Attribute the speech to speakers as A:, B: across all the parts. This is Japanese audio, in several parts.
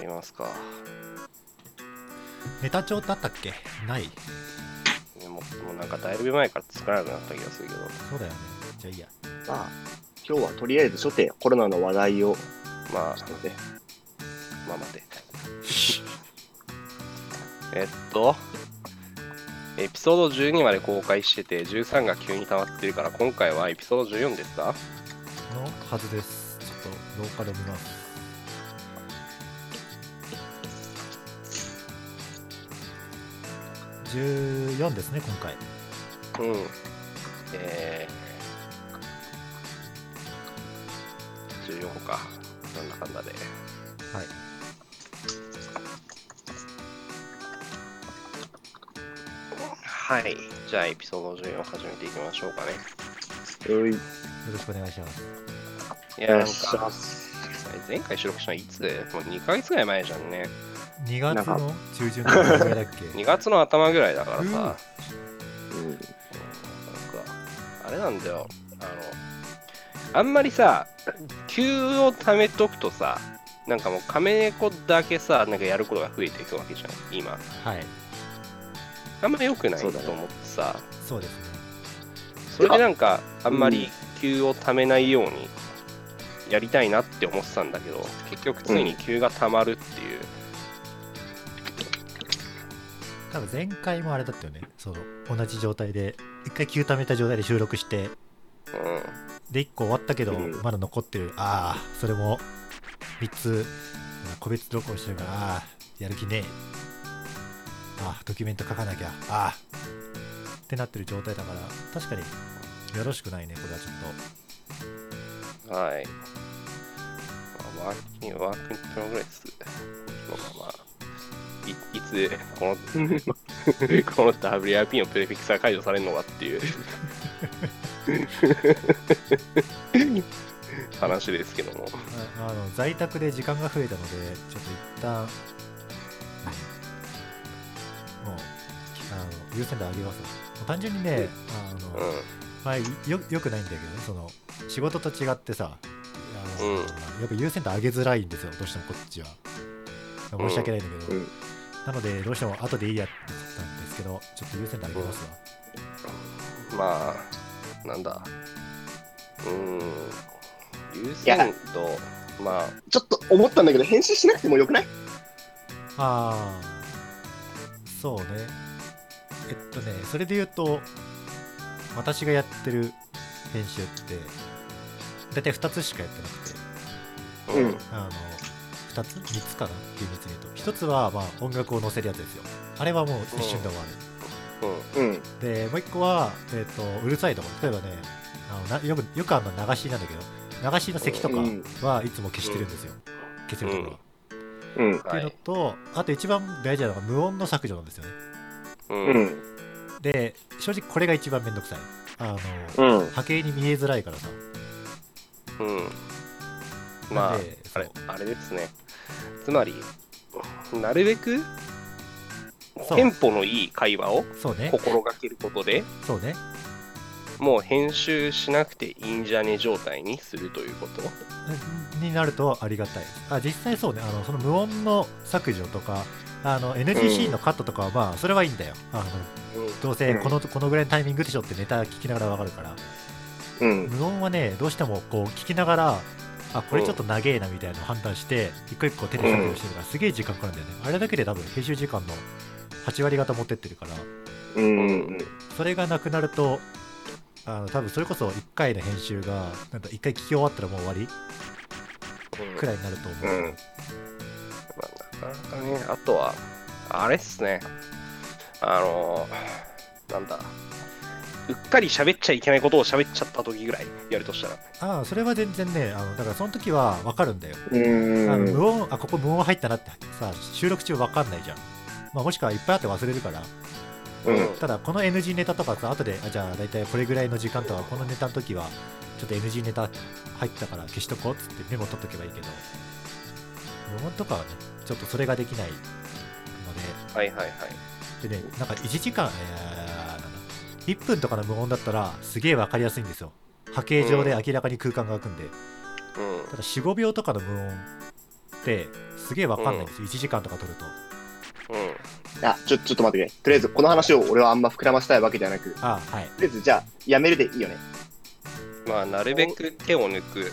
A: みますか。
B: ネタ帳ってあったっけない
A: ねもうもうなんかだいぶ前から作らなくなった気がするけど。
B: そうだよねじゃあいいや
C: まあ、今日はとりあえず初手、コロナの話題を、
A: まあ、
C: ちょっと待って
A: まあ待て。えっと、エピソード12まで公開してて、13が急に溜まってるから、今回はエピソード14ですか
B: のはずですちょっと廊下で見ます14ですね今回
A: うん。えー、14か。なんだかんだで。
B: はい
A: はい。じゃあ、エピソード14始めていきましょうかね。
C: うい、よ
B: よろしくお願いします
A: いや、なん
C: っし
A: か
C: ゃ、
A: 前回収録したのいつもう2ヶ月ぐらい前じゃんね。
B: 2月の中旬のぐらいだっけ
A: 2月の頭ぐらいだから
B: うん
A: さ、
C: うん。
A: なんか、あれなんだよ。あの、あんまりさ、急を貯めとくとさ、なんかもう亀猫だけさ、なんかやることが増えていくわけじゃん、今。
B: はい
A: あんまり良くないと
C: そうだね
A: 思ってさ、
B: そうですね
A: それでなんか、あんまり急を貯めないようにやりたいなって思ってたんだけど、結局ついに急が溜まるっていう。
B: 多分前回もあれだったよねその同じ状態で一回休ためた状態で収録して
A: うん
B: で1個終わったけど、
C: うん
B: まだ残ってるああそれも3つ個別録音してるからああやる気ねえああドキュメント書かなきゃああってなってる状態だから確かによろしくないねこれはちょっ
A: はい。まあ、ワーキング、ワーキングプログレス。まあまあまあ、いいつ、この、 この WIP のプレフィクスが解除されるのかっていう話ですけども。
B: とああの在宅で時間が増えたのでちょっと一旦うんもうあの優先度上げますもう単純にねあの、
A: う
B: まあ、よよくないんだけどねその仕事と違ってさあの、
A: うん
B: やっぱ優先度上げづらいんですよどうしてもこっちは申し訳ないんだけど、
C: うんうん
B: なのでどうしても後でいいやって言ったんですけどちょっと優先度上げますわ、
A: ん。まあ、なんだ。うーん。優
C: いや
A: 先度、まあ、
C: ちょっと思ったんだけど、編集しなくてもよくない
B: ああそうねえっとねそれで言うと私がやってる編集って大体2つしかやってなくて
C: うん
B: あの2つ3つかな厳密に言うと1つはまあ音楽を載せるやつですよあれはもう一瞬で終わ
A: う
C: うん。
B: るでもう1個は、えー、とうるさいとか例えばねあのなよくよくあるのは流しなんだけど流しの咳とか
C: うん
B: はいつも消してるんですよ、消せるところは、
C: うん。
A: ん。は
B: っ
A: い。
B: ていうのとあと一番大事なのが無音の削除なんですよね
A: う。
C: うんん。
B: で正直これが一番めんどくさいあの、
C: うん。
B: 波形に見えづらいからさ
A: うん。まあ
B: なんで、
A: あ
B: そう
A: れあれですね。つまり、なるべく
B: そう
A: テンポのいい会話を
B: そうね
A: 心がけることで、
B: そうね
A: もう編集しなくていいんじゃね状態にするということ。
B: になるとありがたいあ実際そうねあのその無音の削除とかあの NGC のカットとかはまあそれはいいんだよあのどうせこのこのぐらいのタイミングでしょってネタ聞きながらわかるから
C: うん。
B: 無音はねどうしてもこう聞きながらあこれちょっと長えなみたいなの判断して一個一個手で削除してるからすげえ時間かかるんだよねあれだけで多分編集時間の8割方持ってってるから
C: うん。
B: それがなくなるとあの多分それこそ1回の編集がなんか1回聞き終わったらもう終わり
A: うん
B: くらいになると思う、
C: うん。
A: まあ、なかなかね、あとは、あれっすね。あのー、なんだ。うっかり喋っちゃいけないことを喋っちゃった時ぐらいやるとしたら。
B: ああそれは全然ねあのだからその時は分かるんだよ、
C: うん。
B: あの
C: うん。
B: 無音あここ無音入ったなってさ収録中分かんないじゃん、まあ、もしくはいっぱいあって忘れるからただこの NG ネタとかさ後であじゃあ大体これぐらいの時間とかこのネタの時はちょっと NG ネタ入ったから消しとこうっつってメモ取っとけばいいけど無音とかはねちょっとそれができないので
A: はいはいはい。
B: でね、なんか1時間、えーなんだ1分とかの無音だったらすげえわかりやすいんですよ。波形上で明らかに空間が空くんで、
A: うん。
B: ただ4、5秒とかの無音ってすげえわかんないんですよ、1時間とか取ると
A: うん。
C: あ、ちょ、ちょっと待ってくれ。とりあえず、この話を俺はあんま膨らましたいわけじゃなく、と
B: あはい
C: りあえず、じゃあ、やめるでいいよね。
A: まあ、なるべく手を抜く。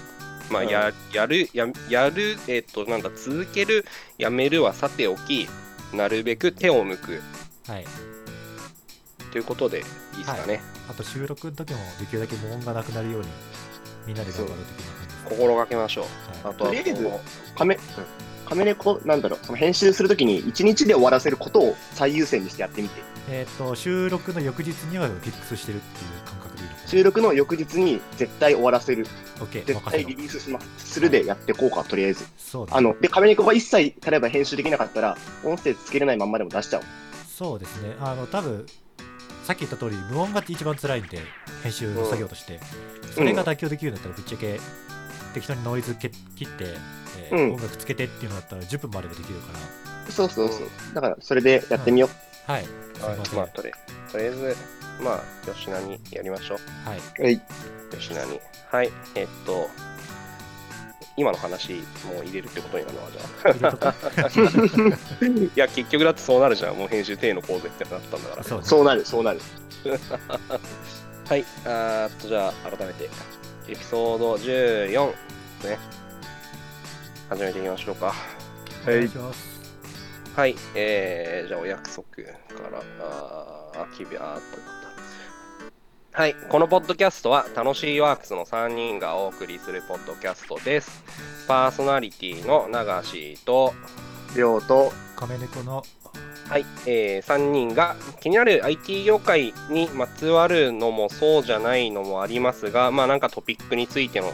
A: まあ、
C: うん
A: ややる、ややる、えっ、と、なんだ、続ける、やめるはさておき、なるべく手を抜く。
B: はい
A: ということで、いいですかね。
B: あと収録の時もできるだけ無音がなくなるようにみんなで頑張る的な感じです
A: 心がけましょう。
B: は
A: あとは
C: とりあえず
A: この
C: カメ、カメレコ、なんだろう、その編集するときに、1日で終わらせることを最優先にしてやってみて、
B: いえっ、と収録の翌日にはフィックスしてるっていう感覚でいいのか
C: 収録の翌日に絶対終わらせる、
B: な OK
C: 絶
B: 任せ
C: 対
B: ろ
C: リリースします、するでやっていこうか、とりあえず。
B: そうだ
C: あの、で、カメレコが一切、例えば編集できなかったら、音声つけれないまんまでも出しちゃおう。
B: そうですねあの多分さっき言った通り無音が一番辛いんで編集の作業として、それが妥協できるんだったらぶっちゃけ適当にノイズけ切って、えー
C: うん
B: 音楽つけてっていうのだったら10分まででできるか
C: そうそうそう。だから、それでやってみよう。
B: ら はい
A: はい
B: すい
A: ま
B: ま
A: あ、
B: せん
A: とりとりあえず、まあ、吉田にやりましょう。
B: はい
C: はい。
A: 吉田に。はい、えっと、今の話、もう入れるってことになるのは、じゃ あ。
B: 入れとく
A: いや、結局だってそうなるじゃん。もう編集低の構図ってなったんだから。
B: そうね
C: そうなる、そうなる。
A: はい、あーっと、じゃあ、改めて、エピソード14、ね、始めていきましょうか。
B: お願いします
A: はい、えー、じゃあお約束から、あー、きびあーっと思った。はい、このポッドキャストは楽しいワークスの3人がお送りするポッドキャストです。パーソナリティの流しと、
C: りょうと、
B: 亀猫の
A: はい、えー、3人が気になる IT 業界にまつわるのもそうじゃないのもありますが、まあなんかトピックについての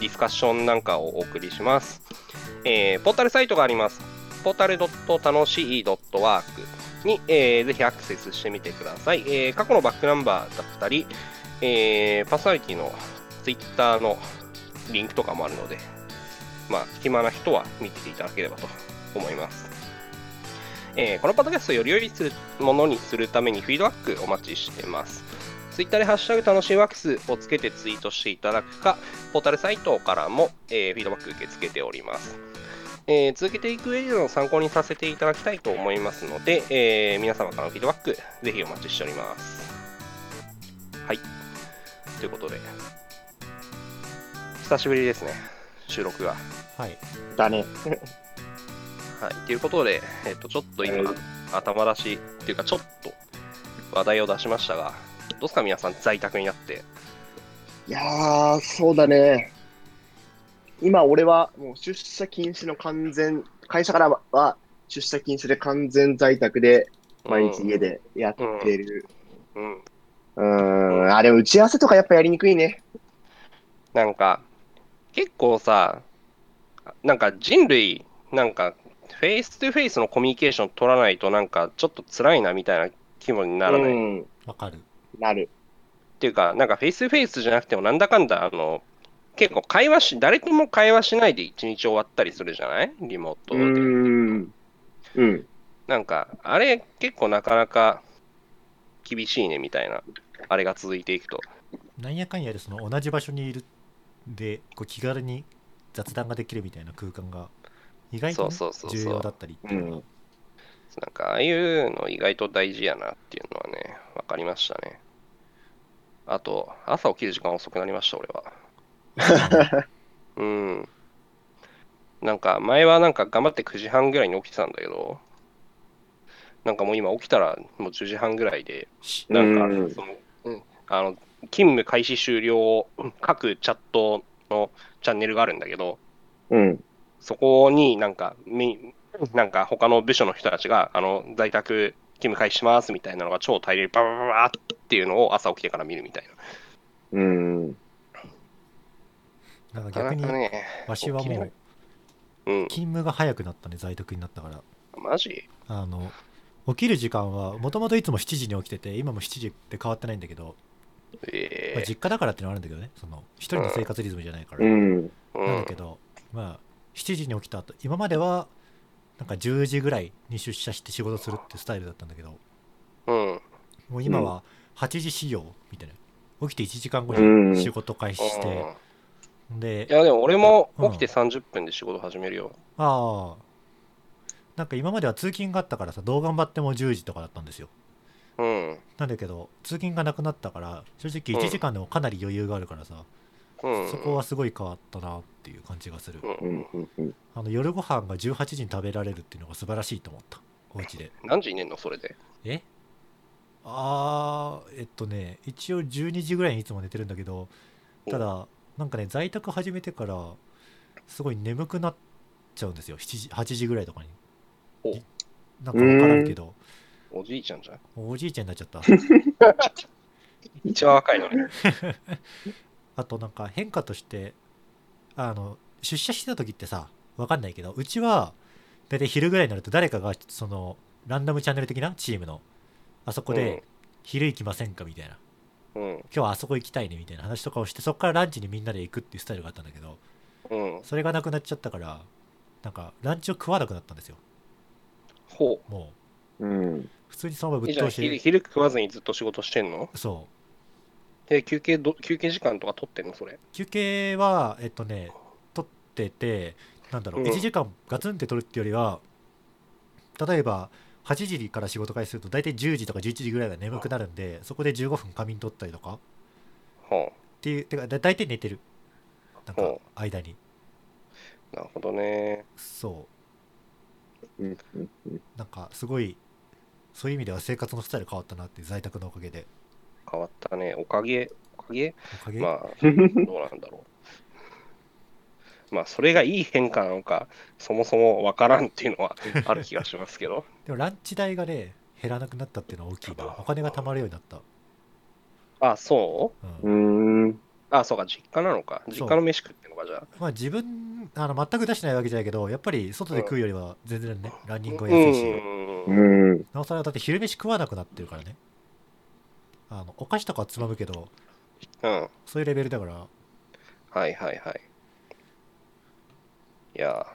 A: ディスカッションなんかをお送りします。えー、ポータルサイトがあります。ポータル楽しい .work に、えーぜひアクセスしてみてください。えー過去のバックナンバーだったり、えーパーソナリティの Twitter のリンクとかもあるので、まあ、暇な人は見てていただければと思います。えーこのパッドキャストをより良いするものにするためにフィードバックお待ちしてます。ツイッターでハッシュタグ楽しいワークスをつけてツイートしていただくか、ポータルサイトからも、えーフィードバック受け付けております。えー続けていく上での参考にさせていただきたいと思いますので、えー皆様からのフィードバック、ぜひお待ちしております。はい。ということで、久しぶりですね、収録が。
B: はい
C: だね。
A: はい、ということで、えっと、ちょっと今、
C: はい
A: 頭出しっていうか、ちょっと話題を出しましたが、どうですか、皆さん、在宅になって。
C: いやー、そうだね。今、俺はもう出社禁止の完全、会社からは出社禁止で完全在宅で、毎日家でやってる。
A: うん。うん
C: うん、ん、あ、でも打ち合わせとかやっぱやりにくいね。
A: なんか、結構さ、なんか人類、なんか、フェイス2フェイスのコミュニケーション取らないと、なんか、ちょっと辛いなみたいな気分にならない。っ
C: うん、
B: わかる
C: なる。
A: ていうか、なんか、フェイス2フェイスじゃなくても、なんだかんだ、あの、結構会話し、誰とも会話しないで一日終わったりするじゃないリモート
C: う
A: で。
C: ん。うん。
A: なんか、あれ、結構なかなか厳しいねみたいな、あれが続いていくと。
B: なんやかんやでその同じ場所にいるでこう気軽に雑談ができるみたいな空間が意外とね
A: そうそうそうそう
B: 重要だったりっていう
A: な
B: のが
A: んか、ああいうの意外と大事やなっていうのはね、分かりましたね。あと、朝起きる時間遅くなりました、俺は。うん。なんか、前はなんか頑張って9時半ぐらいに起きてたんだけど、なんかもう今起きたらもう10時半ぐらいで、
B: し
A: なんか、
C: うん
A: その、うんあの、勤務開始終了をうん各チャットのチャンネルがあるんだけど、
C: うん。
A: そこになんか、みなんか他の部署の人たちが、あの、在宅勤務開始しますみたいなのが超大量にバババババーっていうのを朝起きてから見るみたいな。
C: うん。
B: なんか逆に
A: なかなかね、
B: わしはも
A: 起きれな
B: う
A: いうん、
B: 勤務が早くなったね在宅になったから
A: マジ
B: あの起きる時間はもともといつも7時に起きてて今も7時って変わってないんだけど、
A: え
B: まあ、
A: え
B: 実家だからってのはあるんだけどねその一人の生活リズムじゃないから、
C: うん。
A: う
B: なんだ
A: ん
B: けどまあ7時に起きた後今まではなんか10時ぐらいに出社して仕事するってスタイルだったんだけど
A: うん。
B: もう今は8時仕様みたいな起きて1時間後
C: うん
B: に仕事開始して、で
A: いや、でも俺も
B: うん
A: 起きて30分で仕事始めるよ。
B: ああなんか今までは通勤があったからさどう頑張っても10時とかだったんですよ
A: うん。
B: なんだけど通勤がなくなったから正直
A: うん
B: 1時間でもかなり余裕があるからさ、
A: うん。
B: そこはすごい変わったなっていう感じがする、
A: うん
C: うんうんうん
B: あの夜ご飯が18時に食べられるっていうのが素晴らしいと思ったお家で
A: 何時に寝んのそれで。
B: えあーえっとね一応12時ぐらいにいつも寝てるんだけどただなんかね在宅始めてからすごい眠くなっちゃうんですよ7時8時ぐらいとかに
A: お
B: いなんか分からんけど
A: おじいちゃんじゃん。
B: おじいちゃんになっちゃった
A: 一番若いのね。
B: あとなんか変化としてあの出社してた時ってさ分かんないけどうちは大体昼ぐらいになると誰かがそのランダムチャンネル的なチームのあそこで昼行きませんかみたいな
A: うん。
B: 今日はあそこ行きたいねみたいな話とかをしてそこからランチにみんなで行くっていうスタイルがあったんだけど
A: うん。
B: それがなくなっちゃったからなんかランチを食わなくなったんですよ
A: ほ
B: も
C: うん
B: う普通にそのまま
A: う。
B: ぶ
A: いい
B: っ
A: じゃん
B: 通
A: 昼
B: し
A: 昼食わずにずっと仕事してんの
B: そ
A: で、休憩ど、休憩時間とか取ってんのそれ。
B: う休憩はえっとね取っててなんだろう、
A: うん
B: 1時間ガツンって取るってよりは例えば8時から仕事開始すると大体10時とか11時ぐらいが眠くなるんでそこで15分仮眠取ったりとかっ
A: は
B: ていうてかだ大体寝てるなんか
A: ほ
B: 間に
A: あ。なるほどね。
B: そう
C: うんうんうん
B: なんかすごいそういう意味では生活のスタイル変わったなって在宅のおかげで
A: 変わったね。おかげ、おかげ
B: おかげ、
A: まあ、どう なんだろう。まあ、それがいい変化なのか、そもそもわからんっていうの はある気がしますけど。
B: でもランチ代がね減らなくなったっていうのは大きいなお金が貯まるようになった、
A: あ、そう
B: うん
C: うん
A: あ、そうか、実家なのか。
B: そう
A: 実家の飯食ってんのか、じゃあ。
B: まあ自分あの全く出してないわけじゃないけどやっぱり外で食うよりは全然ね、ランニングは安いし、
A: うん。
C: うん
B: なおさらだって昼飯食わなくなってるからねあのお菓子とかはつまむけど
A: うん。
B: そういうレベルだから
A: はいはいはい。いや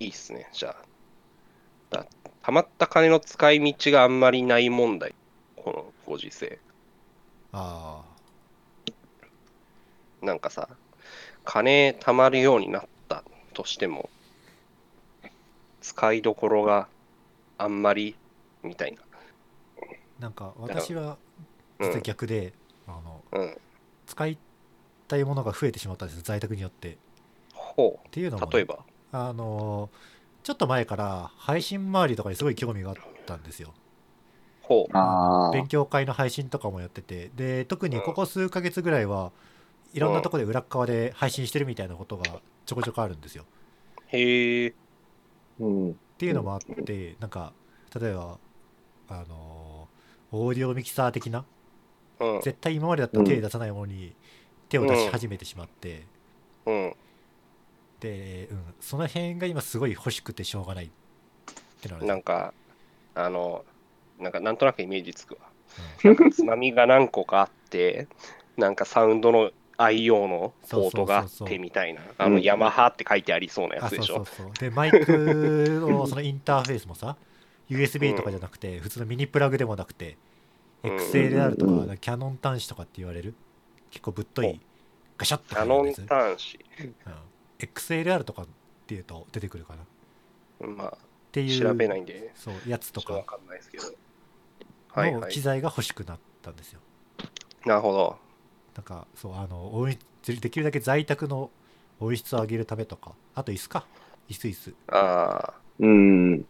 A: ー、いいっすね、じゃあ。だたまった金の使い道があんまりない問題、このご時世。
B: あ
A: なんかさ、金貯まるようになったとしても、使いどころがあんまりみたいな。
B: あなんか私は
A: う
B: 実は
A: ん。
B: 逆で、あの
A: うん、
B: 使いたいものが増えてしまったんですよ在宅によってっ
A: ほ
B: ていうのも、
A: う、例えば。
B: あのーちょっと前から配信周りとかにすごい興味があったんですよ。
A: ほう。
C: あ
B: 勉強会の配信とかもやってて、で、特にここ数ヶ月ぐらいはいろんなとこで裏っ側で配信してるみたいなことがちょこちょこあるんですよ。
A: へえ。
C: うん
B: っていうのもあって、なんか、例えば、あのーオーディオミキサー的な、
A: うん。
B: 絶対今までだったら手出さないものに手を出し始めてしまって、
A: うん。
B: で、うん、その辺が今すごい欲しくてしょうがないってなるんです
A: な
B: よ
A: んか、あの、なんかなんとなくイメージつくわ。
B: うん
A: つまみが何個かあって、なんかサウンドの IO のポートがあ
B: そうそうそ
A: っ
B: うそう
A: てみたいな、あの
C: うん
A: ヤマハって書いてありそうなや
B: あ
A: つ
B: そう
A: でし
B: そう
A: ょ。
B: そうでマイクのそのインターフェースもさ USB とかじゃなくて、普通のミニプラグでもなくて、
A: うん
B: XLR とか、
C: うん
B: キャノン端子とかって言われる結構ぶっと
A: お
B: いガシャッと
A: キャノン
B: やつ、
A: 端子。
B: うん、XLR とかっていうと出てくるかなっ
A: まあ、
B: ていう
A: 調べないんで、
B: そうや
A: ち
B: つ
A: ょ
B: と
A: っとわ
B: か
A: かんないですけど。はい
B: の
A: はい
B: 機。材が欲しくなったんですよ、
A: なるほど。
B: なんかそうあの音質できるだけ在宅の音質を上げるためとかあと椅子か椅子椅子
A: ああ、
C: うん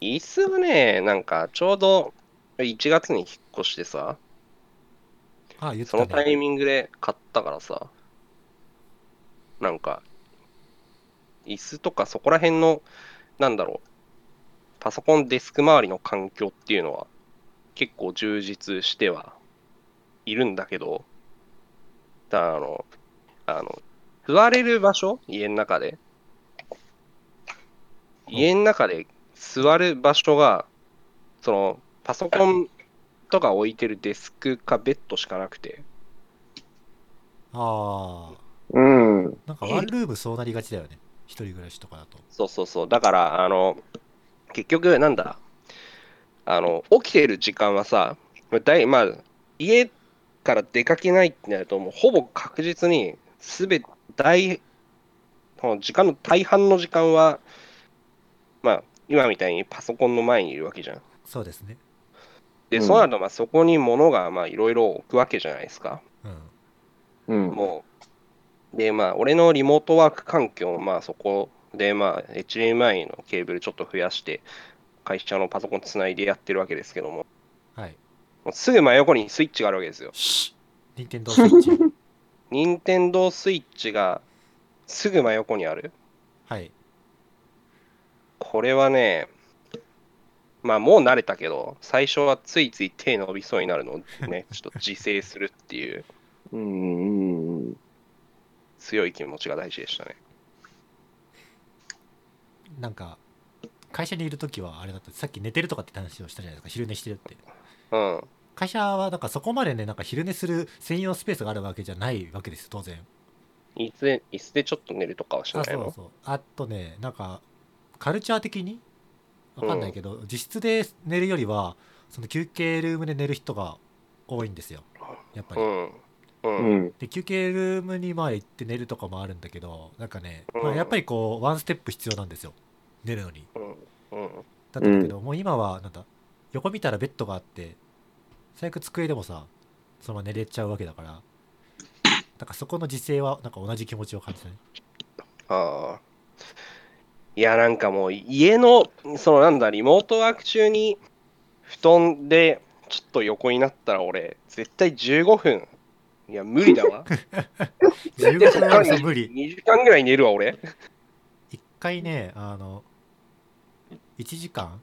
A: 椅子はね、なんかちょうど1月に引っ越してさ、
B: あ言って
A: そ
B: た
A: の
B: ね
A: タイミングで買ったからさ、なんか、椅子とかそこら辺の、なんだろう、パソコンデスク周りの環境っていうのは、結構充実してはいるんだけど、だからあの、あの、座れる場所家の中で。
B: ん
A: 家の中で座る場所が、その、パソコンとか置いてるデスクかベッドしかなくて、
B: ああ
C: うん
B: なんかワンルームそうなりがちだよね。一人暮らしとかだと。
A: そうそうそう。だから、あの、結局、なんだ、あの、起きてる時間はさ、だいまあ、家から出かけないってなると、もうほぼ確実に、すべて、大その時間の大半の時間は、まあ、今みたいにパソコンの前にいるわけじゃん。
B: そうですね。
A: で、
C: うん
A: そうなると、まあ、そこに物が、まあ、いろいろ置くわけじゃないですか。
B: うん。
C: うん。
A: もう。で、まあ、俺のリモートワーク環境も、まあ、そこで、まあ、HDMI のケーブルちょっと増やして、会社のパソコンつないでやってるわけですけども、
B: はい。
A: もうすぐ真横にスイッチがあるわけですよ。
B: 任天堂スイッ チ。
A: 任天堂スイッチがすぐ真横にある。
B: はい。
A: これはね、まあもう慣れたけど、最初はついつい手伸びそうになるのを ね、ちょっと自制するっていう
C: うん。うん。
A: 強い気持ちが大事でしたね。
B: なんか、会社にいるときはあれだった。さっき寝てるとかって話をしたじゃないですか。昼寝してるって。
A: うん。
B: 会社はなんかそこまでね、なんか昼寝する専用スペースがあるわけじゃないわけですよ、当然。
A: 椅子で椅子でちょっと寝るとかはしな
B: あ
A: い
B: そう
A: の
B: そうあとねなんかカルチャー的にわかんないけど、自室で寝るよりはその休憩ルームで寝る人が多いんですよやっぱり、
A: うん。う。
C: うんん。
B: で休憩ルームにまあ行って寝るとかもあるんだけどなんかね、
A: うん
B: まあやっぱりこうワンステップ必要なんですよ寝るのに
A: うん。うん。
B: だったんだけど、もう今はなんだ横見たらベッドがあって最悪机でもさそのまま寝れちゃうわけだからなんかそこの時勢はなんか同じ気持ちを感じたね
A: ああ。いや、なんかもう家の、そのなんだ、リモートワーク中に布団でちょっと横になったら俺、絶対15分。いや、無理だ わ。
B: 15
A: でそっ
B: 分
A: か
B: は
A: ら
B: さ無理
A: 2時間ぐらい寝るわ、俺。
B: 一回ねあの1時間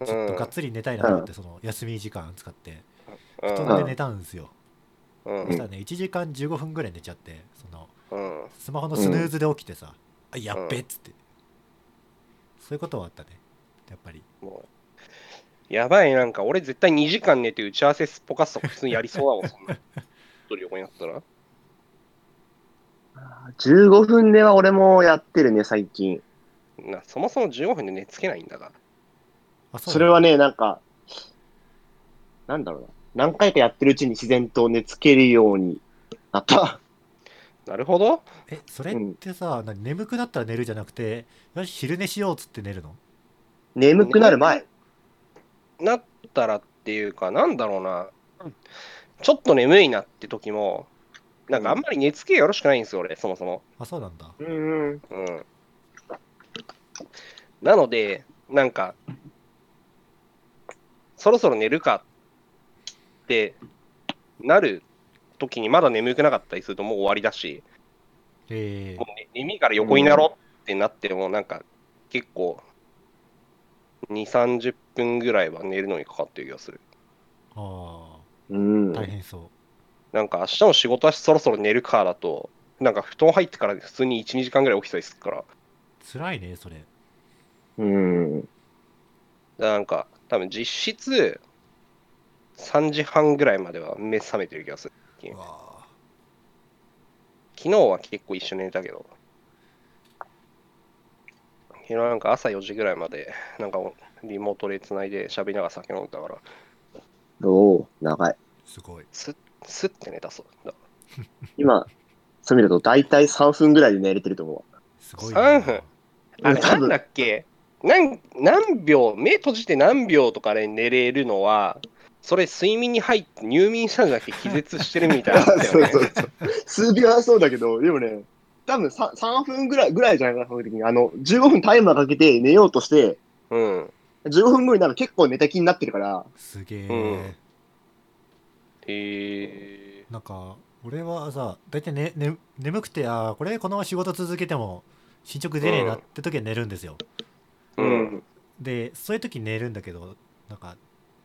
A: うん
B: ちょっとがっつり寝たいなと思って、その休み時間使って
A: うん
B: 布団で寝たんですよ、
A: うん
B: そしたらね1時間15分ぐらい寝ちゃってその
A: うん
B: スマホのスヌーズで起きてさ、あやっべ
A: う
B: っつって、そういうことはあったねやっぱり
A: もうやばい、なんか俺絶対2時間寝て打ち合わせすっぽかすとか普通にやりそうだもん、 そんな。一人横になったら。
C: 15分では俺もやってるね、最近。
A: なそもそも15分で寝つけないんだが。
B: あそう
C: それはね、なんか、なんだろうな。何回かやってるうちに自然と寝つけるようになった。
A: なるほど。
B: えそれってさ、何眠くなったら寝るじゃなくてよし昼寝しようっつって寝るの
C: 眠くなる前。
A: なったらっていうか、なんだろうな。ちょっと眠いなって時も、なんかあんまり寝つきがよろしくないんですよ、俺、そもそも。
B: あそうなんだ
C: うん
A: う
C: うん。
A: ん。なので、なんか、そろそろ寝るかってなる時にまだ眠くなかったりするともう終わりだし、
B: え
A: もうね耳から横になろうってなってもなんか結構2、30分ぐらいは寝るのにかかってる気がする。
B: ー、あ
C: うん
B: ー。大変そう、
A: なんか明日も仕事はそろそろ寝るかだと、なんか布団入ってから普通に1、2時間ぐらい起きたりするから、
B: 辛いねそれ
C: うん。
A: だからなんか、多分実質、3時半ぐらいまでは目覚めてる気がする。
B: うわ
A: 昨日は結構一緒に寝たけど。昨日なんか朝4時ぐらいまで、なんかリモートで繋いで喋りながら酒飲んでたから、
C: おお長い。
B: ーすごい
A: スッて寝たそうだ。
C: 今、そう見ると大体3分ぐらいで寝れてると思
B: すごい
A: 3分あれ
C: 多
A: な
C: 分
A: んだっけなん何秒、目閉じて何秒とかで寝れるのは、それ睡眠に入って入眠したんじゃなくて気絶してるみたいな
C: う。
A: のあったよね
C: う そう。数秒はそうだけど、でもね、多分 3, 3分ぐらいぐらいじゃないかな、その時に。あの、15分タイマーかけて寝ようとして、
A: うん。
C: 15分後になんか結構寝た気になってるから、
B: すげえ、
A: うんへえ
B: なんか俺はさ大体、ねね、眠くてあーこれこのまま仕事続けても進捗出ねえなって時は寝るんですよ、
A: ー。うん。
B: でそういう時寝るんだけどなんか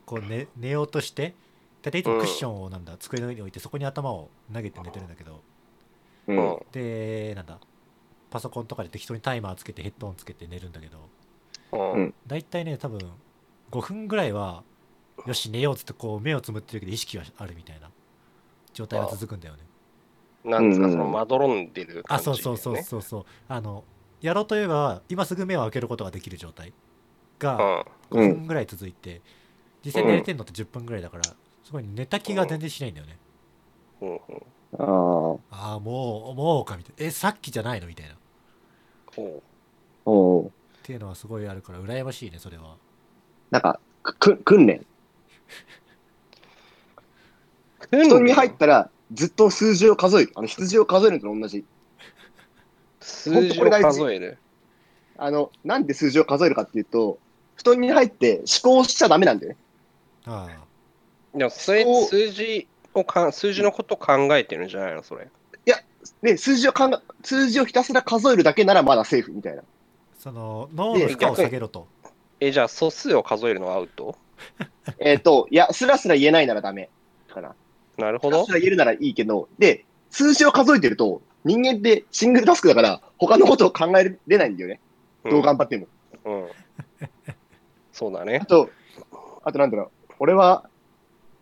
B: こう寝寝ようとして大体いつもクッションをなんだ、机の上に置いてそこに頭を投げて寝てるんだけど
C: う
A: うん。うん。
B: でなんだパソコンとかで適当にタイマーつけてヘッドホンつけて寝るんだけど
A: うん。
B: 大体ね多分5分ぐらいはよし寝ようっつってこう目をつむってるけど意識はあるみたいな状態が続くんだよね
A: なんですか、
C: うん
A: そのまどろんでる感
B: あ
A: じだ
B: そ
A: よ
B: う
A: ね、
B: そうそうそうそうあのやろうといえば今すぐ目を開けることができる状態が
A: う
B: 5分ぐらい続いて、実際寝れてんのって10分ぐらいだからすごい寝た気が全然しないんだよね、
A: ん。うん。
C: ああ。
B: ああもうもうかみたいなえさっきじゃないのみたいな
A: ほ
C: おう
B: っていうのはすごいあるから羨ましいねそれは
C: なんか、く、く訓練。
A: う。
C: 布団に入っ
A: った
C: ら、ずっと数字を数える。あの、羊を数えるのと同じ。
A: 数字を数える。
C: あの、なんで数字を数えるかっていうと、布団に入って思考しちゃダメなんだよね。
B: あ
A: でもそれ
C: そう
A: 数字をか数字のこと考えてるんじゃないのそれ。
C: ね、数字を考え数字をひたすら数えるだけならまだセーフみたいな。
B: あその脳の負荷を下げろと
A: え、じゃあ素数を数えるのはアウト
C: えっ、と、いや、スラスラ言えないならダメ。かな。
A: なる
C: ス
A: ほ
C: ラ
A: ど
C: ス。ラ言えるならいいけど、で、数字を数えてると、人間ってシングルタスクだから、他のことを考えれないんだよね。どう頑張っても。
A: うん。うんそうだね
C: あ。と、あとなんだろう。俺は、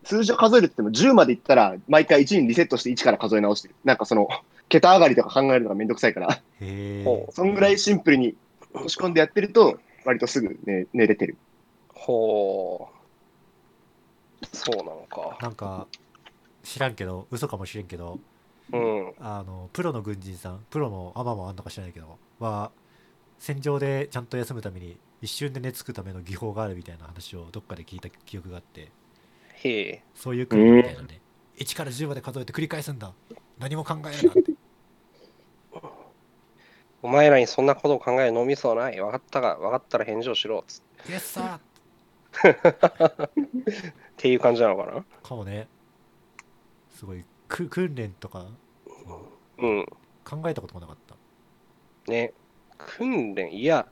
C: 数字を数えるって言っても10までいったら、毎回1にリセットして1から数え直してる。なんかその、桁上がりとか考えるのがめんどくさいから、
B: へ
A: ほ
B: え
A: う
C: そんぐらいシンプルに落とし込んでやってると、割とすぐ、ね、寝れてる。
A: ほう。そうなのか。
B: なんか知らんけど嘘かもしれんけど
A: うん。
B: あのプロの軍人さんプロのアマもあんのか知らないけどは戦場でちゃんと休むために一瞬で寝つくための技法があるみたいな話をどっかで聞いた記憶があって
A: へえ。
B: そういう訓練みたいなね、1から10まで数えて繰り返すんだ何も考えるなって
A: お前らにそんなことを考える脳みそはない。分かったか、分かったら返事をしろ。つっ
B: イエスさ
A: ていう感じなのかな
B: かもねすごいく訓練とか
A: うん。
B: 考えたこともなかった
A: ね、訓練、いや、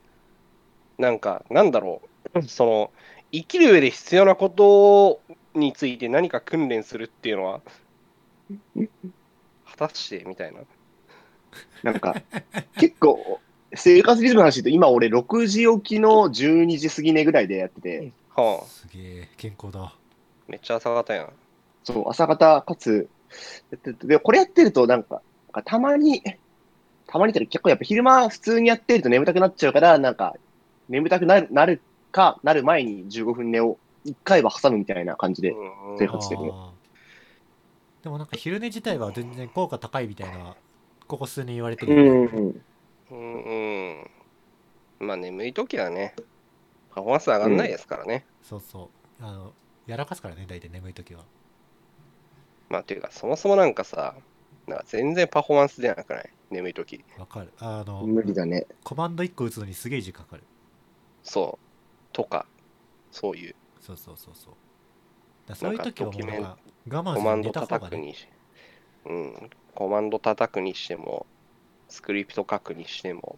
A: なんか、なんだろう、その、生きる上で必要なことについて何か訓練するっていうのは、果たしてみたいな。
C: なんか、結構、生活リズムの話で言うと、今俺6時起きの12時過ぎねぐらいでやってて、
A: は
B: すげえ健康だ
A: あ、めっちゃ朝方やん。
C: そう、朝方かつ、やっててで、これやってるとなんか、なんかたまに、たまにっていうか結構やっぱ昼間普通にやってると眠たくなっちゃうから、なんか、眠たくなるなるか、なる前に15分寝を1回は挟むみたいな感じで、
A: うん
C: 生活してるね
B: あーでもなんか昼寝自体は全然効果高いみたいなここ数年言われてるよね、
C: うん
A: うん、うん。まあ、眠い時はね、パフォーマンス上がんないですからね。
B: そうそうあのやらかすからね大体眠い時は
A: まあ、ていうか、そもそもなんかさ、なんか全然パフォーマンス出なくない眠い時。
B: わかるあの
C: 無理だね。
B: コマンド1個打つのにすげえ時間かかる
A: そう。とか、そういう。
B: そうそうそうそうだからそういう時はもうなん
A: なん
B: か我慢
A: コ
B: せ
A: マ
B: ず
A: ンド
B: に寝た方
A: 叩
B: が
A: く
B: ね
A: にし、うん、コマンド叩くにしても、スクリプト書くにしても、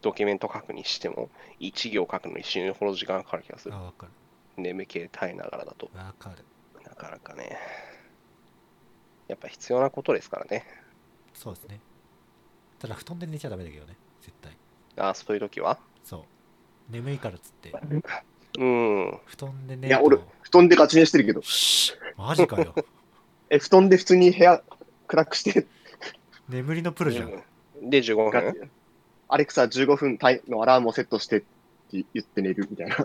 A: ドキュメント書くにしても、1行書くのに死ぬほど時間がかかる気がする
B: あ。わかる
A: 眠気耐えながらだと、
B: わかる
A: なかなかね。やっぱ必要なことですからね。
B: そうですねただ布団で寝ちゃダメだけどね絶対
A: ああ、そういう時は。
B: そう眠いからっつって
A: うん。
B: 布団で寝
C: いや俺布団でガチ寝してるけど、
B: シッマジかよ
C: え、布団で普通に部屋暗くして、
B: 眠りのプロじゃん
A: で、15
C: ガチ
A: 分。
C: アレクサ15分タイのアラームをセットしてって言って寝るみたいな。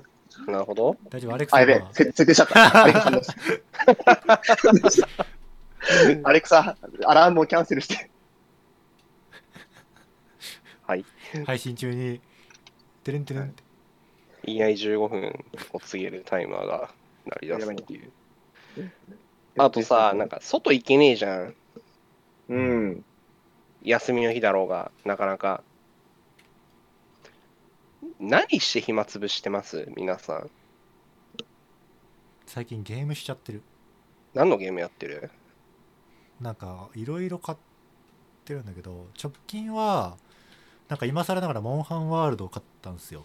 A: なるほど。
B: 大丈夫アレクサ
C: あ、
B: は
C: やべえ、せ設定しち ゃった。アレクサのアレクサ、アラームをキャンセルして。
A: はい。
B: 配信中にてるんてるんって
A: 言い合い15分を告げるタイマーが鳴り出すっていう。あとさ、なん
C: か。
A: か外行けねえじゃん。
C: うん。
A: 休みの日だろうが、なかなか。何して暇つぶしてます皆さん。
B: 最近ゲームしちゃってる
A: 何のゲームやってる
B: なんかいろいろ買ってるんだけど直近はなんか今更ながらモンハンワールドを買ったんですよ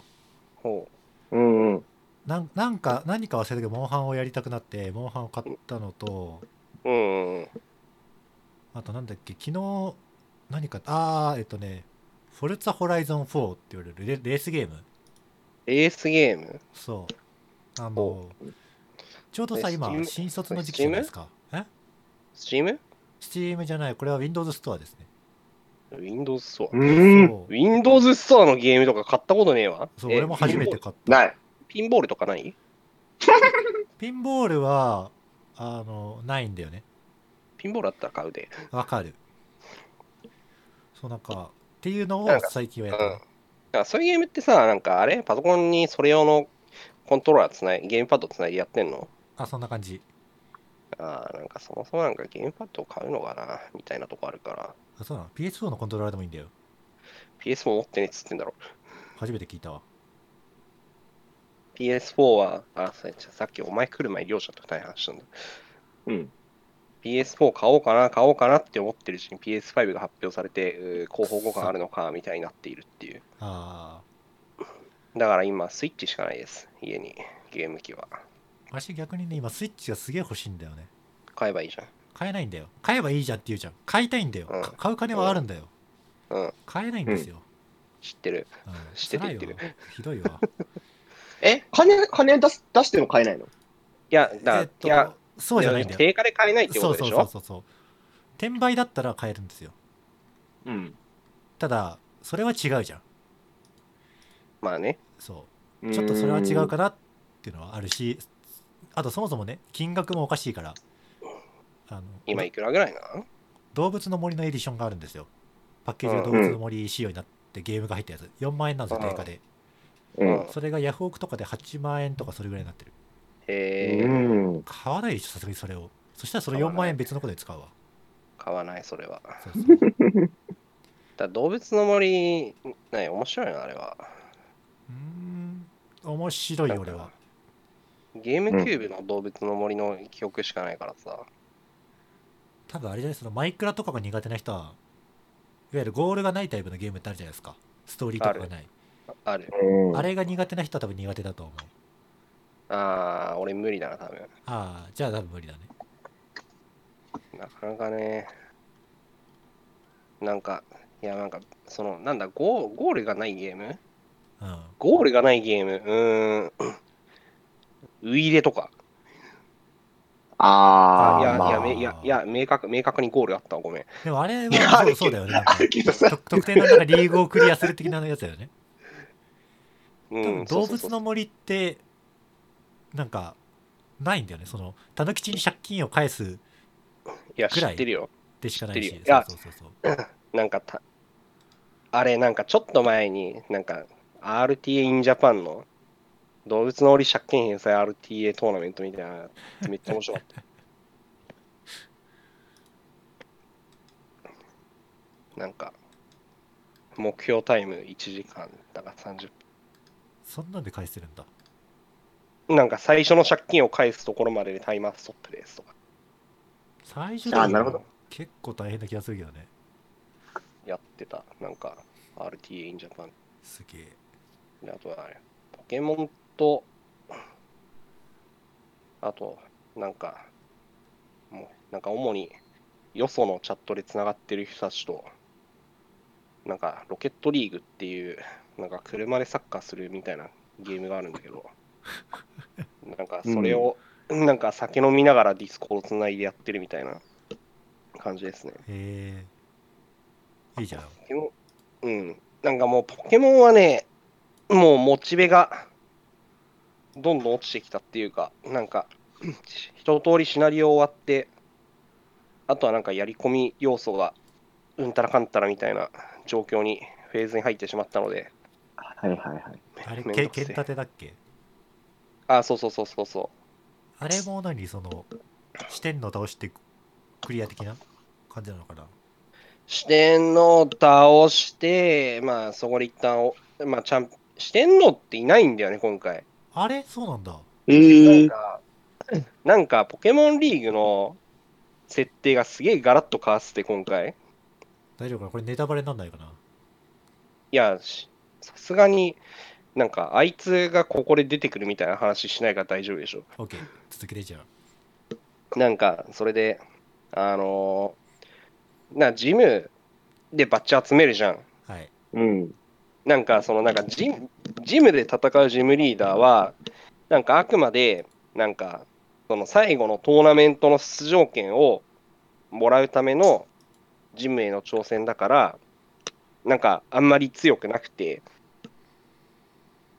A: ほ
C: うんうん。
B: なんなんか何か忘れたけどモンハンをやりたくなってモンハンを買ったのと
A: う。うんうん。
B: あとなんだっけ昨日何かあーえっとね「フォルツァホライゾン4」って言われるレレースゲーム
A: レースゲーム
B: そうあの
A: お
B: ちょうどさ
A: え
B: 今
A: Steam？
B: 新卒の時期じゃないですかえ
A: スチーム
B: Steam じゃないこれは Windows ストアですね
A: ?Windows ストア。
C: うん。
B: そう
A: Windows ストアのゲームとか買ったことねえわ。
B: そう
A: え
B: 俺も初めて買った
C: ない。
A: ピンボールとかない
B: ピンボールはあのないんだよね
A: ピンボールあったら買うで。
B: わかるそうなんかっていうのを
A: なんか
B: 最近は
A: う
B: やったね、
A: ん。からそういうゲームってさ、なんかあれパソコンにそれ用のコントローラーつない、ゲームパッドつないでやってんの
B: あそんな感じ
A: ああ、なんかそもそもなんかゲームパッドを買うのかなみたいなとこあるから。
B: あそうなの PS4 のコントローラーでもいいんだよ
A: PS も持ってねっつってんだろ。
B: 初めて聞いたわ
A: PS4 は、あ、そうやさっきお前来る前に両者と二人話したんだ。
C: うん。
A: PS4 買おうかな、買おうかなって思ってるうちに PS5 が発表されて、うー広報互換あるのか、みたいになっているっていう。
B: あ
A: だから今、スイッチしかないです。家に、ゲーム機は。
B: あ私逆にね今スイッチがすげえ欲しいんだよね
A: 買えばいいじゃん。
B: 買えないんだよ買えばいいじゃんって言うじゃん買いたいんだよ、
A: うん
B: か買う金はあるんだよ、
A: うん
B: 買えないんですよ、
A: 知ってる。
B: うん
A: 知ってて
B: 辛
A: 言
B: い
A: ってる
B: わひど いわ
A: えい
C: 金、金出す出しても買えないの
A: や、だから、
B: えっと
A: いや、
B: そうじゃないんだよ
A: 定価で買えないってこ
B: そう
A: とで
B: そう
A: し
B: そう
A: ょ
B: そうそう転売だったら買えるんですよ
C: うん。
B: ただそれは違うじゃん
A: まあね。
B: そ
C: ち
B: うちょっとそれは違うかなっていうのはあるしあとそもそもね金額もおかしいからあの
A: 今いくらぐらいなの
B: 動物の森のエディションがあるんですよパッケージが動物の森仕様になってゲームが入ったやつ4万円なんですよ
A: うん
B: 定価で
C: うん。
B: それがヤフオクとかで8万円とかそれぐらいになってる
A: えー、
C: うん。
B: 買わないでしょさすがにそれをそしたらその
A: 買
B: 4
A: わない
B: 万円別のことで使うわ
A: 買わない、それは。だか
B: そう そうう
A: ら動物の森、ね、面白いな、あれは。
B: ーん面白いよ俺は
A: ゲームキューブの動物の森の記憶しかないからさ。
B: 多分あれじゃないそのマイクラとかが苦手な人はいわゆるゴールがないタイプのゲームってあるじゃないですかストーリーとかがない
A: ある。
B: あれが苦手な人は多分苦手だと思う
A: あー、俺無理だな、多分。
B: ああじゃあ多分無理だね
A: なかなかね、なんか、いや、なんか、その、なんだ、ゴーゴールがないゲーム
B: うん
A: ゴールがないゲーム、うーん、 ウイイレとか。
C: ああ、
A: い
B: ー
A: や、
C: まあ
A: いやめ、いや、いや、明確、明確にゴールあったわ、ごめん。
B: でもあれ
C: いや
B: は
C: あ
B: そう
C: る
B: そう
C: け
B: だよ
C: ど
B: ねなん
C: あ
B: か
C: るけどさ、
B: 特特定のなんかリーグをクリアする的なやつだよね多
A: う
B: 分
A: ん、
B: 動
A: そうそ
B: 物
A: うそ
B: の
A: う
B: 森ってなんかないんだよねそのたぬきちに借金を返す
A: いや、
B: く
A: 知
B: らい
A: ってるよ。
B: でしかないし
A: 知ってる
B: そ
A: よ
B: うそうそうそう
A: なんかた、あれ、なんかちょっと前に、なんか、RTA in Japan の動物の森借金返済 RTA トーナメントみたいなのやってめっちゃ面白かった。なんか、目標タイム1時間だから30
B: そんなんで返してるんだ
A: 分。なんか最初の借金を返すところまででタイマーストップですとか。
B: 最初
C: あなるほど
B: 結構大変な気がするけどね
A: やってた。なんか、RTA in Japan
B: すげえ
A: であとはあれ、ポケモンと、あと、なんか、もう、なんか主に、よそのチャットでつながってる人たちと、なんか、ロケットリーグっていう、なんか、車でサッカーするみたいなゲームがあるんだけど、なんか、それを、なんか、酒飲みながらディスコをつないでやってるみたいな感じですね。
B: へえいいじゃん
A: ポケモンうん。なんかもうポケモンはね、もうモチベがどんどん落ちてきたっていうか、なんか、 一通りシナリオ終わって、あとはなんかやり込み要素がうんたらかんたらみたいな状況に、フェーズに入ってしまったので、
C: はいはいはい。
B: あれ
A: めん
B: け
A: どくせえ
B: 剣立てだっけ
A: あ、そうそうそうそうそ
B: あれも何その視点の倒してクリア的な感じなのかな
A: う。四天王倒して、まあそこで一旦お、まあチャン四天王っていないんだよね、今回。
B: あれそうなんだ
A: な
C: え
A: んか、なんかポケモンリーグの設定がすげえガラッと変わってて、今回。
B: 大丈夫かなこれネタバレになんないかない
A: や、しさすがに、なんか、あいつがここで出てくるみたいな話しないから大丈夫でしょ。
B: OK 続けてじゃあ
A: なんか、それで、あのーな、ジムでバッジ集めるじゃん。
B: はい。
C: うん。
A: なんか、その、なんかジム、ジムで戦うジムリーダーは、なんか、あくまで、なんか、その最後のトーナメントの出場権をもらうためのジムへの挑戦だから、なんか、あんまり強くなくて、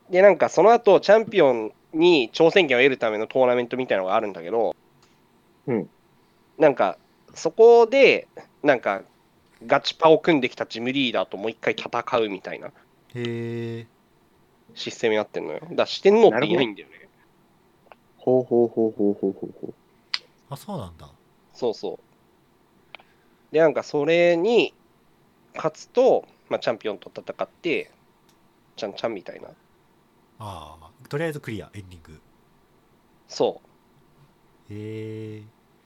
A: で、なんか、その後、チャンピオンに挑戦権を得るためのトーナメントみたいなのがあるんだけど、
C: うん
A: なんか、そこで、なんか、ガチパを組んできたジムリーダーともう一回戦うみたいな。
B: えへえ。
A: システムになってるのよ。だから四天王っていないんだよね。
C: ほうほうほうほうほうほうほう。
B: あ、そうなんだ。
A: そうそう。で、なんかそれに勝つと、まあ、チャンピオンと戦って、ちゃんちゃんみたいな。
B: ああ、とりあえずクリア、エンディング。
A: そ
B: へえ。
A: う。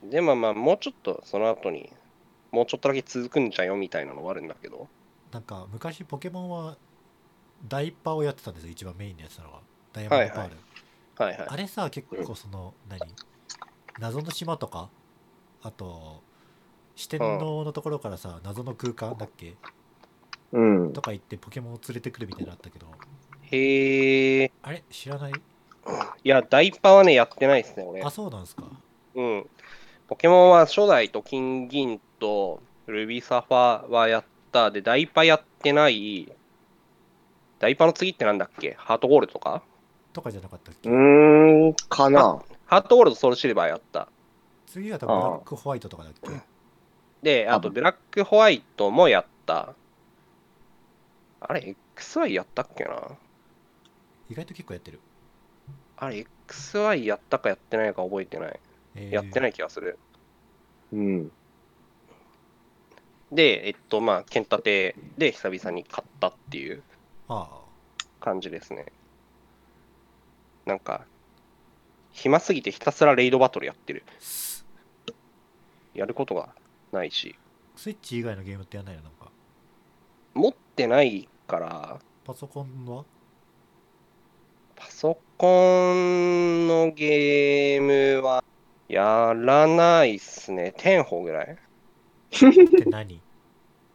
A: で、まあまあ、もうちょっとその後に、もうちょっとだけ続くんじゃよみたいなのはあるんだけど。
B: なんか昔ポケモンはダイパーをやってたんですよ、一番メインのやつなのが。ダイヤモンドパール。
A: はいはいはい。
B: あれさ、結構その、何謎の島とか、あと、四天王のところからさ、謎の空間だっけ
C: うん。
B: とか行ってポケモンを連れてくるみたいなのあったけど、
A: へえ。
B: あれ知らない
A: いや、ダイパーはね、やってないですね、俺
B: あ、。そうなんですか。
A: うん。ポケモンは初代と金銀とルビーサファーはやった。で、ダイパーやってない。ダイパーの次ってなんだっけハートゴールドか
B: とかじゃなかったっけ、
C: うーん、かな。
A: ハートゴールド、ソウルシルバーやった。
B: 次は多分ブラックホワイトとかだっけ
A: で、あ
C: あ
A: と、ブラックホワイトもやった。あれ、XY やったっけな
B: 意外と結構やってる。。
A: あれ、XY やったかやってないか覚えてない。やってないい気がする。
C: うん。
A: で、えっと、まあ、剣立てで久々に勝ったっていう
B: あ
A: 感じですね。なんか、暇すぎてひたすらレイドバトルやってる
B: あ。。ス
A: やることがないし、
B: スイッチ以外のゲームってやんないのなんか。
A: 持ってないから、
B: パソコンは
A: パソコンのゲームはやらないっすね。10方ぐらい
B: って何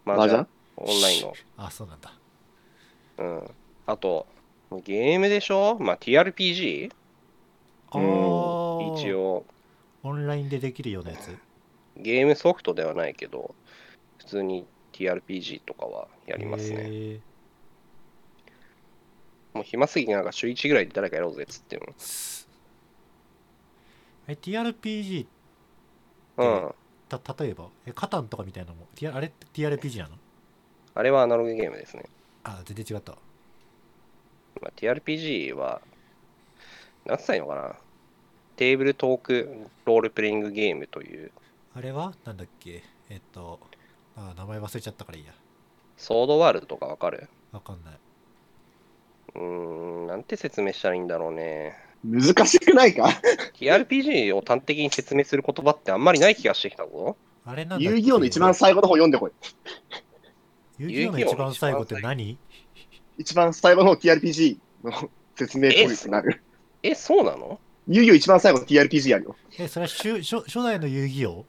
A: マ
C: マ
A: ジ
C: ジャ
A: ャオンラインの。
B: あ、そうなんだ。
A: うん。あと、ゲームでしょまあ、TRPG?
B: あ
C: うん
B: ー
A: 一応、
B: オンラインでできるようなやつ。
A: ゲームソフトではないけど、普通に TRPG とかはやりますね。
B: ね。
A: もう暇すぎてなんか週1ぐらいで誰かやろうぜっつってんの。
B: え、TRPG、
A: うん。
B: た、例えば、え、カタンとかみたいなのも、T、あれって TRPG なの
A: あれはアナログゲームですね。
B: あ、全然違った。
A: まあ、TRPG は、なんつったらいいのかな。テーブルトークロールプレイングゲームという、
B: あれはなんだっけえっと、あ、名前忘れちゃったからいいや。
A: ソードワールドとかわかる
B: わかんない。
A: うーん、なんて説明したらいいんだろうね。
C: 難しくないか
A: TRPG を端的に説明する言葉ってあんまりない気がしてきたぞ。
B: あれなんだっけ
C: 遊戯王の一番最後の方読んでこい。
B: 遊戯王の一番最後って何
C: 一番最後の方 TRPG の説明っぽいくなる。
A: え、そうなの
C: 遊戯王一番最後 TRPG やるよ。
B: え、それは初初初代の遊戯王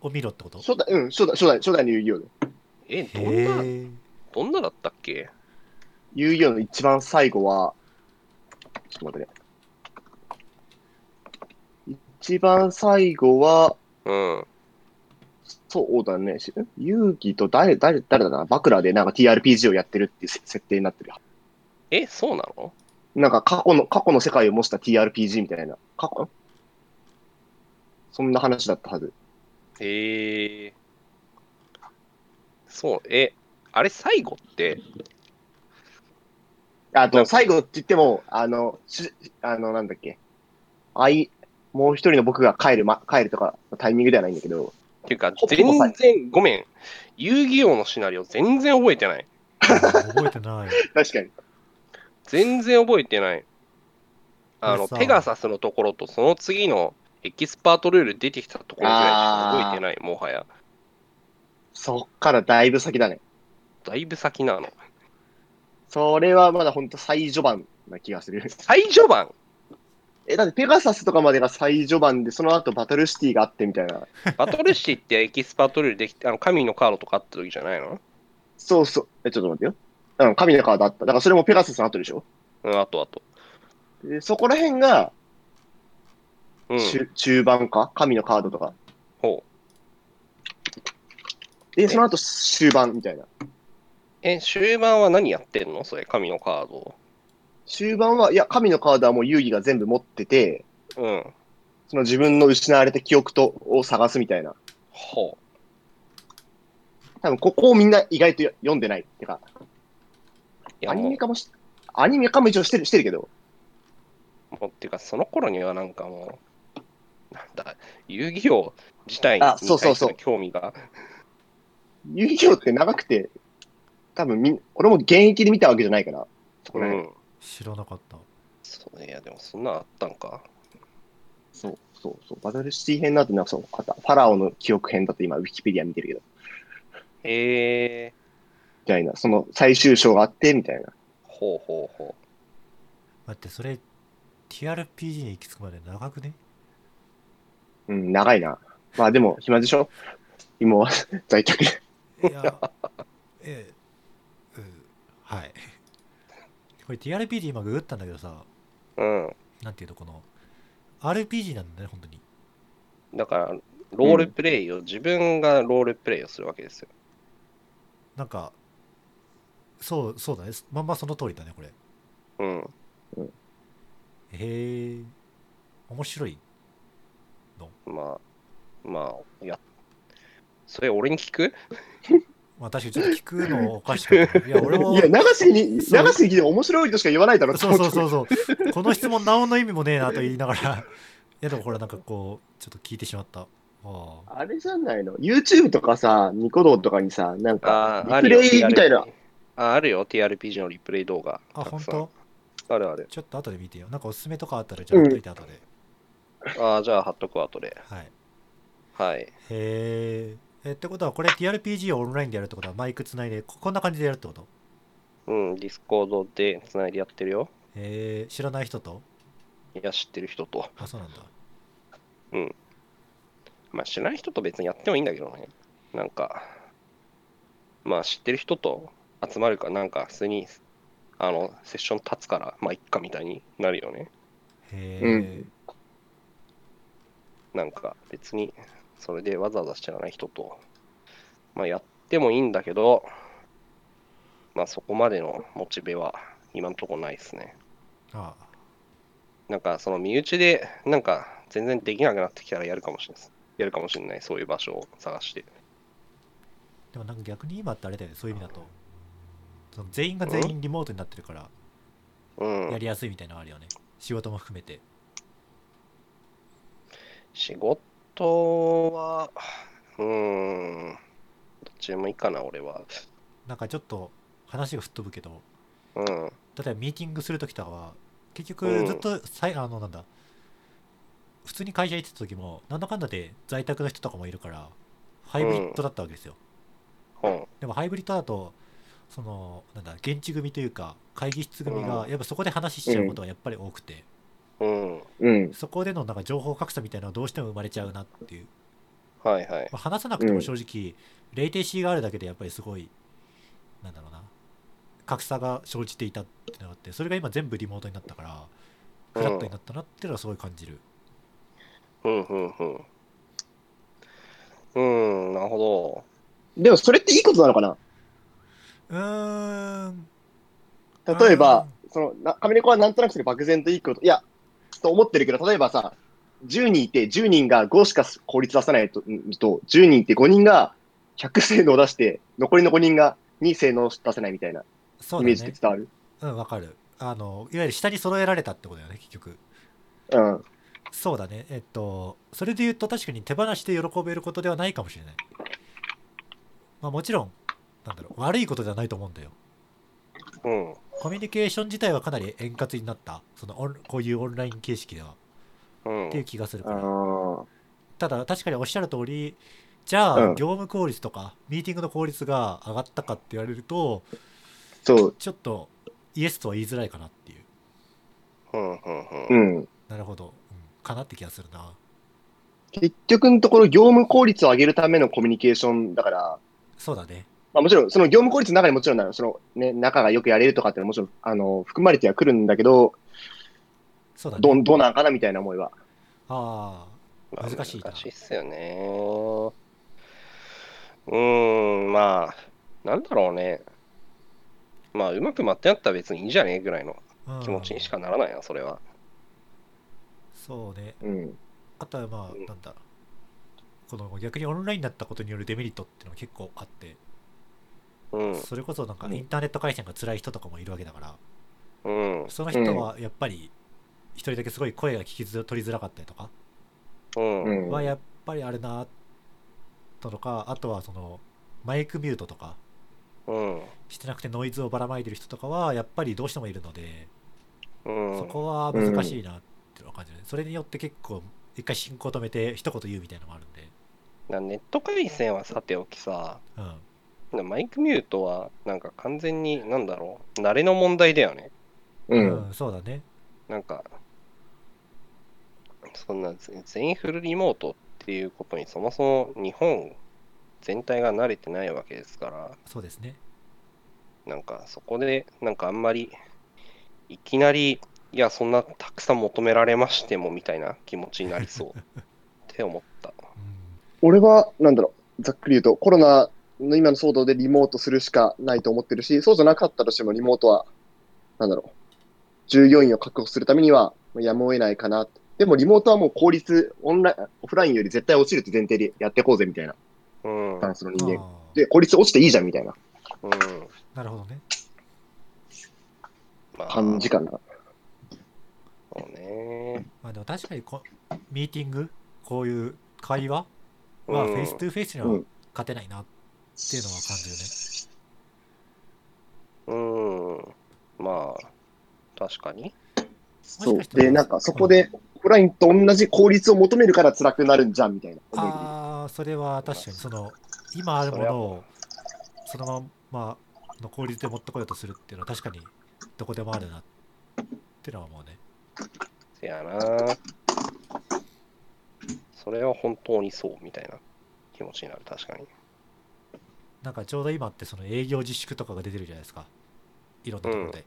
B: を見ろってこと
C: 初代、うん、初代、初代、初代の遊戯王で。
A: え、どんな、
B: へえ。
A: どんなだったっけ
C: 遊戯王の一番最後は、ちょっと待ってね。一番最後は、
A: うん。
C: そうだね。し遊戯と誰、誰、誰だな。バクラでなんか TRPG をやってるっていうせ設定になってる。
A: え、そうなの
C: なんか過去の、過去の世界を模した TRPG みたいな。過去そんな話だったはず。
A: へえ。そう、え、あれ最後って、
C: あ
A: なん
C: と、
A: か
C: 最後って言っても、あの、しあの、なんだっけ。あい、もう一人の僕が帰る、ま、帰るとかのタイミングではないんだけど、
A: っていうか
C: ほ、ぼ最後
A: 全然、ごめん。遊戯王のシナリオ全然覚えてない。
B: 覚えてない。
C: 確かに。
A: 全然覚えてない。あの、
B: これさ
A: ペガサスのところと、その次のエキスパートルール出てきたところぐらいしか覚えてない、もはや。
C: そっからだいぶ先だね。
A: だいぶ先なの。
C: それはまだほんと最序盤な気がする。
A: 最序盤
C: え、だってペガサスとかまでが最序盤で、その後バトルシティがあってみたいな。
A: バトルシティってエキスパートルールでき て、あの、神のカードとかあった時じゃないの
C: そうそう。え、ちょっと待ってよ。うん、神の川だった。だからそれもペガサスの後でしょ。
A: うん、あとあと。
C: でそこら辺が、
A: うん。
C: 中中盤か神のカードとか。
A: ほう。
C: で、その後終盤みたいな。
A: え、終盤は何やってんのそれ、神のカードを。
C: 終盤は、いや、神のカードはもう遊戯が全部持ってて、
A: うん。
C: その自分の失われた記憶とを探すみたいな。
A: ほう。
C: 多分ここをみんな意外とよ読んでないってか、
A: や
C: アニ
A: も
C: メ化もし、アニメ化も一応してるしてるけど、
A: う、もうっていうか、その頃にはなんかもう、なんだ、遊戯王自体に
C: あそうそうそ
A: 対す
C: う
A: る興味が、
C: 遊戯王って長くて、多分みん、俺も現役で見たわけじゃないから、そこ
A: う
C: ら辺。
A: ん。
B: 知らなかった。
A: そういや、でもそんなんあったんか。
C: そうそうそう。バトルシティ編だってなんかそう、あった。ファラオの記憶編だって今、ウィキペディア見てるけど、み
A: えー、
C: たいな、その最終章があって、みたいな。
A: ほうほうほう。
B: 待って、それ、TRPG に行き着くまで長くね
C: うん、長いな。まあでも、暇でしょ今 は在宅で。
B: いや、ええ、うんはい。 これ TRPG 今ググったんだけどさ、
A: うん。
B: なんていうの、この、RPG なんだね、本当に。
A: だから、ロールプレイを、自分がロールプレイをするわけですよ。
B: なんか、そう、そうだね。まんまその通りだね、これ。
A: うん。
B: へえ、面白い。
A: まあ、まあ、いや、それ俺に聞く
B: まあ確かにちょっと聞くのおかしかったな。いや、俺も
C: い、や、長すぎに、
B: そう
C: 長すぎて面白いとしか言わないだろ、
B: そうそうそうそう。この質問、なおの意味もねえなと言いながら、いや、でもこれなんかこう、ちょっと聞いてしまった。ああ。
C: あれじゃないの ?YouTube とかさ、ニコ動とかにさ、なんか
A: あ、ーあ
C: リ
A: るよ
C: プレイみたいな
A: TRP。ああるよ、TRPG のリプレイ動画。
B: あ、
A: たく
B: 本
A: さん
B: 当
A: あるある。
B: ちょっと後で見てよ。なんかおすすめとかあったら、じゃあ、見といて後で。
A: ああ、じゃあ貼っとくわ、後で。
B: はい。へ
A: はい。
B: え。え、ってことは、これ TRPG をオンラインでやるってことは、マイクつないで、ここんな感じでやるってこと
A: うん、ディスコードでつないでやってるよ。
B: えー、知らない人と
A: いや、知ってる人と。
B: あ、そうなんだ。
A: まあ、知らない人と別にやってもいいんだけどね。なんか、まあ、知ってる人と集まるか、なんか、普通に、あの、セッション立つから、まあ、いっかみたいになるよね。
B: へえ。
C: う
A: なんか別にそれでわざわざ知らない人と、まあ、やってもいいんだけど、まあ、そこまでのモチベは今のところないですね。
B: あ
A: なんかその身内でなんか全然できなくなってきたらやるかもしれないです。やるかもしれない、そういう場所を探して。
B: でもなんか逆に今ってあれだよね、そういう意味だと。その全員が全員リモートになってるから、
A: うん
B: や。りやすいみたいなのあるよね。仕事も含めて。
A: 仕事は、うーん、どっちでもいいかな、俺は。
B: なんかちょっと話が吹っ飛ぶけど、
A: うん。
B: 例えばミーティングするときとかは、結
A: う
B: 局
A: ん
B: ずっとさい、あの、なんだ、普通に会社行ってたときも、なんだかんだで在宅の人とかもいるから、ハイブリッドだったわけですよ。
A: うん。
B: でもハイブリッドだと、その、なんだ、現地組というか、会議室組が、
A: う
B: やっぱそこで話しちゃうことがやっぱり多くて、
A: うん。はい
C: うん。
B: そこでのなんか情報格差みたいなのがどうしても生まれちゃうなっていう。
A: はい。
B: まあ話さなくて
C: う
B: も
C: ん
B: 正直、レイテンシーがあるだけでやっぱりすごい、なんだろうな、格差が生じていたっていうのがあって、それが今全部リモートになったから、フラットになったなっていうのはすごい感じる。
A: うん、うん、うん。うん、なるほど。
C: でも、それっていいことなのかな
B: うーん。
C: 例えば、その、なカメレコはなんとなくそれ漠然といいこと、いや、と思ってるけど、例えばさ、10人いて10人が5しか効率出さないと、んと10人いて5人が100性能出して、残りの5人が2性能出せないみたいな
B: そ
C: イ
B: う
C: メー
B: だ
C: ジって
B: ね。
C: 伝わる
B: うん、わかる。あの、いわゆる下に揃えられたってことだよね、結局。
C: うん。
B: そうだね。えっと、それで言うと確かに手放しで喜べることではないかもしれない。まあもちろん、なんだろう、悪いことではないと思うんだよ。
A: うん。
B: コミュニケーション自体はかなり円滑になった。そのオンこういうオンライン形式では。
A: うん
B: っていう気がするか
C: あ
B: ら。
C: ー
B: ただ、確かにおっしゃる通り、じゃあ、
C: うん
B: 業務効率とか、ミーティングの効率が上がったかって言われると、
C: そう、
B: ちょっと、イエスとは言いづらいかなっていう。
A: うんうんう。
C: うんん。
B: なるほど。うんかなって気がするな。
C: 結局のところ、業務効率を上げるためのコミュニケーションだから、
B: そうだね。
C: まあ、もちろん、その業務効率の中にもちろんなのその、ね、仲がよくやれるとかっていうのはもちろん、あの、含まれてはくるんだけど、
B: そうだね。
C: どう、どうなんかなみたいな思いは。
B: ああ。
A: まあ
B: 難しいな
A: 難しいっすよね。うーん、まあ、なんだろうね。まあ、うまく待ってやったら別にいいんじゃねえぐらいの
B: うん
A: 気持ちにしかならないな、それは。
B: そうね。
C: うん。
B: あとはま
A: うん
B: あ、なんだ。この逆にオンラインになったことによるデメリットっていうのは結構あって、
A: うん。
B: それこそなんか
A: うん
B: インターネット回線が辛い人とかもいるわけだから
A: うん。
B: その人はやっぱり一人だけすごい声が聞きづ取りづらかったりとか
A: うん。うん。
C: ん
B: はやっぱりあれなとかあとはそのマイクミュートとか
A: うん。
B: してなくてノイズをばらまいてる人とかはやっぱりどうしてもいるので
A: うん。
B: そこは難しいなっていうのは感じる、それによって結構一回進行止めて一言言うみたいなのもあるんで
A: なネット回線はさておきさ、
B: うん
A: マイクミュートはなんか完全に、なんだろう、慣れの問題だよね。
C: う
B: うん
C: ん。
B: そうだね。
A: なんか、そんな全全員フルリモートっていうことにそもそも日本全体が慣れてないわけですから、
B: そうですね。
A: なんかそこで、なんかあんまり、いきなり、いや、そんなたくさん求められましてもみたいな気持ちになりそうって思った。
B: うん。
C: 俺は、なんだろう、ざっくり言うと、コロナの今の騒動でリモートするしかないと思ってるし、そうじゃなかったとしてもリモートは、なんだろう、従業員を確保するためにはまあやむを得ないかな。でもリモートはもう効率、オンライン、オフラインより絶対落ちるって前提でやっていこうぜみたいな
A: うん。う
C: スタ
A: ん
C: ンスの人間。
B: あー
C: で、効率落ちていいじゃんみたいな
B: なるほどね。
A: まあ
C: 感じかな。
A: そうね。
B: まあでも確かにこミーティング、こういう会話は
A: うん
B: フェイストゥフェイスには
C: うん
B: 勝てないな。ていうのは感じるね
A: うん。まあ、確かに。
C: そ
B: も
C: う
B: し。かしたら
C: で、なんかそこで、オフラインと同じ効率を求めるから辛くなるんじゃんみたいな。
B: ああ、それは確かに、その、今あるものをそのままの効率で持ってこようとするっていうのは確かにどこでもあるなっていうのはもうね。
A: せやな。それは本当にそうみたいな気持ちになる、確かに。
B: なんかちょうど今ってその営業自粛とかが出てるじゃないですか。いろんなところで。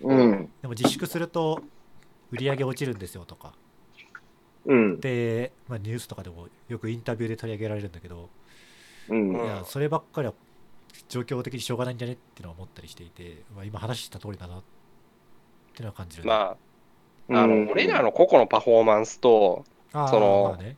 C: うん。
B: でも自粛すると売り上げ落ちるんですよとか。
C: うん。
B: で、まあ、ニュースとかでもよくインタビューで取り上げられるんだけど、
C: うん。
A: うん
B: いやそればっかりは状況的にしょうがないんじゃねっていうのは思ったりしていて、まあ、今話した通りだなっていうのは感じる、
A: まあ、あ
C: う
A: の
C: ん、
A: 俺らの個々のパフォーマンスと、
B: あー
A: その
B: まあね、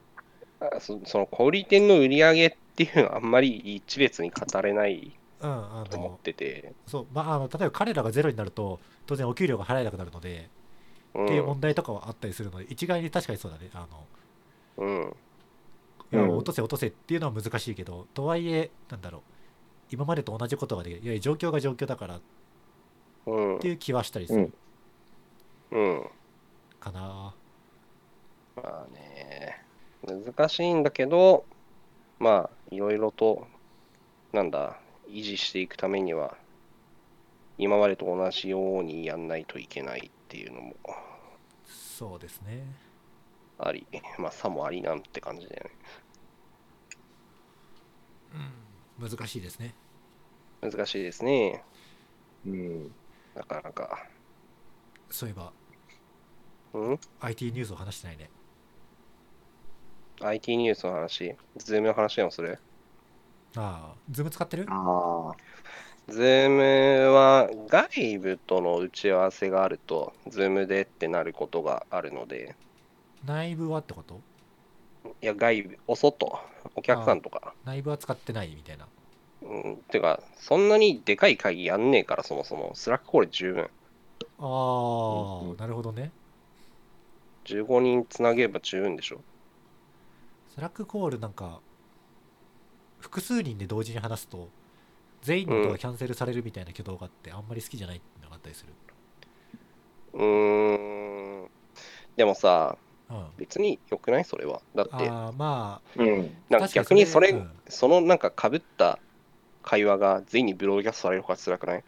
A: あそその小売店の売り上げっていうのはあんまり一列に語れない
B: うんあ
A: と思
B: の
A: ってて。
B: そうまああの例えば彼らがゼロになると当然お給料が払えなくなるので、
A: う。
B: っていうん問題とかはあったりするので一概に確かにそうだねあの
A: うん。
B: いや
C: うん
B: 落とせ落とせっていうのは難しいけどとはいえなんだろう今までと同じことができるいや状況が状況だからっ
A: うん
B: て。いう気はしたりす
C: うん
B: る
A: うん。
B: かな、
A: まあね、難しいんだけど、まあ、いろいろと、なんだ、維持していくためには、今までと同じようにやんないといけないっていうのも
B: そうですね
A: あり、まあ、さもありなんて感じだよ
B: うん難しいですね
A: ね。難しいですね、
C: うん。
A: なかなか。
B: そういえば
A: うん
B: IT ニュースを話してないね
A: ?IT ニュースの話、ズームの話でもする
B: ああズーム使ってる
C: ああ。
A: ズームは外部との打ち合わせがあると、ズームでってなることがあるので、
B: 内部はってこと
A: いや、外部、お外、お客さんとか、
B: 内部は使ってないみたいな
A: うん、てか、そんなにでかい会議やんねえから、そもそも。スラックこれ十分。
B: ああ、
C: うんうん
B: なるほどね
A: 15人つなげれば十分でしょ。
B: スラックコールなんか複数人で同時に話すと全員のことがキャンセルされるみたいな挙動があってあんまり好きじゃないっていうのがあったりする
A: うーん。でもさ、
B: うん
A: 別に良くないそれは。だって、
B: ああまあ
C: うん。
A: なんか逆にそれ、
B: う
A: そ
B: ん
A: のなんか被った会話が全員にブロードキャストされる方が辛くない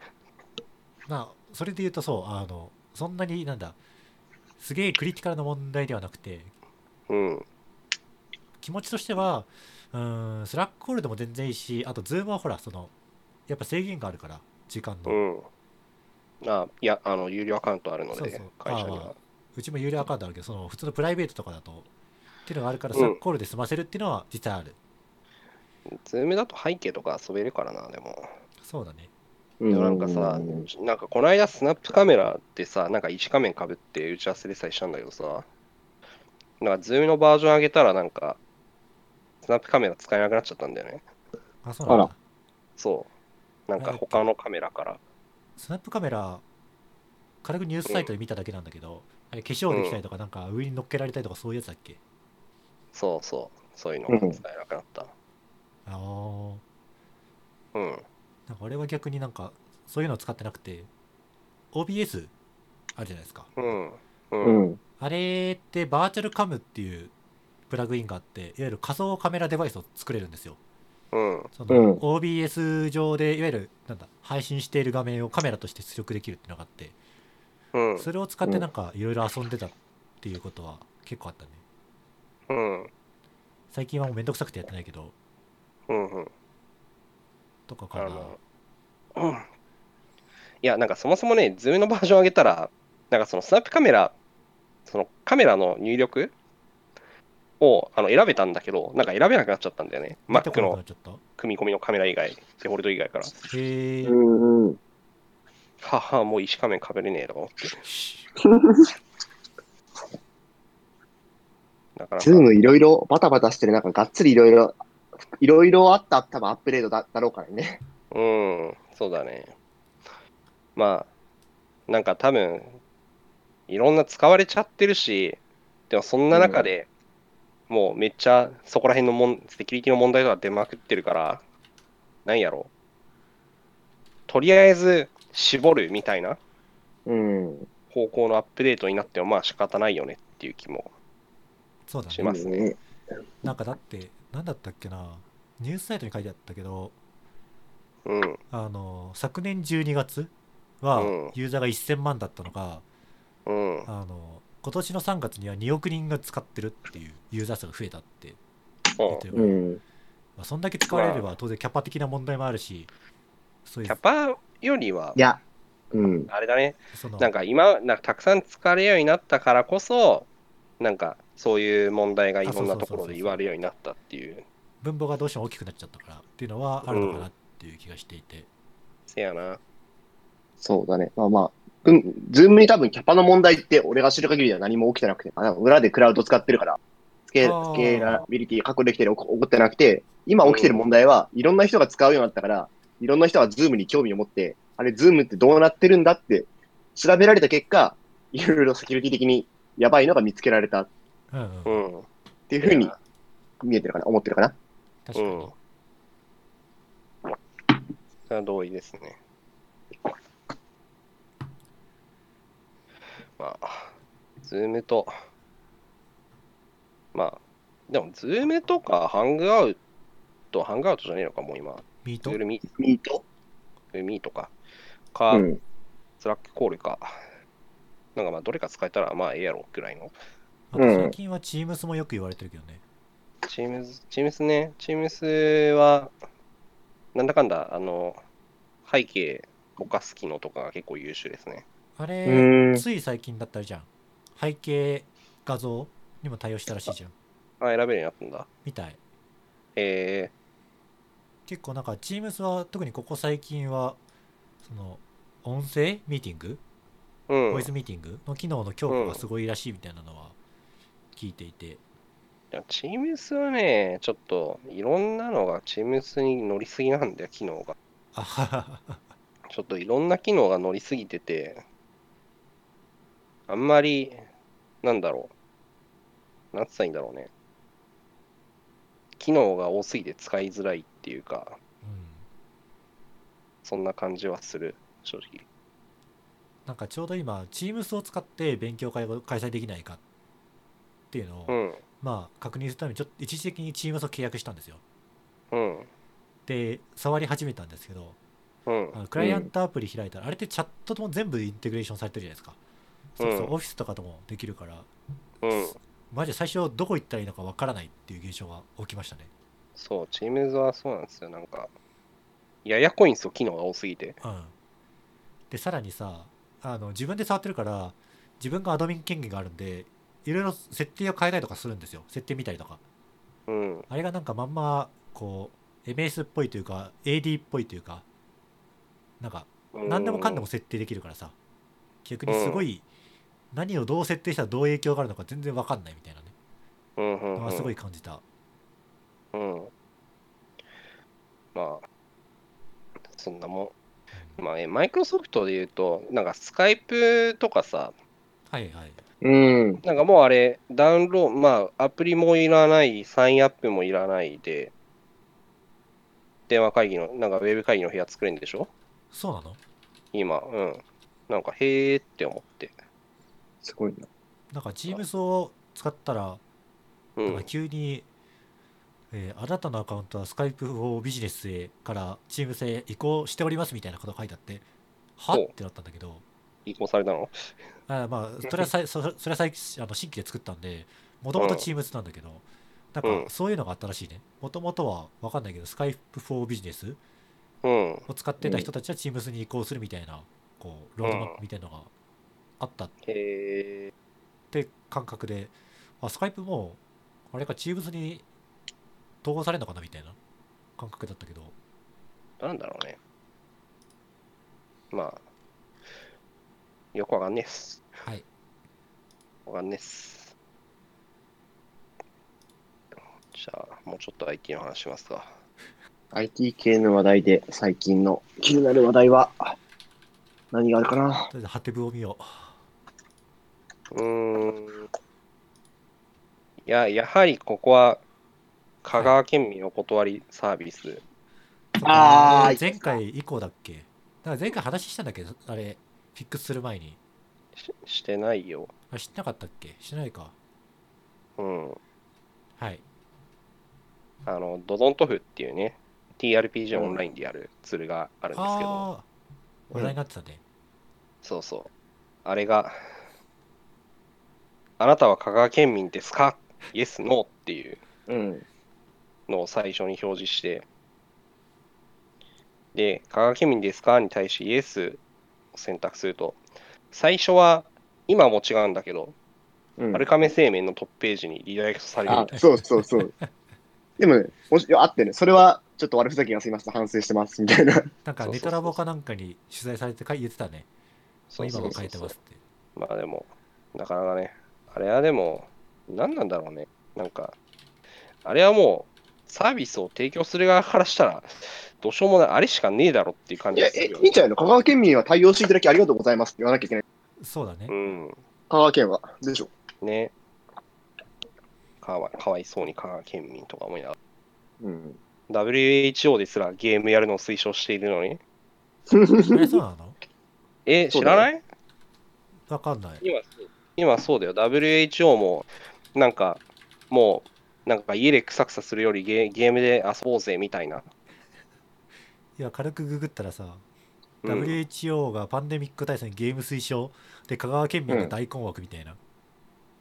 B: まあそれで言うとそうあのそんなになんだすげえクリティカルな問題ではなくて
A: うん。
B: 気持ちとしてはうーんスラックコールでも全然いいしあとズームはほらそのやっぱ制限があるから時間
A: う。
B: の、うん
A: あいや、あの、有料アカウントあるので、
B: そうそう
A: 会社に
B: あま
A: は。
B: ちも有料アカウントあるけどその普通のプライベートとかだとっていうのがあるからスラックコールで済ませるっていうのは実はある、
A: ズームだと背景とか遊べるからな、でも。
B: そうだね
A: でもなんかさ
C: うん、
A: なんかこの間スナップカメラってさ、なんか1画面かぶって打ち合わせでさえしたんだけどさ、なんかズームのバージョン上げたらなんか、スナップカメラ使えなくなっちゃったんだよね。
B: あそうなんだ
C: あら
A: そなんか他のカメラから。
B: スナップカメラ軽くニュースサイトで見ただけなんだけど、あれ化粧できたりとかなんか上に乗っけられたりとかそういうやつだっけ、
A: そうそう。そういうのが使えなくなった。
B: ああ
A: うん。
B: なんか俺は逆になんかそういうのを使ってなくて OBS あるじゃないですか
A: うん。
C: う
A: うん。
C: ん。
B: あれってバーチャルカムっていうプラグインがあっていわゆる仮想カメラデバイスを作れるんですよ
A: うん。
B: そうの
C: ん
B: OBS 上でいわゆるなんだ配信している画面をカメラとして出力できるっていうのがあって
A: うん。
B: それを使ってなんかいろいろ遊んでたっていうことは結構あったね
A: うん。
B: 最近はもうめんどくさくてやってないけど
A: うん。うん。
B: とかか
A: あ
B: な
A: の、うんいや、なんかそもそもね、ズームのバージョン上げたら、なんかそのスナップカメラ、そのカメラの入力をあの選べたんだけど、なんか選べなくなっちゃったんだよね。
B: 出て
A: Mac
B: こなくな
A: の
B: っちゃった
A: 組み込みのカメラ以外、デフォルト以外から。
B: へえ
C: うんうん。
A: はは、もう石仮面かぶれねえとか思って。だから
C: ズームいろいろバタバタしてる中、がっつりいろいろ、いろいろあった多分アップデートだだろうからね。
A: うん、そうだね。まあ、なんか多分、いろんな使われちゃってるし、でもそんな中で、もうめっちゃそこら辺のもん、セキュリティの問題とか出まくってるから、なんやろう。とりあえず絞るみたいな
C: うん。
A: 方向のアップデートになってもまあ仕方ないよねっていう気も。
B: そうだ
A: し
B: ね
A: ますね。
B: なんかだって何だったっけなニュースサイトに書いてあったけど
A: うん、
B: あの昨年12月
A: うん
B: はユーザーが1000万だったのが、
A: うん、
B: あの今年の3月には2億人が使ってるっていうユーザー数が増えたって言ってるから、
C: うん。、
B: まあ、そんだけ使われれば当然キャパ的な問題もあるしそうい
A: キャ
B: う
A: パよりはい
C: や、うん。
A: あれだね、
B: その
A: なんか今、なんかたくさん使われるようになったからこそ、なんかそういう問題がいろんなところで言われるようになったっていう。
B: 分母がどうしても大きくなっちゃったからっていうのはあるのかなっていう気がしていて、
A: せやな。
C: そうだね。まあまあ、うん、ズームに多分キャパの問題って俺が知る限りでは何も起きてなくて、あの裏でクラウド使ってるから、スケ
B: あー
C: スケーラビリティ確保できてる、起こ起こってなくて、今起きてる問題は、いろんな人が使うようになったから、いろんな人がズームに興味を持って、あれ、ズームってどうなってるんだって調べられた結果、いろいろセキュリティ的にやばいのが見つけられたっ
B: うんうん
A: う、ん。
C: ていうふうに見えてるかな、思ってるかな。
B: 確かに、
A: うんそれは同意ですね。まあ、ズームと、まあ、でも、ズームとかハングアウト、ハングアウトじゃねえのか、もう今、
B: ミート
A: ズールミ
C: ミート
A: ミーとか、か、
C: うん。
A: スラックコールか、なんかまあ、どれか使えたらまあ、ええやろ、くらいの。
B: あと
C: うん
B: 最近はチームスもよく言われてるけどね
A: チームズ、チームスね、チームスは、なんだかんだ、あの、背景ぼかす機能とかが結構優秀ですね。
B: あ
C: う
B: れ、
C: ーん。
B: つい最近だったじゃん背景画像にも対応したらしいじゃん
A: あ、選べるようになったんだ。
B: みたい
A: え
B: 結構なんか Teams は特にここ最近はその音声ミーティング、
A: ー、うん。
B: ボイスミーティングの機能の強化がすごいらしいみたいなのは聞いていて、
A: いやチームスはね、ちょっと、いろんなのがチームスに乗りすぎなんだよ、機能が。
B: あははは
A: ちょっといろんな機能が乗りすぎてて、あんまり、なんだろう。なんつったらいいんだろうね。機能が多すぎて使いづらいっていうか、
B: うん、
A: そんな感じはする、正直。
B: なんかちょうど今 Teams を使って勉強会を開催できないかっていうのを、
A: うん、
B: まあ確認するためにちょっと一時的に Teams を契約したんですよ
A: うん、
B: で触り始めたんですけど
A: うん
B: あ、のクライアントアプリ開いたら、あれってチャットとも全部インテグレーションされてるじゃないですか、それこそうオフィスとかともできるから
A: うん。
B: マジで最初どこ行ったらいいのかわからないっていう現象が起きましたね。
A: そう、チームズはそうなんですよ。なんか、ややこいんですよ、機能が多すぎて。
B: うん、でさらにさあの自分で触ってるから自分がアドミン権限があるんでいろいろ設定を変えたりとかするんですよ設定見たりとか
A: うん、
B: あれがなんかまんまこう MS っぽいというか AD っぽいというかなんか何でもかんでも設定できるからさ逆にすごい何をどう設定したらどう影響があるのか全然わかんないみたいなね
A: うん、うん、うん、
B: のはすごい感じた
A: うん。まあ、そんなもん。まあね、マイクロソフトで言うと、なんかスカイプとかさ、
B: はいはい。
C: うん。
A: なんかもうあれ、ダウンロード、まあ、アプリもいらない、サインアップもいらないで、電話会議の、なんかウェブ会議の部屋作れるんでしょ
B: そうなの
A: 今、うん。なんか、へーって思って。
C: すごいな。
B: なんか Teams を使ったら、
A: う
B: なんか
A: ん。
B: 急に、えーあなたのアカウントは Skype をビジネスへから Teams へ移行しておりますみたいなことが書いてあって、は
A: ほう
B: ってなったんだけど、
A: 移行されたの
B: あまあ、それはさいそそれは最近あの新規で作ったんで、もともと
A: うん
B: Teams なんだけど、
A: う
B: なん
A: ん
B: かそういうのがあったらしいね。もともとは分かんないけど、Skype for Business
A: うん。
B: を使ってた人たちは Teams に移行するみたいな、こう、ロードマップみたいなのがあったっ
A: へ
B: て感覚で、あ、Skype も、あれか Teams に統合されるのかなみたいな感覚だったけど、
A: ー。なんだろうね。まあ、よくわかんねえっす。
B: はい。
A: わかんねえっす。じゃあ、もうちょっと IT の話しますか。
C: IT 系の話題で最近の気になる話題は、何があるかな
B: とりあえずハテブを見よう。
A: うーん。いや、やはりここは、香川県民お断りサービス。
C: あー
B: 前回以降だっけだから前回話したんだけど、あれ、フィックスする前に。
A: ししてないよ。
B: あ、知ってなかったっけしてないか。
A: うん。
B: はい。
A: あの、ドドントフっていうね、TRPG オンラインでやるツールがあるんですけど、
B: ああ、話題になってたね。
A: そうそう。あれが、あなたは香川県民ですかイエス、ノーっていう
C: うん。
A: のを最初に表示して、で、香川県民ですかに対しイエスを選択すると、最初は、今も違うんだけど、
C: うん、
A: アルカメ製麺のトップページにリダイレクトされるみ
C: あ
A: たい、
C: そうそう そう。でもね、もし、あってね、それはちょっと悪ふざけがすみません、反省してます、みたい な。
B: なんか
A: そうそうそう
B: ネタラボかなんかに取材されてか言ってたね。
A: そうそう
B: もう今も
A: そうそう
B: 書いてますって。
A: まあでも、なかなかね、あれはでも、何なんだろうね。なんか、あれはもう、サービスを提供する側からしたら、どうしようもない、あれしかねえだろっていう感
C: い
A: じ
C: や
A: が、す
C: え
A: るよ、
C: いい
A: ね
C: ん。じゃないの香川県民は対応していただきありがとうございますって言わなきゃいけない。
B: そうだね
A: う。ん。
C: 香川県は。でしょ。
A: ね。かわかわいそうに香川県民とか思いなが
C: うん。
A: ら。WHO ですらゲームやるのを推奨しているのに。
B: あれそうなの
A: え、
C: そ
A: 知
C: うだ
A: ら
C: よ
A: ない
B: わかんない。
A: 今そう今そうだよ、WHO も、なんか、もう、なんか家でクサクサするよりゲーゲームで遊ぼうぜみたいな。
B: いや、軽くググったらさ、
A: うん
B: WHO がパンデミック対策にゲーム推奨で香川県民が大困惑みたいな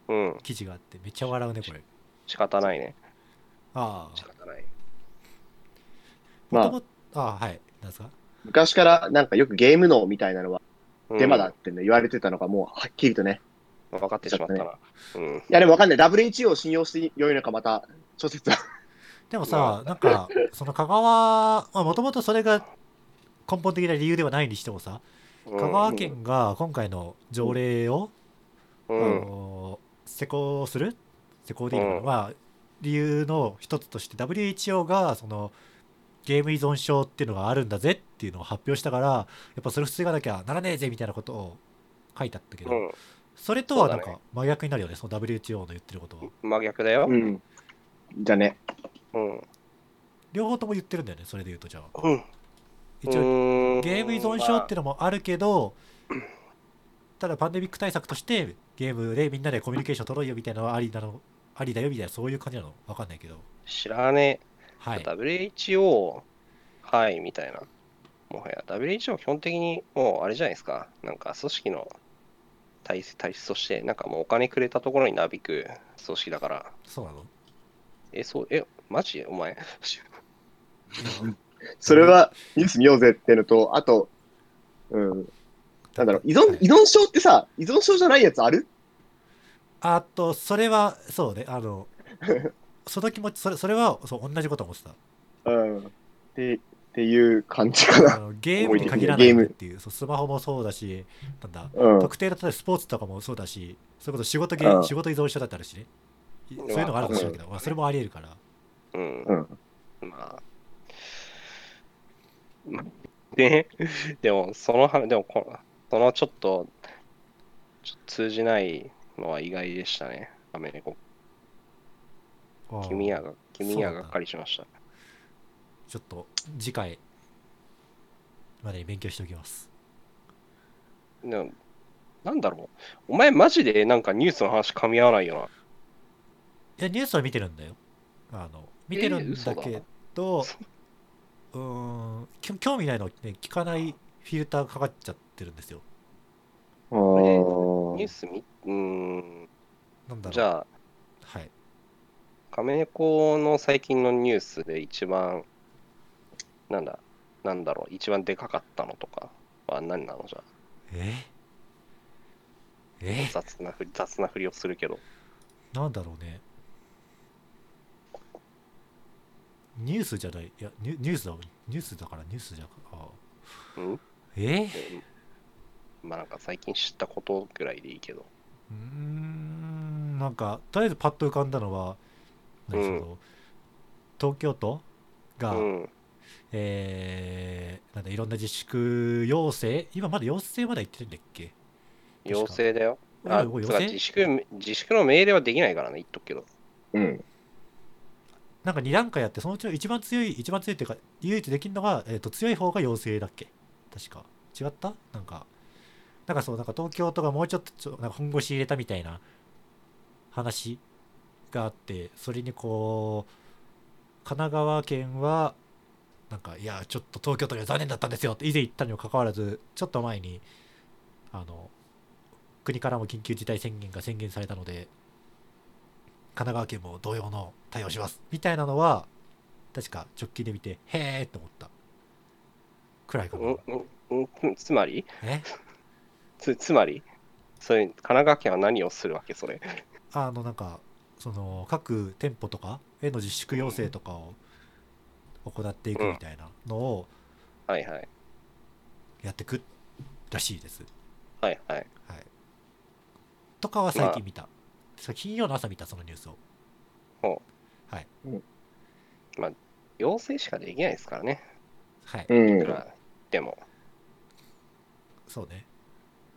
A: うん、
B: 記事があって、めっちゃ笑うね、これ。
A: 仕方ないね。
B: あ
A: 仕方ない。
B: あ、
C: まあ
B: もともああ、はい。なんですか
C: 昔からなんかよくゲーム脳みたいなのは
A: うん
C: デマだってね、言われてたのがもうはっきりとね。
A: 分かってしまったな。うん。
C: いやでもわかんない。WHO を信用して良いのかまた諸説は。
B: でも
A: ま
B: さ、なんか、その香川、もともとそれが根本的な理由ではないにしてもさ、
A: 香
B: 香川県が今回の条例を、
A: うん
B: あ
A: うん
B: の施行する施行でいいのかな、
A: うん
B: まあ、理由の一つとして WHO がそのゲーム依存症っていうのがあるんだぜっていうのを発表したからやっぱそれ防がなきゃならねえぜみたいなことを書いてあったけど、
A: うん
B: それとはなん
A: そうだ
B: か真逆になるよねその WHO の言ってることは
A: 真逆だよ。
C: ん。じゃあね。
A: うん。
B: 両方とも言ってるんだよねそれで言うとじゃあ
A: うん。
B: 一応ゲ
A: ゲ
B: ーム依存症っていうのもあるけど、ただパンデミック対策としてゲームでみんなでコミュニケーション取ろうよみたいなのはありなのありだよみたいなそういう感じなのわかんないけど
A: 知らね
B: は
A: え。
B: い
A: WHO、はい、みたいな。もはや WHO 基本的にもうあれじゃないですか。なんか組織の体質体質として、なんかもうお金くれたところになびく組織だから。
B: そうなの
A: え、そう、え、マジお前。
C: それはニュース見ようぜってのと、あと、うん。なんだろう、依存、依存症ってさ、依存症じゃないやつある
B: あとそれはそうねあ のその気持ちそれそれはそう同じこと思ってた
C: うん。って、っていう感じか
B: あ
C: な。
B: のゲームに限らない
C: 多いですねゲーム
B: っていうそうスマホもそうだしなんだ
C: うん。
B: 特定の例えばスポーツとかもそうだしそういうこと仕事ゲ
C: う
B: ー
C: ん
B: 仕事依存症だってあるしねいそういうのがあるかもしれないけど、まあ、それもありえるから
A: うん。
C: うん。
A: まあ。まで、 でも、その話、でもこ、そのちょっと、ちょっと通じないのは意外でしたね。アメリカ。
B: ああ
A: 君やが、君には
B: そうな
A: が
B: んだ
A: っかりしました。
B: ちょっと次回までに勉強しておきます
A: でもなんだろう。お前マジでなんかニュースの話噛み合わないよ
B: いやニュースは見てるんだよあの見てるんだけど、うーんきょ興味ないのを、ね、聞かないフィルターかかっちゃってるんですよ
C: あ
A: な。ニュースみ、うーん。
B: なんだろう
A: じゃあ、
B: はい
A: カメネコの最近のニュースで一番、なんだ、なんだろう、一番でかかったのとかは何なのじゃあ
B: ええ
A: 雑なふり、雑なふりをするけど。
B: なんだろうねニュースじゃないいやニュニュースだニュースだからニュースじゃあ
A: うん
B: え
A: でまあなんか最近知ったことぐらいでいいけど。
B: うーんなんかとりあえずパッと浮かんだのは、何
A: うん
B: その東京都
A: う
B: が、
A: ん。
B: えーなんだいろんな自粛要請今まだ要請まだ言ってるんだっけ
A: 陽性だよ。
B: あ
A: あ、
B: もう要
A: つうか自
B: 請
A: 粛、自粛の命令はできないからね、言っとくけど。
C: うん。
B: なんか2段階あってそのうちの一番強い一番強いっていうか唯一できるのが、えー、と強い方が要請だっけ確か違ったなんかなんかそうなんか東京都がもうちょっとちょなんか本腰入れたみたいな話があってそれにこう神奈川県はなんかいやちょっと東京都が残念だったんですよって以前言ったにもかかわらずちょっと前にあの国からも緊急事態宣言が宣言されたので神奈川県も同様の対応しますみたいなのは確か直近で見てへーって思ったくらいか
A: う、
B: なん
A: うん、うん、つまり
B: え
A: つ、つまりそれ、神奈川県は何をするわけ、それ。
B: あのなんかその各店舗とかへの自粛要請とかを行っていくみたいなのを
A: はいはい。
B: やってくらしいです、
A: はいはい。
B: はい、とかは最近見た、そう金曜の朝見たそのニュースを
A: 陽性しかできないですからね。
B: はい、
C: うん
A: いく。らでも、
B: そうね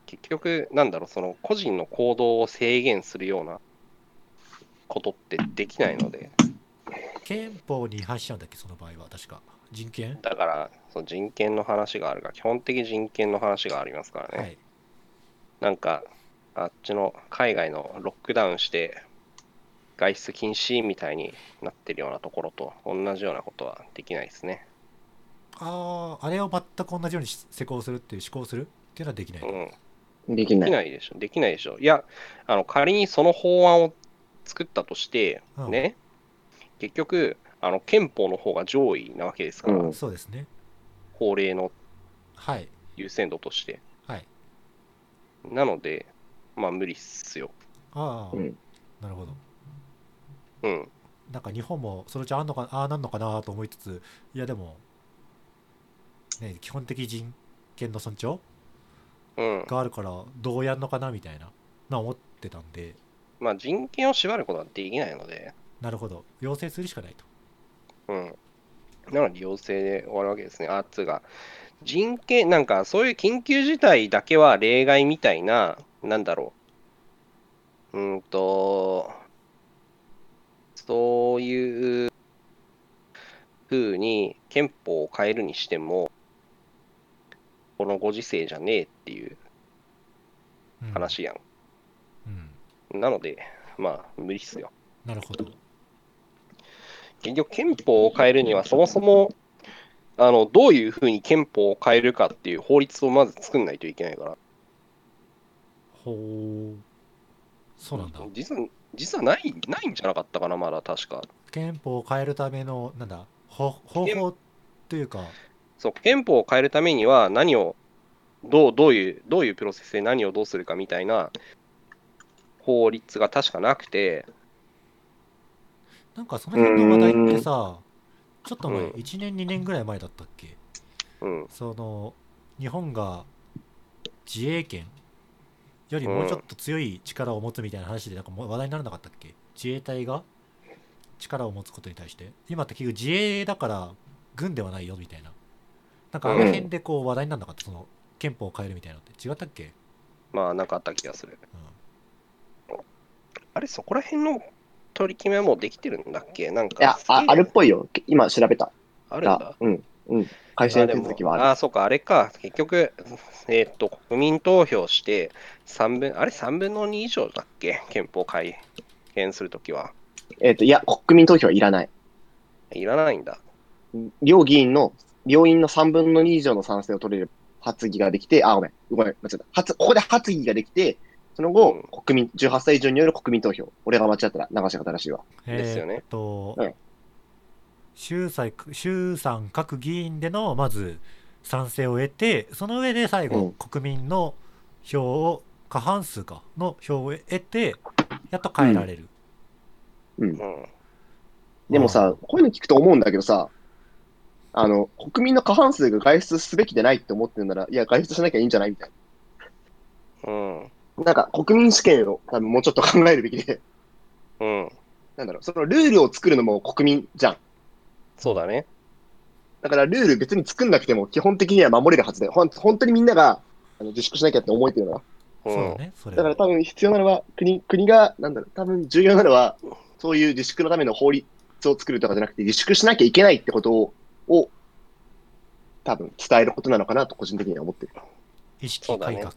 A: 結局、なんだろう、その個人の行動を制限するようなことってできないので、
B: 憲法に違反しちゃうんだっけその場合は確か人権
A: だから、その人権の話があるが、基本的人権の話がありますからね。
B: はい
A: なんか、あっちの海外のロックダウンして、外出禁止みたいになってるようなところと同じようなことはできないですね。
B: あああれを全く同じようにし施行するっていう施行するっていうのはできない、
A: うん。
C: でき
A: で
C: な
A: き
C: い。
A: ないでしょ。できないでしょ。いや、あの、仮にその法案を作ったとして、
B: うん
A: ね、結局、あの、憲法の方が上位なわけですから、
C: うん
B: そうですね
A: 法令の
B: はい
A: 優先度として。
B: はい
A: なので、まあ、無理っすよ。
B: ああ、
C: うん
B: なるほど
A: うん。
B: なんか日本もそのうちあんのかああなんのかなと思いつついやでも、ね、基本的人権の尊重
A: うん。
B: があるからどうやんのかなみたいなのは思ってたんで
A: まあ、人権を縛ることはできないので、
B: なるほど要請するしかないと
A: うん。なので、要請で終わるわけですね。あつうが、人権、なんか、そういう緊急事態だけは例外みたいな、なんだろう。うーんと、そういうふうに憲法を変えるにしても、このご時世じゃねえっていう
B: うん
A: 話やん。
B: うん
A: なので、まあ、無理っすよ。
B: なるほど
A: 結局憲法を変えるにはそもそもあのどういうふうに憲法を変えるかっていう法律をまず作んないといけないから
B: ほうそうなんだ
A: 実は実はないないんじゃなかったかなまだ確か
B: 憲法を変えるためのなんだ方方法っていうか
A: そう憲法を変えるためには何をどうどういうどういうプロセスで何をどうするかみたいな法律が確かなくて
B: なんかその辺の話題ってさちょっと前1年2年ぐらい前だったっけ
A: うん
B: その日本が自衛権よりもうちょっと強い力を持つみたいな話でなんかもう話題にならなかったっけ自衛隊が力を持つことに対して今って結局自衛だから軍ではないよみたいななんかあの辺でこう話題にならなかった、その憲法を変えるみたいなのって違ったっけ、
A: まあ、なんかあった気がする。
B: うん、
A: あれ、そこら辺の取り決めはもうできてるんだっけなんか。
C: いや、ああるっぽいよ。今調べた。
A: あ
C: あ
A: るんだ。
C: うん。うん。改正手続きはある。
A: ああ、そうか、あれか。結局、えーっと、国民投票して、三分、あれ、3分の2以上だっけ憲法改憲するときは。
C: えっ、と、いや、国民投票はいらない。
A: いらないんだ。
C: 両議員の、両院の3分の2以上の賛成を取れる発議ができて、あ、ごめん、ごめん、間違えた。発、ここで発議ができて、その後、
A: う
C: 国民、18歳以上による国民投票。俺が間違ったら、流しが正しいわ。
A: ですよね
B: えーっと、
C: うん
B: 衆参衆参各議員でのまず賛成を得て、その上で最後、
C: うん
B: 国民の票を、過半数か、の票を得て、やっと変えられる。
A: うん。
C: でもさ、こういうの聞くと思うんだけどさ、あの、国民の過半数が外出すべきでないって思ってるなら、いや、外出しなきゃいいんじゃないみたい
A: うん。
C: な。なんか、国民主権を多分もうちょっと考えるべきで、
A: うん。
C: なんだろう、そのルールを作るのも国民じゃん。
A: そうだね。
C: だからルール別に作んなくても基本的には守れるはずで、ほん本当にみんながあの自粛しなきゃって思えてるのは。
A: うん。
B: そうだね、それ
C: だ
B: は
C: から多分必要なのは、国国が、なんだろう、多分重要なのは、そういう自粛のための法律を作るとかじゃなくて、自粛しなきゃいけないってことを、を多分伝えることなのかなと個人的には思ってる。
B: 意識
A: そうだ
B: 改
A: ね
B: 革。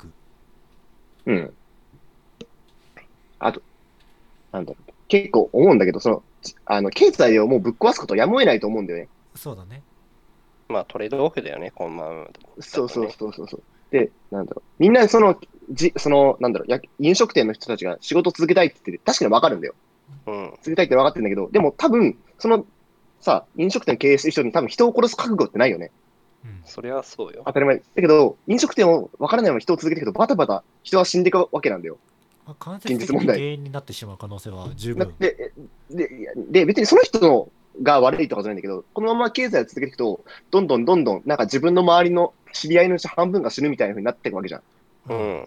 C: うん。あと、なんだろう、結構思うんだけど、その、あの、経済をもうぶっ壊すことやむを得ないと思うんだよね。
B: そうだね。
A: まあ、トレードオフだよね、こんばんは。
C: そうそうそうそうそう。で、なんだろう。みんなその、じその、なんだろうや、飲食店の人たちが仕事続けたいって言ってて、確かにわかるんだよ。
A: うん。
C: 続けたいってわかってるんだけど、でも多分、その、さ、飲食店経営してる人に多分人を殺す覚悟ってないよね。
B: うん、
A: そりゃそうよ
C: 当。たり前。だけど、飲食店をわからないまま人を続けていくと、バタバタ人は死んでいくわけなんだよ。
B: まあ、間接的
C: 現実
B: に
C: 問題
B: 原因になってしまう可能性は十
C: だっ
B: 分。
C: て、で、でいやで別にその人のが悪いとかじゃないんだけど、このまま経済を続けていくと、どんどんどんどん、なんか自分の周りの知り合いのうち半分が死ぬみたいな風になっていくわけじゃん。
A: う
B: うん
A: ん。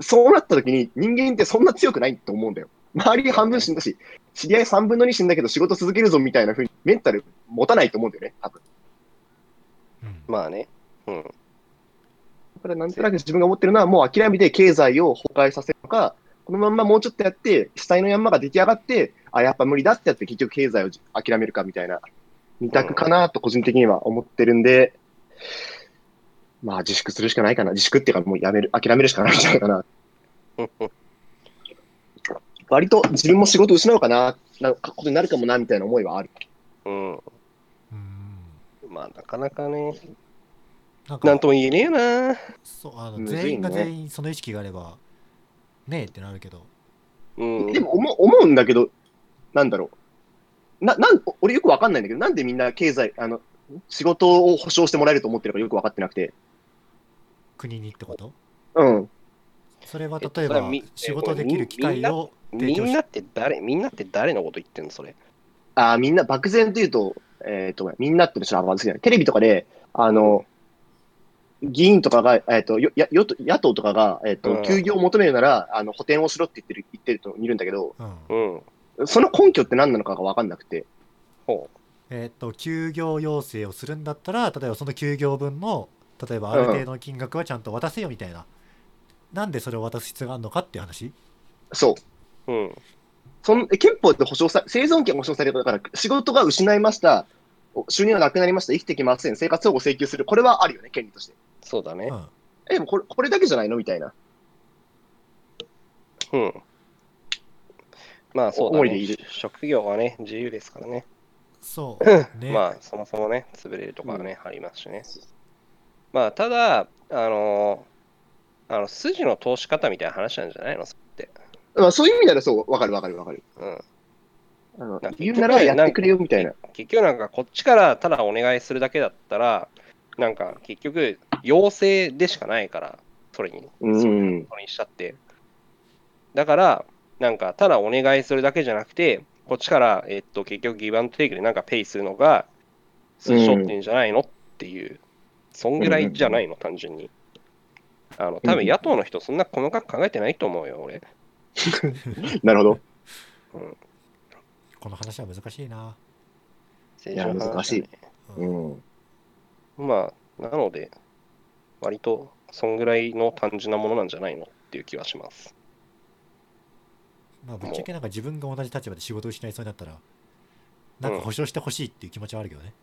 C: そうなった時に人間ってそんな強くないと思うんだよ。周り半分死んだし、知り合い3分の2死んだけど仕事続けるぞみたいな風にメンタル持たないと思うんだよね、多分。
B: うん
A: まあね。うん。
C: だからなんとなく自分が思ってるのはもう諦めて経済を崩壊させるのか、このまんまもうちょっとやって、死体の山が出来上がって、あ、やっぱ無理だってやって結局経済を諦めるかみたいな、二択かなと個人的には思ってるんで、まあ自粛するしかないかな。自粛っていうかもうやめる、諦めるしかないんじゃないかな割と自分も仕事失うかな、なんかことになるかもな、みたいな思いはある。
A: うん。
B: うん
A: まあ、なかなかね、
B: なんか
A: なんとも言えねえな。
B: そうあの
C: むずいね
B: 全員が全員その意識があれば、ねえってなるけど、
A: うん。
C: でも思う思うんだけど、なんだろう。な、なん、俺よくわかんないんだけど、なんでみんな経済、あの、仕事を保障してもらえると思ってるかよくわかってなくて。
B: 国にってこと
C: うん。
B: それは
A: え
B: 例え
A: それ
B: ば
A: はみ
B: 仕事できる機会を提
A: み
B: 供
A: ん
B: し
A: なって誰みんなって誰のこと言ってんのそれ。
C: あーみんな、漠然と言うと、えっ、と、ごめんみんなってちょっとあんまない。テレビとかで、あの、議員とかが、えっ、と、よや与党野党とかが、えっ、
A: う
C: と、
A: ん
C: 休業を求めるなら、あの、補填をしろって言ってる、言ってると見るんだけど、
B: うん
A: うん。
C: その根拠って何なのかがわかんなくて。
A: ほ
B: えーっと休業要請をするんだったら例えばその休業分の例えばある程度の金額はちゃんと渡せよみたいな、なんでそれを渡す必要があるのかっていう話
C: そう。
A: う。うん。
C: そのえ憲法って保障さ生存権保障されるだから、仕事が失いました、お収入がなくなりました、生きてきません、生活保護を請求する、これはあるよね、権利として。
A: そうだ
B: う
A: ね。
B: ん
C: え、でもこれこれだけじゃないのみたいな
A: うん。まあそうだ
C: 思いで
A: ね
C: いる。
A: 職業はね、自由ですからね。
B: そうね、
A: まあそもそもね、潰れるとかね、ありますしね。まあただ、あのー、あの筋の通し方みたいな話なんじゃないのそれって。
C: まあ。そういう意味ならそう、わかるわかるわかる。
A: うん。
C: あの
A: なんか
C: 言うならやってくれよみたいな。
A: 結局なんかこっちからただお願いするだけだったら、なんか結局、要請でしかないから、それに。
C: うん。
A: ことにしちゃって。だから、なんか、ただお願いするだけじゃなくて、こっちから、えっと、結局、ギブアンドテイクでなんかペイするのが、推奨ってんじゃないのっていう、そんぐらいじゃないの、単純に。あの、多
C: う
A: 分
C: ん
A: 野党の人、そんな細かく考えてないと思うよ、俺。
C: なるほど。
B: この話は難しいな、
A: 政治の話はね
C: うん。
A: まあ、なので、割とそんぐらいの単純なものなんじゃないのっていう気はします。
B: まあ、ぶっちゃけなんか自分が同じ立場で仕事を失いそうになったら、なんか保証してほしいっていう気持ちはあるけどね。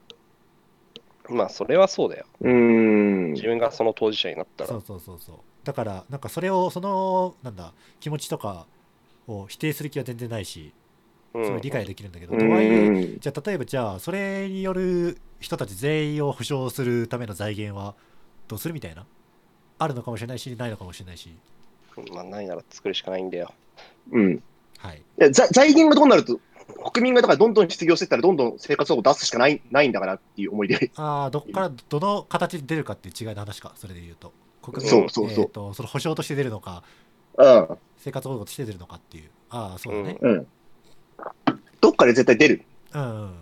A: まあ、それはそうだよ。
C: うーん。
A: 自分がその当事者になったら。
B: そうそうそうそう。だから、なんかそれを、その、なんだ、気持ちとかを否定する気は全然ないし、
A: う
B: そ
A: ん
B: れ理解できるんだけど、
C: う
B: とはいえ、
C: ーん。
B: じゃあ例えばじゃあそれによる人たち全員を保障するための財源はどうするみたいなあるのかもしれないしないのかもしれないし
A: まあ、ないなら作るしかないんだよ。
C: うん。い
B: はい
C: や財財源がどうなると、国民がだからどんどん失業してったら、どんどん生活保護出すしかないないんだからっていう思いで。
B: ああどっからどの形で出るかっていう違いの話かそれで言うと国民
C: そうそうそう
B: えーとその保障として出るのか
C: うん。
B: 生活保護として出るのかっていうああそうだね
C: うん。どっかで絶対出る。
B: うん、うん、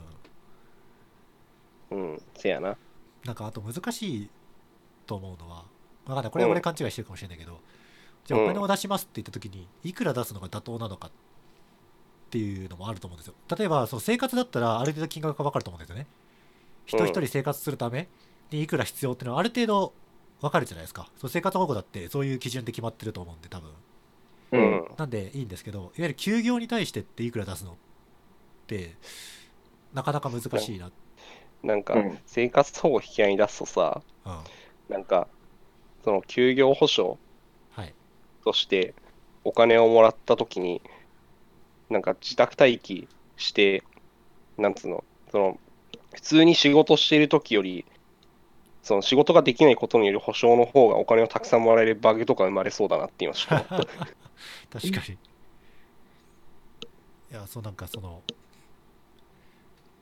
A: うん、せやな。
B: なんかあと難しいと思うのはわかんないこれは
A: う
B: 俺
A: ん
B: 勘違いしてるかもしれないけどじゃあお金を出しますって言った時にいくら出すのが妥当なのかっていうのもあると思うんですよ例えばその生活だったらある程度金額が分かると思うんですよね人一人生活するためにいくら必要っていうのはある程度分かるじゃないですかそう生活保護だってそういう基準で決まってると思うんで多分
A: う。ん。
B: なんでいいんですけどいわゆる休業に対してっていくら出すのってなかなか難しいな、
A: なんか
C: うん、
A: 生活保護引き合いに出すとさ、
B: うん、は
A: なんか、その休業保障
B: い
A: としてお金をもらったときに、なんか自宅待機して、なんつうの、その、普通に仕事しているときより、その仕事ができないことによる保証の方がお金をたくさんもらえるバグとか生まれそうだなって今 ちょっと思った。
B: 確かにいやそうなんかその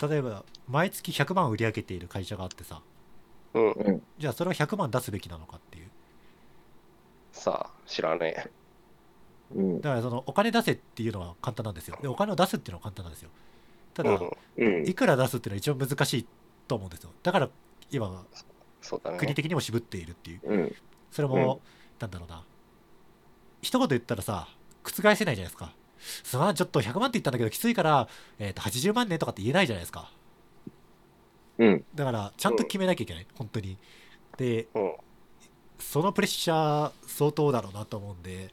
B: 例えば毎月100万売り上げている会社があってさ
A: うん。
B: じゃあそれを100万出すべきなのかっていう
A: さあ、知らねえ。
C: うん。
B: だからそのお金出せっていうのは簡単なんですよでお金を出すっていうのは簡単なんですよただ、
A: うん。
C: うん
B: いくら出すっていうのは一番難しいと思うんですよだから今
A: そうだね。
B: 国的にも渋っているっていう
C: うん。
B: それも、なんだろうな一言言ったらさ覆せないじゃないですかすまんちょっと100万って言ったんだけどきついから、えー、と80万ねとかって言えないじゃないですか
C: うん。
B: だからちゃんと決めなきゃいけない、本当にで
A: うん。
B: そのプレッシャー相当だろうなと思うんで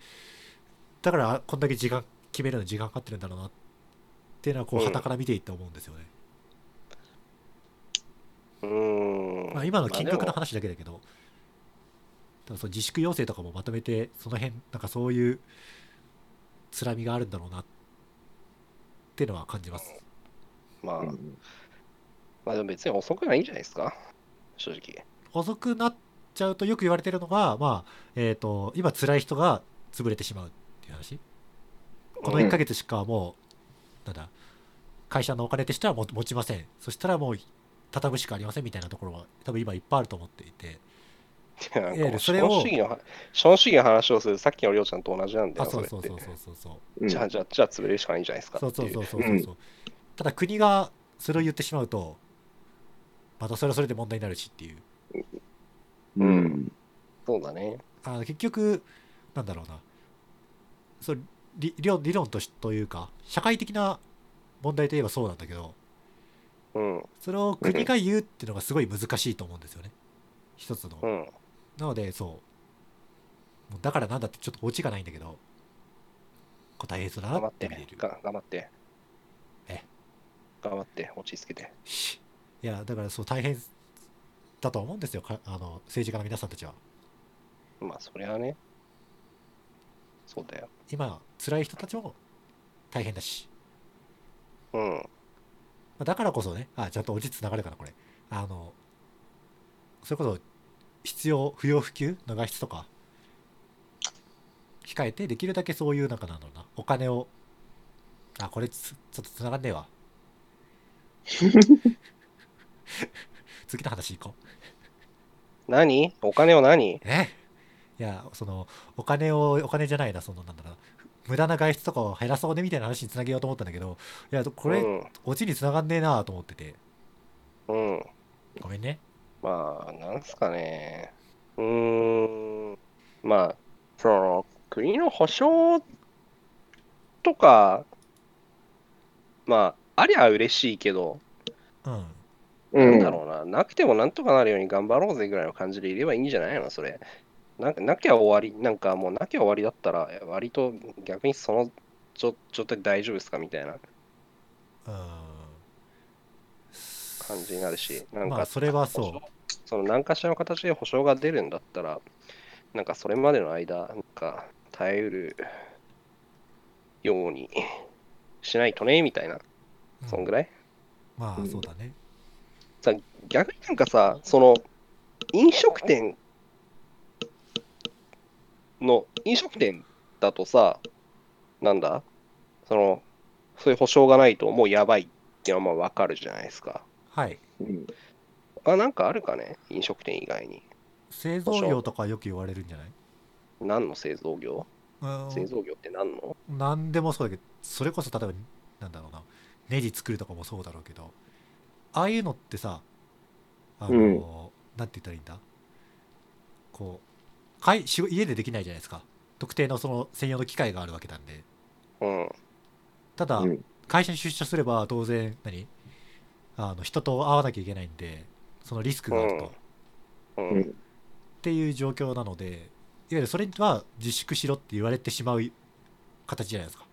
B: だからこんだけ時間決めるのに時間かかってるんだろうなっていうのはこう
A: うん
B: 傍から見ていって思うんですよね、
A: うーん。
B: まあ、今の金額
A: まあ
B: の
A: でも
B: 話だけだけどただその自粛要請とかもまとめてその辺なんかそういうつらみがあるんだろうなっていうのは感じます
A: まあ、まあでも別に遅くないんじゃないですか。正直。
B: 遅くなっちゃうとよく言われてるのがまあえっ、と今辛い人が潰れてしまうっていう話この
A: うん
B: 1ヶ月しかもう、なんだ、会社のお金としてはも持ちません。そしたらもう、畳むしかありませんみたいなところは、多分今いっぱいあると思っていて。
A: なん
B: いわゆ
A: か
B: る
A: 資
B: それを
A: 本主義の話資本主義の話をするさっきのりょうちゃんと同じなんだ
B: あ、
A: よ、
B: そう
A: れ
B: そう
A: って
B: そうそうそうそう。
A: じゃあ、じゃあ、じゃあ、潰れるしかないんじゃないですか
B: そう
A: ってい
B: そ
A: うう。
B: そうそうそうそう。ただ国がそれを言ってしまうと、またそれはそれで問題になるしっていう。
C: うん。
A: そうだね。
B: あ結局、なんだろうな。そう理理論理論としというか、社会的な問題といえばそうなんだけど、
A: うん、
B: それを国が言うっていうのがすごい難しいと思うんですよね。一つの
A: うん、
B: なので、そう。もうだからなんだってちょっとオチがないんだけど、こう大変そうだ
A: 頑張
B: な
A: っ
B: って
A: て
B: 見れる。、
A: が頑張って。
B: え
A: 頑張って、落ち着けて。
B: いや、だからそう大変だと思うんですよ、かあの政治家の皆さんたちは。
A: まあ、それはね。そうだよ。
B: 今、辛い人たちも大変だし。
A: うん、
B: まあだからこそね、あ、ちゃんとオチつながるかな、これ。あの、それこそ、必要、不要不急の外出とか、控えて、できるだけそういう、なんかなんだろうな、お金を、あ、これつ、ちょっとつながんねえわ。 次の話行こう。
A: 何お金を何
B: えいや、その、お金を、お金じゃないな、その、なんだろうな、無駄な外出とかを減らそうねみたいな話につなげようと思ったんだけど、いや、これ、オチにつながんねえなと思ってて、
A: うん、うん。
B: ごめんね。
A: まあ、なんすかね。うーん、まあ、その、国の保障とか、まあ、ありゃ嬉しいけど、
B: うん。
C: う
A: なん
C: ん。
A: だろうな、なくてもなんとかなるように頑張ろうぜぐらいの感じでいればいいんじゃないの、それ。ななきゃ終わり、なんかもうなきゃ終わりだったら、割と逆にその状状態大丈夫ですかみたいな
B: うん
A: 感じになるし、なんか、
B: まあそれはそう
A: その何かしらの形で保証が出るんだったら、なんかそれまでの間、なんか耐えうるようにしないとね、みたいな、
B: うん
A: そんぐらい。
B: まあそうだね
A: 逆になんかさその飲食店の飲食店だとさなんだそのそういう保証がないともうやばいっていうのはまあわかるじゃないですか
B: はい
C: うん
A: あなんかあるかね飲食店以外に
B: 製造業とかよく言われるんじゃない
A: 何の製造業
B: うん
A: 製造業って何の
B: 何でもそうだけどそれこそ例えばなんだろうなネジ作るとかもそうだろうけどああいうのってさあの、
C: うん
B: なんて言ったらいいんだこうかい仕家でできないじゃないですか特定のその専用の機械があるわけなんで
A: うん
B: ただ、
C: うん
B: 会社に出社すれば当然何あの人と会わなきゃいけないんでそのリスクがあると、
A: うん
B: っ
A: うん、
C: うん
B: ていう状況なのでいわゆるそれは自粛しろって言われてしまう形じゃないですか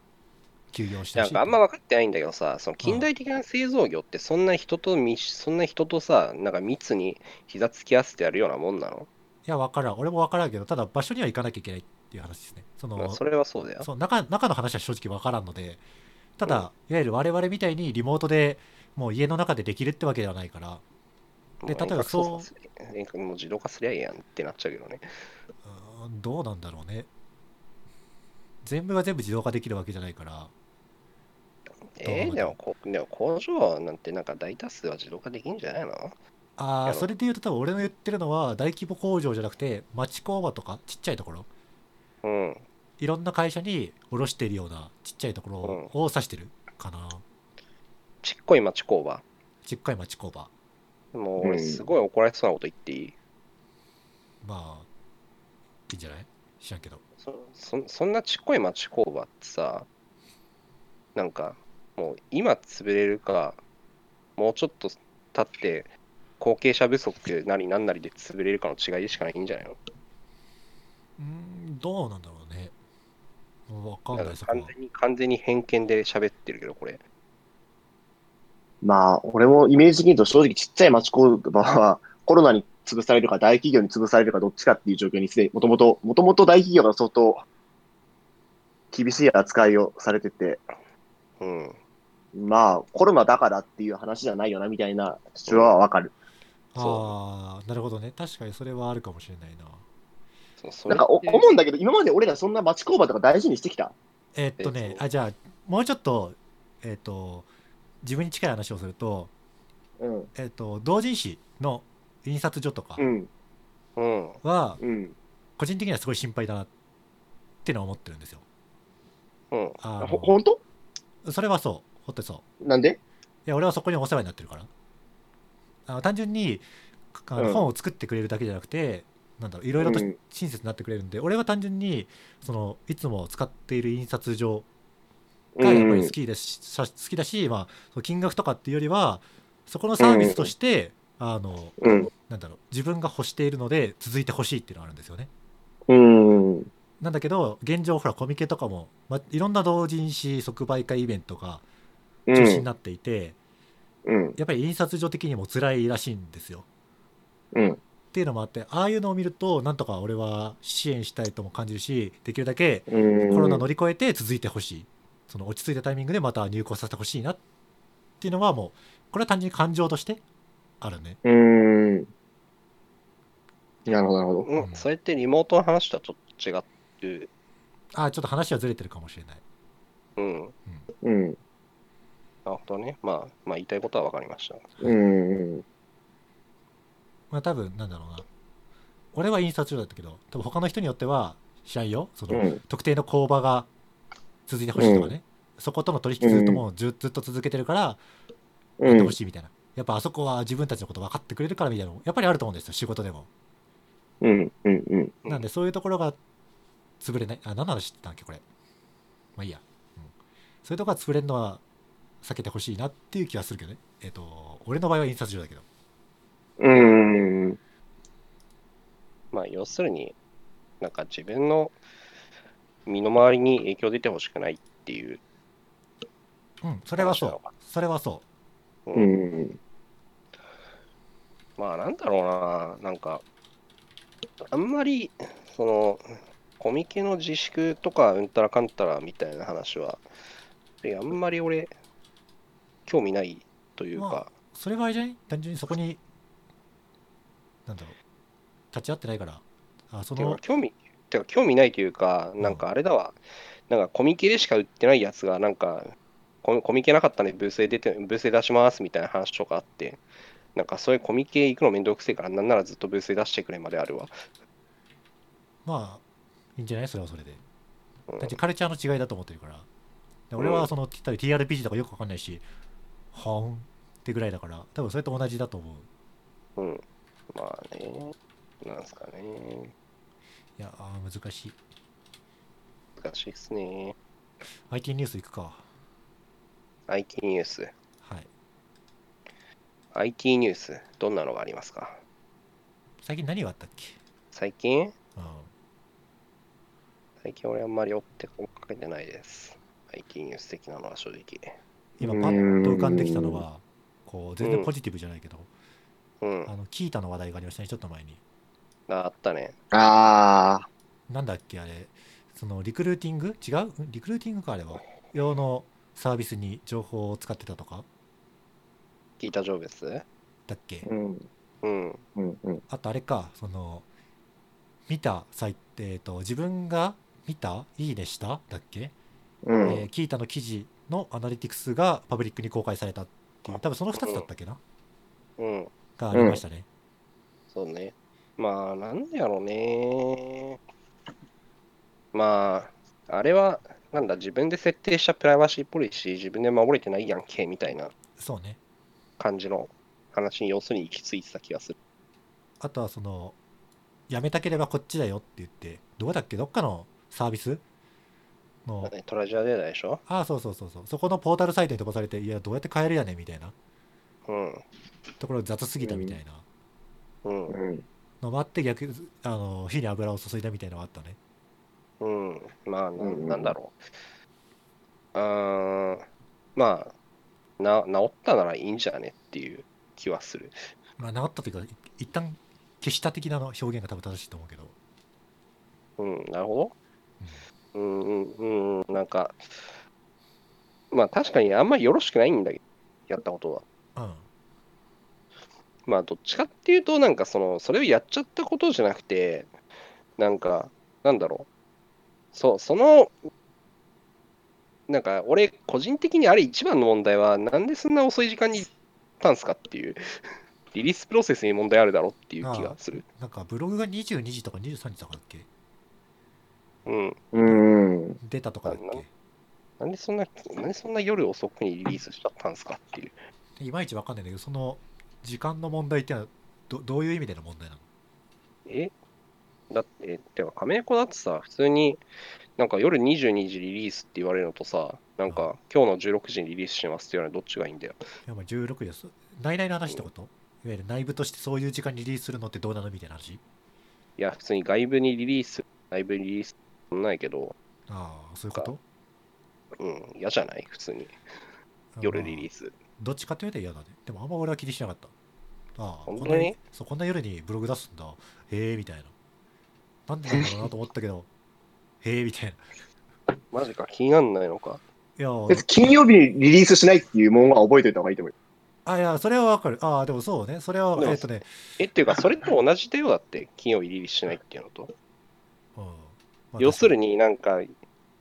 B: 休業して
A: な
B: ほし
A: ん
B: い
A: かあんま分かってないんだけどさ、その近代的な製造業ってそんな人と密し、そんな人とさ、なんか密に膝つき合わせてやるようなもんなの、
B: いや、わからん。俺もわからんけど、ただ場所には行かなきゃいけないっていう話ですね。その、
A: まあ、それはそうだよ。
B: そう中中の話は正直わからんので、ただ、いわゆる我々みたいにリモートでもう家の中でできるってわけではないから、で例えばそう
A: も遠隔操作すり遠隔もう自動化すりゃいいやんってなっちゃうけどね。
B: うーんどうなんだろうね。全部が全部自動化できるわけじゃないから、
A: え
B: どう
A: ー、でもこでも工場なんてなんか大多数は自動化できんじゃないの
B: あ
A: や
B: あ、
A: ろ
B: それで言うと多分俺の言ってるのは大規模工場じゃなくて、町工場とかちっちゃいところ、
A: うん。
B: いろんな会社に卸しているようなちっちゃいところを指してるかな。
A: ちっこい町工場。
B: ちっかい町工場。
A: でも
C: う
A: 俺
C: ん
A: すごい怒られそうなこと言っていい、
B: まあ、いいんじゃない知らんけど。
A: そそそんなちっこい町工場ってさ、なんかもう今潰れるか、もうちょっと経って後継者不足なりなんなりで潰れるかの違いでしかないんじゃないの
B: うーんどうなんだろうね。わかん
A: だか
B: ない
A: ら
B: そこ
A: 完
B: は。
A: 全に完全に偏見で喋ってるけど、これ。
C: まあ、俺もイメージ的に言うと正直ちっちゃい町工場は コロナに潰されるか大企業に潰されるかどっちかっていう状況にすでにもともと、もともと大企業が相当厳しい扱いをされてて、
A: うん。
C: まあ、コロナだからっていう話じゃないよなみたいな主張はわかる。
B: ああ、なるほどね。確かにそれはあるかもしれないな。
A: そうそれ
C: なんかお
A: って
C: 思うんだけど、今まで俺らそんな町工場とか大事にしてきた
B: えーっとね、
A: えーと
B: あ、じゃあ、もうちょっと、えーっと、自分に近い話をすると、
C: うん。
B: えーっと、同人誌の印刷所とか
C: うん。
A: うん。
B: は、
C: うん。
B: 個人的にはすごい心配だなってのは思ってるんですよ。
A: うん。
B: あの
C: ほ、ほんと
B: それはそう。ほってそう。
C: なんで
B: いや俺はそこにお世話になってるからあの単純にあの
C: うん
B: 本を作ってくれるだけじゃなくて、なんだろういろいろと
C: うん
B: 親切になってくれるんで、俺は単純にそのいつも使っている印刷所がやっぱり好きですし、さ好きだし、まあ、その金額とかっていうよりはそこのサービスとして、あの
C: うん。
B: なんだろう自分が欲しているので続いてほしいっていうのがあるんですよね。
C: うん。うん。
B: なんだけど現状ほらコミケとかも、まあ、いろんな同人誌即売会イベントが
C: う
B: 中止に
C: ん。
B: なっていて、
C: うん。
B: やっぱり印刷所的にも辛いらしいんですよ。
C: うん。
B: っていうのもあってああいうのを見るとなんとか俺は支援したいとも感じるしできるだけ
C: うん。
B: コロナ乗り越えて続いてほしい、その落ち着いたタイミングでまた入校させてほしいなっていうのはもうこれは単純に感情としてあるね
C: うん。なるほど、なるほど。
A: うん、それってリモートの話とはちょっと違って、
B: ああちょっと話はずれてるかもしれない
A: うん、な
C: うん。
A: るほどね。まあ、まあ、言いたいことは分かりました。
C: うん。
B: まあ多分なんだろうな俺は印刷所だったけど多分他の人によっては知らんよその、
C: うん。
B: 特定の工場が続いてほしいとかね、そことの取引ずっともうずずっと続けてるから、や
C: う
B: って
C: ん
B: ほ。しいみたいな、やっぱあそこは自分たちのこと分かってくれるからみたいなのもやっぱりあると思うんですよ仕事でも
C: うん。うん。うん。
A: うん
B: なんでそういうところが潰れないあ何の話してたんだっけこれまあいいや、うん、そういうところが潰れるのは避けてほしいなっていう気はするけどねえっ、と、俺の場合は印刷所だけど。
C: うん。
A: まあ、要するに、なんか自分の身の回りに影響出てほしくないっていう。
B: うん、それはそ。
A: そう
B: それはそう
C: うんん。
A: まあ、なんだろうな、なんか、あんまり、その、コミケの自粛とか、うんたらかんたらみたいな話は、であんまり俺、興味ないという
B: ま
A: か、
B: それがあれじゃない単純にそこに、なんだろう、立ち会ってないから、あそ
A: てか
B: の、
A: 興味、てか興味ないというか、なんかあれだわ、なんかコミケでしか売ってないやつが、なんか、ココミケなかったんでブースで出て、ブースで出しますみたいな話とかあって、なんかそういうコミケ行くのめんどくせえから、なんならずっとブースで出してくれまであるわ。
B: まあ、いいんじゃないそれはそれで。
A: うん
B: だってカルチャーの違いだと思ってるから。で俺はその、言ったら TRPG とかよくわかんないし、はんってぐらいだから、多分それと同じだと思う。
A: うん。まあね。なんすかね。
B: いや、あー難しい。
A: 難しいっすね。
B: IT ニュースいくか。
A: IT ニュース。
B: はい。
A: IT ニュース。どんなのがありますか
B: 最近何があったっけ
A: 最近
B: うん。
A: 最近俺あんまり追って追っかけてないです。IT ニュース的なのは正直。
B: 今、
C: うーん
B: パッと浮かんできたのは、こう、全然ポジティブじゃないけど、
A: うん。
B: あの、キータの話題がありましたね、ちょっと前に。
A: ああったね。
C: ああ。
B: なんだっけあれそのリクルーティング違うリクルーティングかあれは用のサービスに情報を使ってたとか
A: 聞いたジョブス
B: だっけ
C: うん。
A: うん。
C: うん。うん。
B: あとあれかその見たサイト、えー、と自分が見たいいねしただっけ、
C: う
B: えー
C: ん。
B: キータの記事のアナリティクスがパブリックに公開されたっていう多分その2つだったっけな
A: うん。
B: がありましたね、
A: そうね。まあ、なんでやろうね。まあ、あれは、なんだ、自分で設定したプライバシーポリシー、自分で守れてないやんけ、みたいな
B: そうね
A: 感じの話に要するに行き着いてた気がする。
B: あとはそのやめたければこっちだよって言ってどこだっけどっかのサービスの
A: ねトラジアデータでしょ
B: ああ、そうそうそうそう。そこのポータルサイトに飛ばされて、いや、どうやって変えるやねんみたいな
A: うん。
B: ところ雑すぎたみたいな
A: うん。
B: のもあって、逆、あの、火に油を注いだみたいなのがあったね。
A: うん。まあ、な
C: うん
A: なんだろう。うーん。まあ、な、治ったならいいんじゃねっていう気はする。
B: まあ、治ったというか、い一旦消した的なの表現が多分正しいと思うけど。
A: うん、なるほど。うん、うん、うん、なんか、まあ確かにあんまりよろしくないんだけど、やったことは。
B: うん。
A: まあどっちかっていうと、なんかその、それをやっちゃったことじゃなくて、なんか、なんだろう。そう、その、なんか俺、個人的にあれ一番の問題は、なんでそんな遅い時間に行ったんすかっていう、リリースプロセスに問題あるだろっていう気がする。
B: なんか、ブログが22時とか23時とかだっけ
A: うん。
C: うん。
B: 出たとかだっ
A: あん
B: け
A: なんでそんな、なんでそんな夜遅くにリリースしちゃったんすかっていう。
B: でいまいちわかんないんだけど、その、時間の問題ってのは、どどういう意味での問題なの
A: えだって、てか、亀猫だってさ、普通に、なんか夜22時リリースって言われるのとさ、なんか、今日の16時にリリースしますって言われるのどっちがいいんだよ。
B: いや、まあ16です。内々の話ってこといわゆる内部としてそういう時間にリリースするのってどうなのみたいな話
A: いや、普通に外部にリリース、内部にリリース、そんなないけど、
B: ああ、そういうこと
A: うん、嫌じゃない普通に。夜リリー
B: ス
A: ス。
B: どっちかというと嫌だね。でもあんま俺は気にしなかった。ああ、
A: 本当
B: こんな
A: に
B: そうこんな夜にブログ出すんだ。へえ、みたいな。なんでなんだろうなと思ったけど、 へえ、みたいな。い
A: マジか、気になんないのか。
B: や、
C: 別に金曜日にリリースしないっていうものは覚えておいた方がいいと思う。
B: あ、いや、それはわかる。ああ、でもそうね。それは、
A: でも
B: えっとね、
A: え、っていうか、それと同じだよ、だって、金曜日リリースしないっていうのと。
B: うんまあ
A: 要するになんか、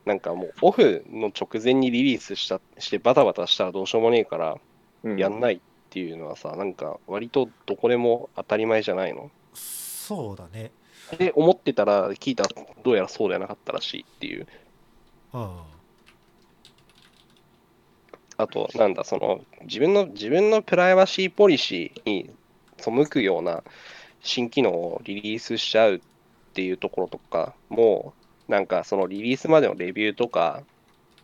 A: なんかもう、オフの直前にリリースした、してバタバタしたらどうしようもねえから、
C: うん
A: やんないっていうのはさ、なんか割とどこでも当たり前じゃないの
B: そうだね。
A: で、思ってたら聞いたらどうやらそうではなかったらしいっていう。
B: うん。
A: あと、なんだ、その自分の、自分のプライバシーポリシーに背くような新機能をリリースしちゃうっていうところとかも、なんかそのリリースまでのレビューとか、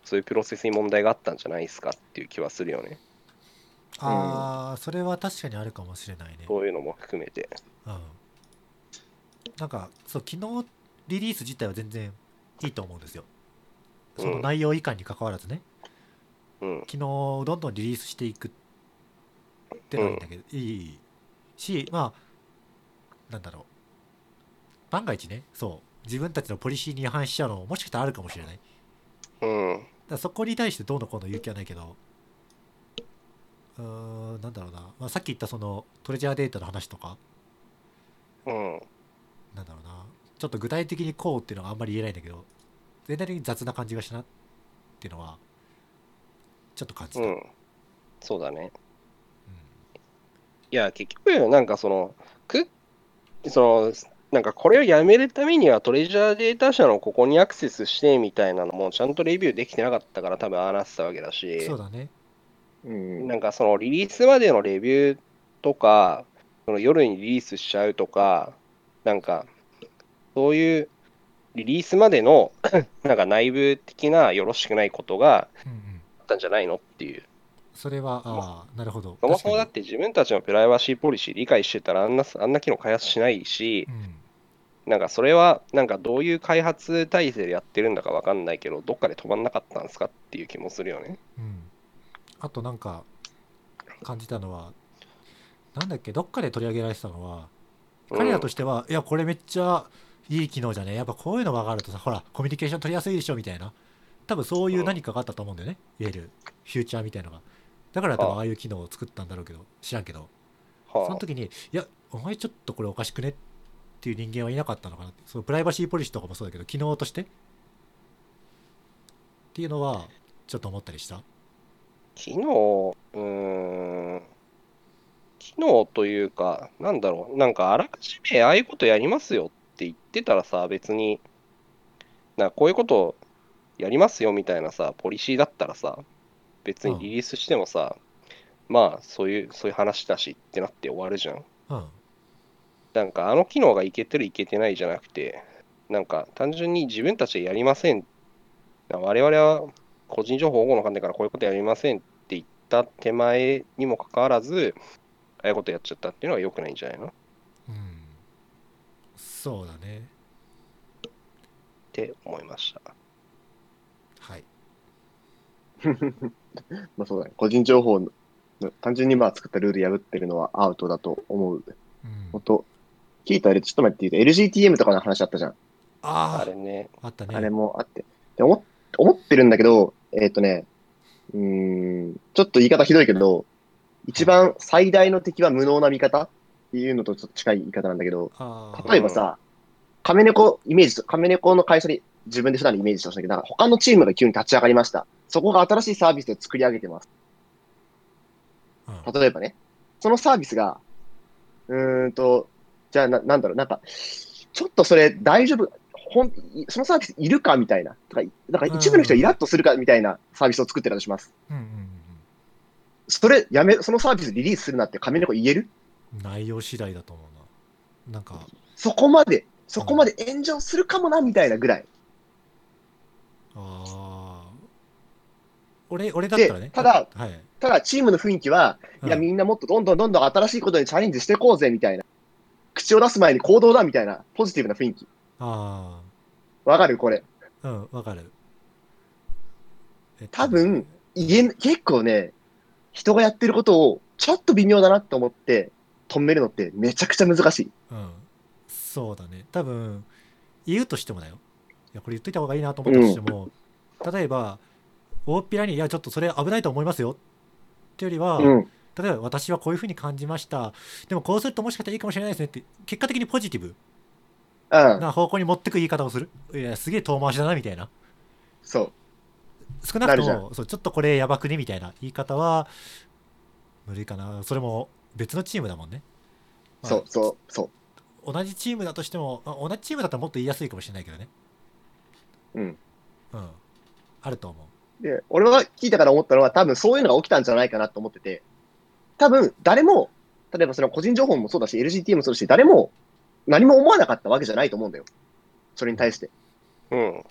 A: そういうプロセスに問題があったんじゃないですかっていう気はするよね。
B: ああ、それは確かにあるかもしれないね。
A: そういうのも含めて。
B: うん、なんかそう昨日リリース自体は全然いいと思うんですよその内容以下に関わらずね、
A: うん。
B: 昨日どんどんリリースしていくってのはいいんだけど、いいしまあなんだろう万が一ねそう自分たちのポリシーに違反しちゃうのももしかしたらあるかもしれないだか
A: うん。
B: らそこに対してどうのこうの言う気はないけどうーんなんだろうな、まあ、さっき言ったそのトレジャーデータの話とか
A: うん。
B: なんだろうなちょっと具体的にこうっていうのはあんまり言えないんだけど全体的に雑な感じがしたなっていうのはちょっと感じた、
A: う
B: うん
A: ん。そうだね。いや、結局、なんかその、く、その、なんかこれをやめるためにはトレジャーデータ社のここにアクセスしてみたいなのもちゃんとレビューできてなかったから多分ああなってたわけだし、
B: そうだね
C: うん。
A: なんかそのリリースまでのレビューとか、その夜にリリースしちゃうとか、なんか、そういうリリースまでの なんか内部的なよろしくないことが
B: うんうん
A: あったんじゃないのっていう。
B: それはああなるほど
A: そもそもだっ
B: 確
A: て自分たちのプライバシーポリシー理解してたらあんなあんな機能開発しないし、
B: かにうん
A: なんかそれはなんかどういう開発体制でやってるんだかわかんないけど、どっかで止まんなかったんですかっていう気もするよね。
B: うん、あとなんか感じたのはなんだっけどっかで取り上げられてたのは彼らとしては、いやこれめっちゃいい機能じゃねやっぱこういうの分かるとさほらコミュニケーション取りやすいでしょみたいな多分そういう何かがあったと思うんだよね、いわゆるフューチャーみたいのがだから多分
A: あ
B: ああいう機能を作ったんだろうけど知らんけど
A: はあ
B: その時にいやお前ちょっとこれおかしくねっていう人間はいなかったのかなってそのプライバシーポリシーとかもそうだけど機能としてっていうのはちょっと思ったりした
A: 機能、うーん、機能というか、なんだろう、なんかあらかじめああいうことやりますよって言ってたらさ、別に、なんかこういうことやりますよみたいなさ、ポリシーだったらさ、別にリリースしてもさ、まあ、そういう、そういう話だしってなって終わるじゃん。
B: うん
A: なんかあの機能がいけてるいけてないじゃなくて、なんか単純に自分たちでやりません。我々は個人情報保護の観点からこういうことやりませんって言った手前にもかかわらず、ああいうことやっちゃったっていうのは良くないんじゃないのっ
B: うんそうだね
A: て思いました。
B: はい
C: まあそうだね。個人情報の、単純にまあ作ったルール破ってるのはアウトだと思う。
B: うん
C: ほんと、聞いたあれ、ちょっと待って言うと、LGTM とかの話あったじゃん。
A: あ
B: あ
A: れね、
B: ああったね
C: あれもあって。で思っ思ってるんだけど、えっ、とね、うーん、ちょっと言い方ひどいけど、一番最大の敵は無能な味方っていうのとちょっと近い言い方なんだけど、
B: あー
C: 例えばさ、亀猫イメージと、亀猫の会社に自分で普段のイメージしてほしいんだけど、なんか他のチームが急に立ち上がりました。そこが新しいサービスを作り上げてます。
B: うん
C: 例えばね、そのサービスが、うーんと、じゃあな、なんだろう、なんか、ちょっとそれ大丈夫、ほん、いそのサービスいるかみたいな。とか、なんか一部の人がイラッとするかみたいなサービスを作ってたとします。
B: うんうん
C: それやめ、そのサービスリリースするなって紙の子言える
B: うん内容次第だと思うななんか
C: そこまで、そこまで炎上するかもなみたいなぐらい。
B: ああ俺俺だったらね
C: でただ
B: はい、うん
C: ただ、チームの雰囲気は、いや、みんなもっとどんどんどんどん新しいことにチャレンジしていこうぜみたいな。口を出す前に行動だみたいな、ポジティブな雰囲気。
B: あ
C: わかるこれ。
B: あうんわかるえっと
C: 多分言え結構ね、人がやってることをちょっと微妙だなと思って止めるのってめちゃくちゃ難しい。
B: うんそうだね多分言うとしてもだよいやこれ言っといた方がいいなと思ったとしても、例えば大っぴらに「いやちょっとそれ危ないと思いますよ」ってよりは、
C: うん。
B: 例えば私はこういうふうに感じましたでもこうするともしかしたらいいかもしれないですねって結果的にポジティブ
C: うん。
B: な方向に持ってく言い方をするいやすげえ遠回しだなみたいな
C: そう。
B: 少なくと
C: なる
B: もそうちょっとこれやばくねみたいな言い方は無理かなそれも別のチームだもんね、まあ
C: そう、そう、そ
B: 同じチームだとしても、まあ同じチームだったらもっと言いやすいかもしれないけどね
C: うん
B: うんあると思
C: う。で、俺は聞いたから思ったのは多分そういうのが起きたんじゃないかなと思ってて、多分誰も、例えばその個人情報もそうだし、LGT もそうだし、誰も何も思わなかったわけじゃないと思うんだよ。それに対して。
A: うん。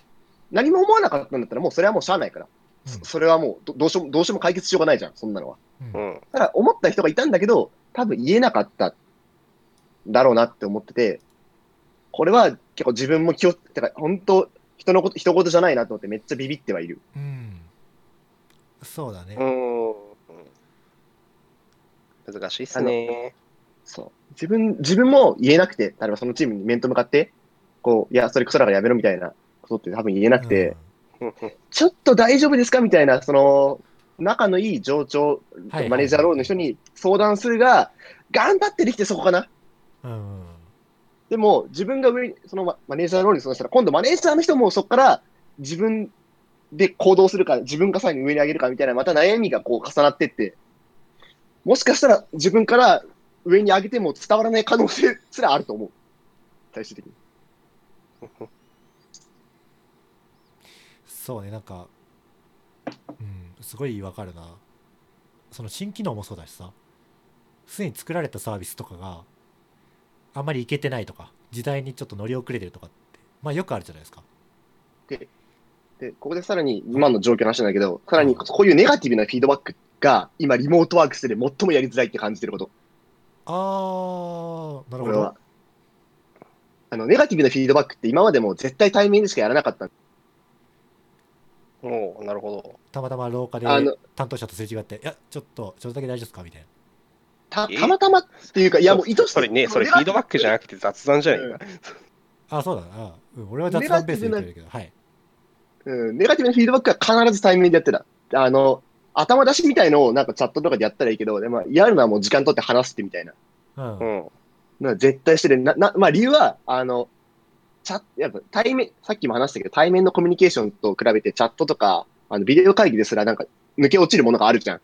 C: 何も思わなかったんだったらもうそれはもうしゃあないから。
B: うん
C: そそれはもうどどうしようも、どうしようも解決しようがないじゃん、そんなのは。
B: うん
A: うん。
C: ただ、思った人がいたんだけど、多分言えなかっただろうなって思ってて、これは結構自分も気を、てか、本当人のこと、人事じゃないなと思ってめっちゃビビってはいる。
B: うんそうだね、
A: うん。難しいっすね。
C: そう。自分、自分も言えなくて、例えばそのチームに面と向かって、こう、いや、それクソだからやめろみたいなことって多分言えなくて、ちょっと大丈夫ですかみたいな、その、仲のいい上長、
B: うんはい
C: マネージャーロールの人に相談するが、頑張ってできてそこかな。
B: うん
C: でも、自分が上に、そのママネージャーロールに相談したら、今度マネージャーの人もそこから自分で行動するか、自分がさらに上に上げるかみたいな、また悩みがこう重なってって、もしかしたら自分から上に上げても伝わらない可能性 すらあると思う。最終的に。
B: そうねなんかうんすごいわかるなその新機能もそうだしさすでに作られたサービスとかがあんまりいけてないとか時代にちょっと乗り遅れてるとかってまあよくあるじゃないですか
C: で、ここでさらに今の状況の話なんだけど、さらにこういうネガティブなフィードバックが今リモートワークスで最もやりづらいって感じてること。
B: あーなる
C: こ
B: ほ
C: れは
B: ど。
C: あの、ネガティブなフィードバックって今までも絶対対面でしかやらなかった。
A: おおなるほ
B: たまたま廊下で
C: あの
B: 担当者とすれ違って「いやちょっとちょっとだけ大丈夫ですか?」みたいな
C: た、
A: え
C: たまたまっていうか、
A: ど。
C: いやもう意図して
A: それね、それフィードバックじゃなくて雑談じゃないか。
B: あそうだな、うん、俺は雑談ベースで言ってるけどはい
C: うん、ネガティブなフィードバックは必ず対面でやってた。あの、頭出しみたいのをなんかチャットとかでやったらいいけど、でまあ、やるのはもう時間取って話してみたいな。
B: うん
A: う、ん。
C: な絶対してる。な、な、まあ理由は、あの、チャット、やっぱ対面、さっきも話したけど、対面のコミュニケーションと比べてチャットとか、あの、ビデオ会議ですらなんか抜け落ちるものがあるじゃん。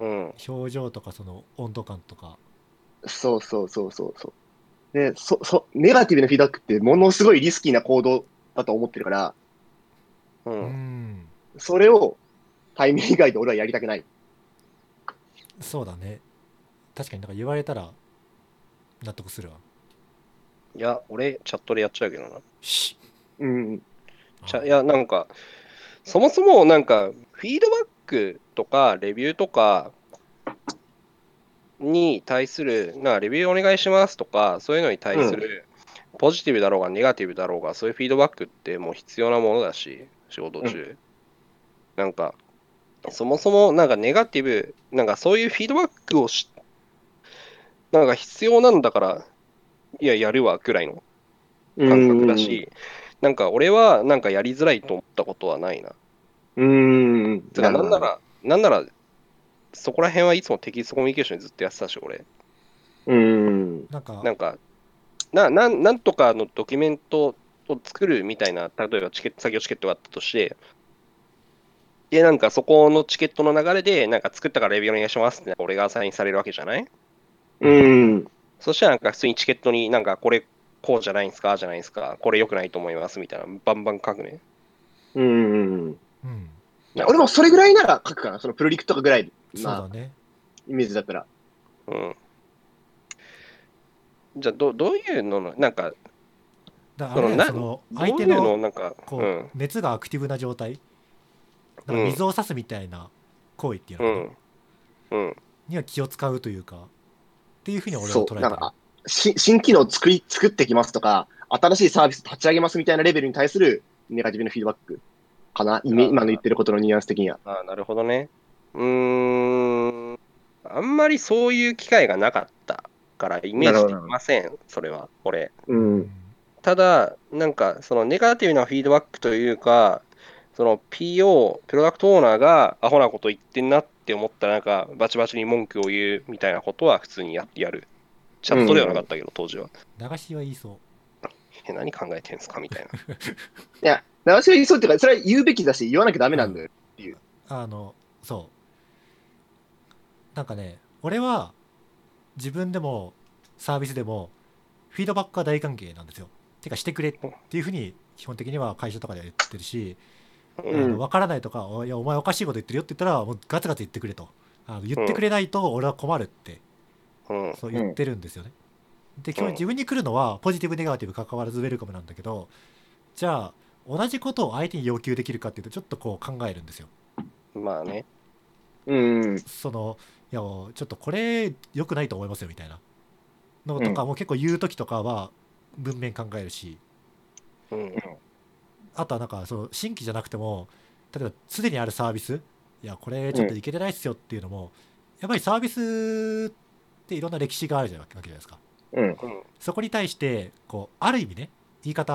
A: うん。
B: 表情とかその温度感とか
C: そうそうそうそうそう。で、そ、そ、ネガティブなフィードバックってものすごいリスキーな行動だと思ってるから、
A: う。
B: うんん
C: それを対面以外で俺はやりたくない。
B: そうだね確かになんか言われたら納得するわ
A: いや、俺、チャットでやっちゃうけどな。
B: し
C: うん。
A: ちゃいや、なんか、そもそも、なんか、フィードバックとか、レビューとかに対する、なんかレビューお願いしますとか、そういうのに対する、ポジティブだろうが、ネガティブだろうが、そういうフィードバックってもう必要なものだし、仕事中。なんか、そもそも、なんか、ネガティブ、なんか、そういうフィードバックをし、なんか、必要なんだから、いや、やるわ、くらいの感覚だし、なんか俺はなんかやりづらいと思ったことはないな。
C: うん。うん。
A: てか、なんなら、なんなら、そこら辺はいつもテキストコミュニケーションずっとやってたし、俺。
C: うん。
B: なんか
A: なんか、な、なんなんとかのドキュメントを作るみたいな、例えばチケット、作業チケットがあったとして、で、なんかそこのチケットの流れで、なんか作ったからレビューお願いしますって、俺がアサインされるわけじゃない
C: うん。
A: そしたらなんか普通にチケットになんかこれこうじゃないんすかじゃないんすかこれ良くないと思いますみたいな、バンバン書くね。
C: うん。
B: うん
C: 俺もそれぐらいなら書くかな。そのプロリクとかぐらい
B: そう
C: な
B: だね
C: イメージだったら。
A: うん。じゃあど、どういうのの、なんか、
B: だか
A: その
B: らあれ
A: な
B: その
A: どうい
B: 相手
A: うの、
B: の
A: なんか、う、
B: こうん熱がアクティブな状態なん
A: う
B: か
A: ん
B: 水を差すみたいな行為っていう
A: う、
B: のかなん
A: うん、
B: には気を使うというかっていうふうに俺は捉
C: そ
B: えて
C: う。
B: る
C: なんか、し新機能を作り、作ってきますとか、新しいサービス立ち上げますみたいなレベルに対するネガティブなフィードバックかな。イメ今の言ってることのニュアンス的には。
A: あーなるほどね。うーん、あんまりそういう機会がなかったから、イメージできません、それは、俺。
C: う。
B: うんん
A: ただ、なんか、そのネガティブなフィードバックというか、その PO、プロダクトオーナーがアホなこと言ってんなって思ったら、なんか、バチバチに文句を言うみたいなことは普通にややる。チャットではなかったけど、当時は。
B: 流しは言いそ
A: え、何考えてんすかみたい な。
C: いや、流しは言いそうっていうか、それは言うべきだし、言わなきゃダメなんだよ。
B: うあのそうなんかね俺は自分でもサービスでもフィードバックは大歓迎なんですよてかしてくれっていうふうに基本的には会社とかでは言ってるし
A: う
B: あ
A: ん
C: ん
B: の分からないとか、おいや、お前おかしいこと言ってるよって言ったら、もうガツガツ言ってくれと。あの言ってくれないと俺は困るって、
A: うん
B: そう言ってるんですよね。で、基
A: うん
B: 本自分に来るのは、ポジティブ、ネガティブ関わらずウェルカムなんだけど、じゃあ、同じことを相手に要求できるかっていうと、ちょっとこう考えるんですよ。
A: まあね。
C: うん。
B: そのいやもうちょっとこれ良くないと思いますよみたいなのとか、もう結構言う時とかは文面考えるし
A: うん。
B: あとはなんかその新規じゃなくても例えばすでにあるサービスいやこれちょっといけてないっすよっていうのも、やっぱりサービスっていろんな歴史があるじゃないわけじゃないですか
C: うん。
A: うん。
B: そこに対してこうある意味ね言い方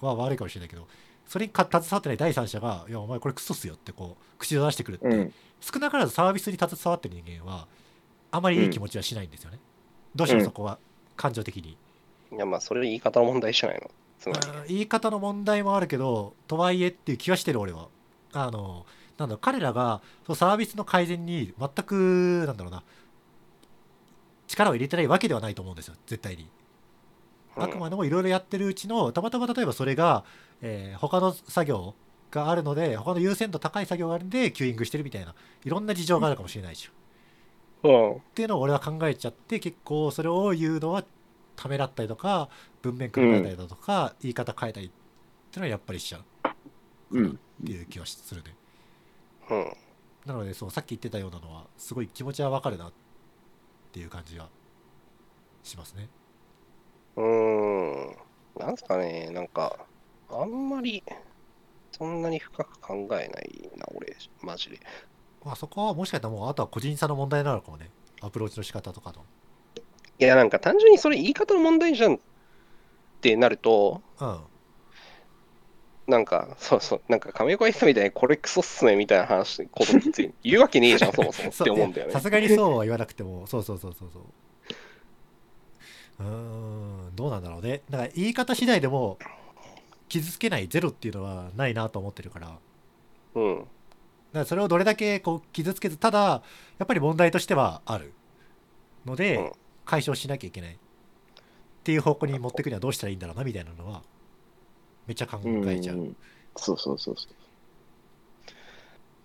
B: は悪いかもしれないけど、それにか携わってない第三者が「いやお前これクソっすよ」ってこう口を出してくるって、
C: うん。
B: 少なからずサービスに携わってる人間はあまりいい気持ちはしないんですよね、どうしてもそこは感情的に、
A: いや、まあ、それ言い方の問題じゃないの。つまり。
B: あー言い方の問題もあるけどとはいえっていう気はしてる俺はあのなんだろう彼らがそのサービスの改善に全くなんだろうな力を入れてないわけではないと思うんですよ絶対にあくまでもいろいろやってるうちのたまたま例えばそれが、えー他の作業があるので他の優先度高い作業があるんでキューイングしてるみたいないろんな事情があるかもしれないし
A: うん。
B: っていうのを俺は考えちゃって結構それを言うのはためらったりとか文面考えたりだとか、言い方変えたりっていうのはやっぱりしちゃう
C: うん。
B: っていう気はするね、
A: うん。
B: なのでそうさっき言ってたようなのはすごい気持ちはわかるなっていう感じはしますね
A: うーん、なんすかね、なんか、あんまり、そんなに深く考えないな、俺、マジで。
B: まあそこはもしかしたらもうあとは個人差の問題なのかもねアプローチの仕方とか
A: いや、なんか単純にそれ言い方の問題じゃんってなると、
B: の
A: なんか、そうそう、なんか亀岡言ってたみたいに、これクソっすねみたいな話、ことって言うわけねえじゃん、そもそも
B: うん
A: っ
B: そ
A: て思うんだよ
B: いやさ
A: ね。
B: すがにそうは言わなくてもそうそうそうそうそううーんどうなんだろうねだから言い方次第でも傷つけないゼロっていうのはないなと思ってるからだか
A: うん。
B: らそれをどれだけこう傷つけずただやっぱり問題としてはあるので、
A: うん
B: 解消しなきゃいけないっていう方向に持っていくにはどうしたらいいんだろうなみたいなのはめっちゃ考
C: うん。
B: えちゃう、
C: そうそうそうそう。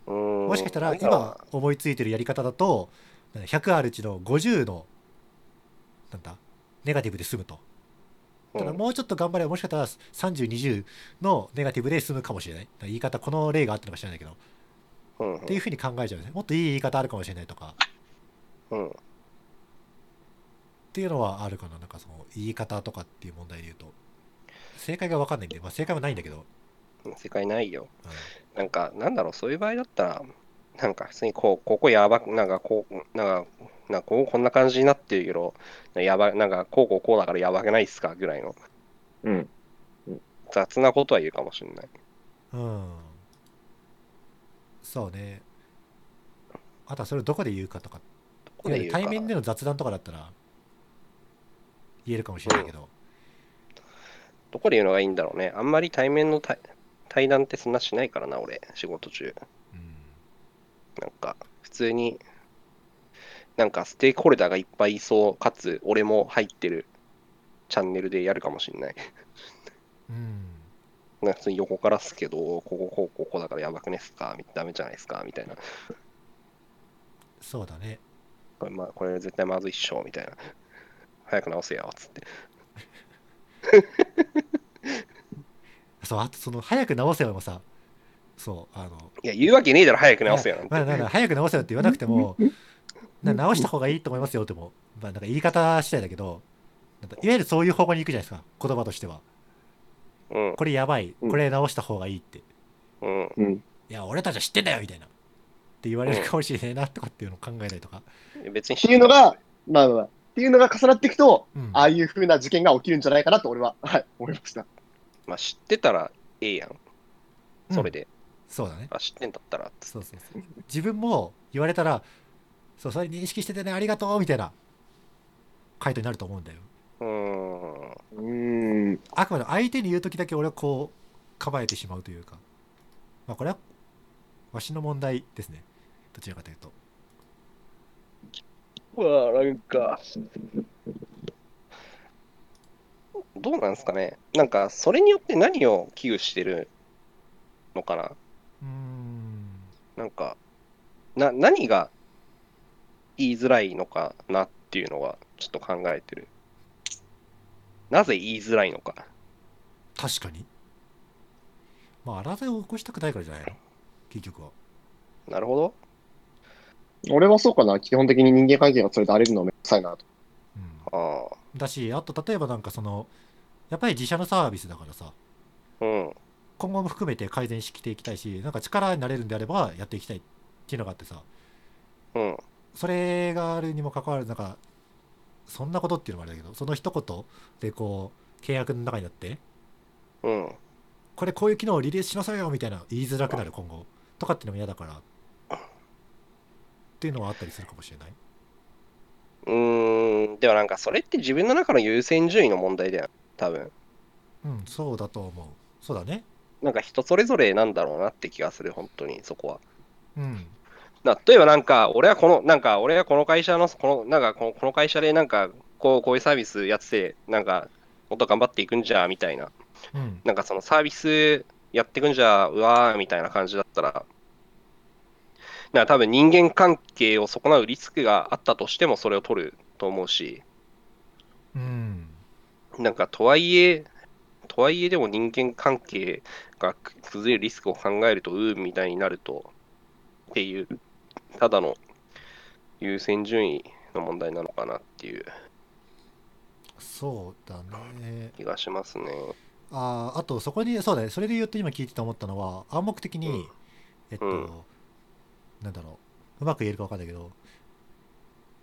A: うーん
B: もしかしたら
A: なんだろう
B: 今思いついてるやり方だとなんか100あるうちの50のなんだネガティブで済むとただ
A: うん
B: もうちょっと頑張ればもしかしたら3020のネガティブで済むかもしれないだから言い方この例があったのか知らないけど、
A: うん
B: っていうふうに考えちゃうねもっといい言い方あるかもしれないとかっ
A: うん
B: ていうのはあるかななんかその言い方とかっていう問題で言うと正解が分かんないんで、まあ、正解はないんだけど、
A: うん世界ないよ。
B: うん
A: なんか、なんだろう、そういう場合だったら、なんか普通にこう、ここやばく、なんかこう、なんか、なんかこうこんな感じになってるけど、やば、なんかこうこうこうだからやばくないっすかぐらいの
C: うん。
A: 雑なことは言うかもしれない。
B: うん。そうね。あとはそれをどこで言うかとか。
A: こで言うか
B: 対面での雑談とかだったら言えるかもしれないけど。
A: どこで言うのがいいんだろうね。あんまり対面の対対談ってそんなしないからな、俺、仕事中。
B: うん。
A: なんか、普通に、なんかステークホルダーがいっぱいいそう、かつ俺も入ってるチャンネルでやるかもしれない。
B: うん。
A: なんか普通に横からっすけど、ここ、こう、ここだからやばくねっすかみダメじゃないですかみたいな。
B: そうだね。
A: これ,、まあ、これ絶対まずいっしょみたいな。早く直せよつって。
B: そう、あとその、早く直せよもさ、そう、あの、
A: いや、言うわけねえだろ、早く直せよなんて。
B: まあ、なんか早く直せよって言わなくても、な直した方がいいと思いますよっても、まあ、なんか言い方次第だけど、なんかいわゆるそういう方向に行くじゃないですか、言葉としては。
A: うん、
B: これやばい、
C: うん
B: これ直した方がいいって。
A: うん、
C: うん。
B: いや、俺たちは知ってんだよみたいな。って言われるかもしれないなとかっていうのを考えたりとか。
A: 別に
C: っていうのが、まあまあまあ、っていうのが重なっていくと、
B: うん
C: ああいう風な事件が起きるんじゃないかなと俺は、 はい、思いました。
A: まあ、知ってたらええやん。それで、
B: そうだね。
A: あ、知ってんだったら、つ
B: そうそうそう。自分も言われたら、そう、それ認識しててね、ありがとうみたいな回答になると思うんだよ。
A: うーん。
C: うーん。
B: あくまで相手に言うときだけ俺はこう構えてしまうというか。まあ、これは、わしの問題ですね。どちらかというと。
C: うわなんか。
A: どうなんですかね。なんか、それによって何を危惧してるのかな。
B: うーん。
A: なんか、な、何が言いづらいのかなっていうのは、ちょっと考えてる。なぜ言いづらいのか。
B: 確かに。まあ、あらざを起こしたくないからじゃないの結局は。
A: なるほど。
C: 俺はそうかな、基本的に人間関係がそれで荒れるのめんどくさいなと。
B: うん
A: ああ。
B: だしあと例えばなんかそのやっぱり自社のサービスだからさ
A: うん。
B: 今後も含めて改善していきたいしなんか力になれるんであればやっていきたいっていうのがあってさ
A: うん。
B: それがあるにもかかわらずなんかそんなことっていうのもあれだけどその一言でこう契約の中になって
A: うん。
B: これこういう機能をリリースしなさいよみたいな言いづらくなる今後とかっていうのも嫌だからっていうのはあったりするかもしれないう
A: ーん。でもなんかそれって自分の中の優先順位の問題だよ。多分。
B: うんそうだと思うそうだね
A: なんか人それぞれなんだろうなって気がする、本当に、そこは。
B: うん
A: な例えばなんか、俺はこの、なんか、俺はこの会社の、この、なんかこの、この会社でなんか、こう、こういうサービスやってて、なんか、もっと頑張っていくんじゃ、みたいな。
B: うん
A: なんかそのサービスやってくんじゃ、うわーみたいな感じだったら、なんか多分人間関係を損なうリスクがあったとしてもそれを取ると思うし、
B: うん
A: なんかとはいえ、とはいえでも人間関係が崩れるリスクを考えると、うーみたいになると、っていう、ただの優先順位の問題なのかなっていう
B: そうだね
A: 気がしますね。
B: あーあとそこにそうだねそれで言うと今聞いてて思ったのは暗黙的に、
A: うん
B: えっと、
A: うん
B: なんだろううまく言えるか分かんないけど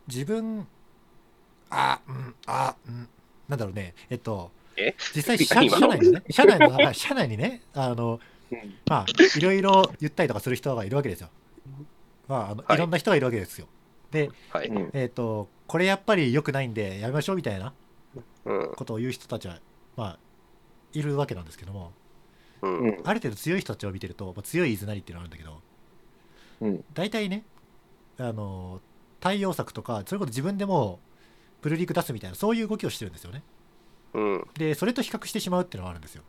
B: 自分あうんあうんなんだろうねえっと
A: え
B: 実際 社
A: 今
B: 社
A: の
B: 内にね社内の中社内にねあのまあいろいろ言ったりとかする人がいるわけですよまああの、
A: はい
B: い、ろんな人がいるわけですよで
A: はい。
C: うん
B: えっとこれやっぱり良くないんでやめましょうみたいな
A: うん。
B: ことを言う人たちはまあいるわけなんですけども
A: う。
C: うんん。
B: ある程度強い人たちを見てると、まあ、強い言いづなりっていうのがあるんだけど、
C: うん
B: 大体ねあの対応策とかそれこそ自分でもうプルリク出すみたいなそういう動きをしてるんですよね
A: うん。い
B: でそれと比較してしまうっていうのはあるんですよ、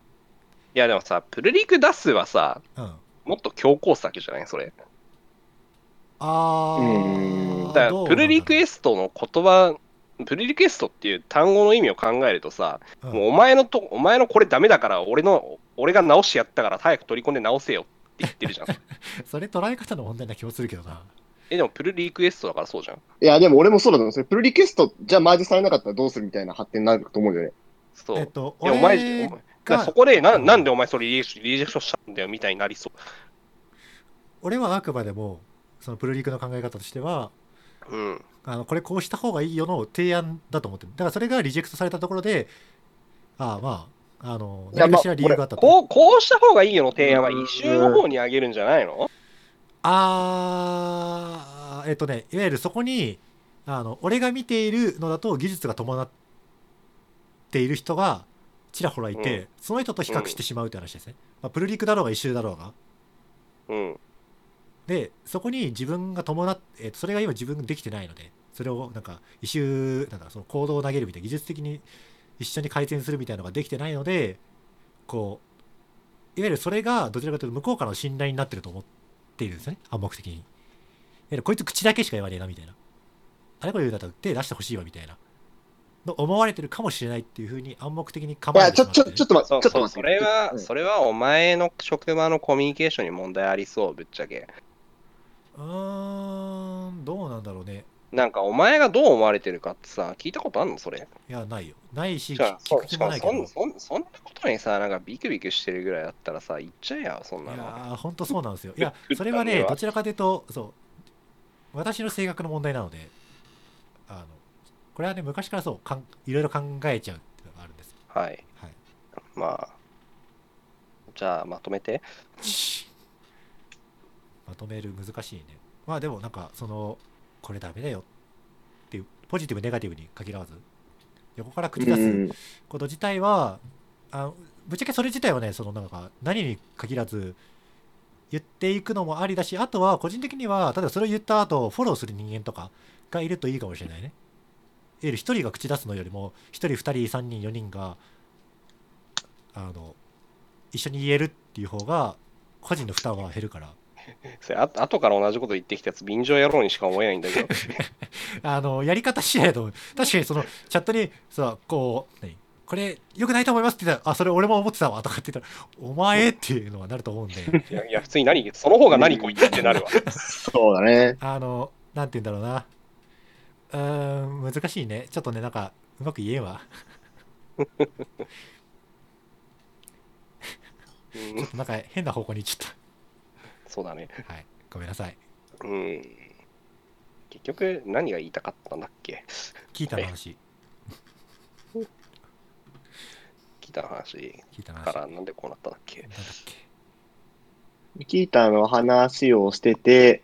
A: やでもさ、プルリク出すはさ、
B: うん、あ
A: もっと強硬策じゃないそれ。
B: あ
C: うん
B: ー
A: だか
B: ど
A: ら
B: う
A: プルリクエ
B: ス
A: ストの言葉プルリクエストっていう単語の意味を考えるとさ、
B: ト
A: もうお前のとお前のこれダメだから俺の俺が直してやったから早く取り込んで直せよって言って るじゃん
B: それ捉え方の問題な気もするけどな
A: えでもプルリクエストだからそうじゃん
C: いや、でも俺もそうだと思うんですよ。プルリクエストじゃマージされなかったらどうするみたいな発展になると思うよね。
A: そう
B: えっと
A: いや
B: 俺
A: お前お前だからそ
B: が
A: こでななんでお前それリジェリジェクションしたんだよみたいになりそ
B: 俺はあくまでもそのプルリクの考え方としては
A: ううん
B: あのこれこうした方がいいよの提案だと思ってるだからそれがリジェクトされたところでああまああの
C: いや
B: 何かしら理由があったと
A: こうこうした方がいいよの提案は一周の方にあげるんじゃないの
B: あーえっとねいわゆるそこにあの俺が見ているのだと技術が伴っている人がちらほらいて、
A: うん
B: その人と比較してしまうという話ですね、まあ、プルリクだろうが一周だろうが
A: うん
B: でそこに自分が伴って、えっとそれが今自分できてないのでそれをなんか一周なんだその行動を投げるみたいな技術的に一緒に改善するみたいなのができてないのでこういわゆるそれがどちらかというと向こうからの信頼になってると思っているんですよね暗黙的にいわゆるこいつ口だけしか言わねえなみたいなあれこれ言うんだったら手出してほしいわみたいなの思われてるかもしれないっていうふうに暗黙的に
C: い
B: 構え
C: や、
B: て
C: ち
B: し
C: ょ、
B: まっ
C: ち
B: て
C: ょ、
B: る
C: ちょっと待っ
A: そう
C: て、ちょっと
A: そう
C: 待って。
A: それは、
C: うん
A: それはお前の職場のコミュニケーションに問題ありそうぶっちゃけ
B: うーんどうなんだろうね
A: なんかお前がどう思われてるかってさ聞いたことあんのそれ
B: いやないよないし
A: じゃあ、
B: 聞
A: そ
B: く気
A: し
B: も
A: かも
B: ないけど
A: そんそんそんなことにさ、なんかビクビクしてるぐらいだったらさ、言っちゃえや、そんない
B: や
A: の。、
B: ーほんとそうなんですよ。いやそれは
A: それ
B: ね、
A: は
B: どちらかというと、そう、私の性格の問題なので、あの、これはね、昔からそう、かんいろいろ考えちゃうっていうのがあるんです。
A: はい。
B: はい。
A: まあ。じゃあ、まとめて。
B: まとめる難しいね。まあでも、なんか、その、これダメだよっていう、ポジティブ、ネガティブに限らず、横から口出
C: う
B: す
C: ん
B: こと自体は、あぶっちゃけそれ自体はね、そのなんか、何に限らず、言っていくのもありだし、あとは個人的には、例えばそれを言った後、フォローする人間とかがいるといいかもしれないね。いわゆる一人が口出すのよりも、一人、二人、三人、四人が、あの、一緒に言えるっていう方が、個人の負担は減るから。
A: それあ後から同じこと言ってきたやつ、便乗野郎にしか思えないんだけど。
B: あの、やり方次第だと思う。確かにその、チャットに、さ、こう、何これ良くないと思いますって言ったら、あ、それ俺も思ってたわとかって言ったら、お前っていうのはなると思うんで、
A: いや、いや普通に何、その方が何こいつってな るわ。
C: そうだね。
B: あの、なんて言うんだろうな。うーん、難しいね。ちょっとね、なんか、うまく言えんわ。
A: うん、
B: なんか変な方向に行っちゃっ
A: そうだね。
B: た。はい。ごめんなさい。
A: うん。結局、何が言いたかったんだっけ
B: 聞いたの話。
A: 聞いた話
B: 聞いたの
A: か
B: 話。なんだ
A: ら、なんでこうなったんだっけ
B: っけ。
C: キータの話をしてて、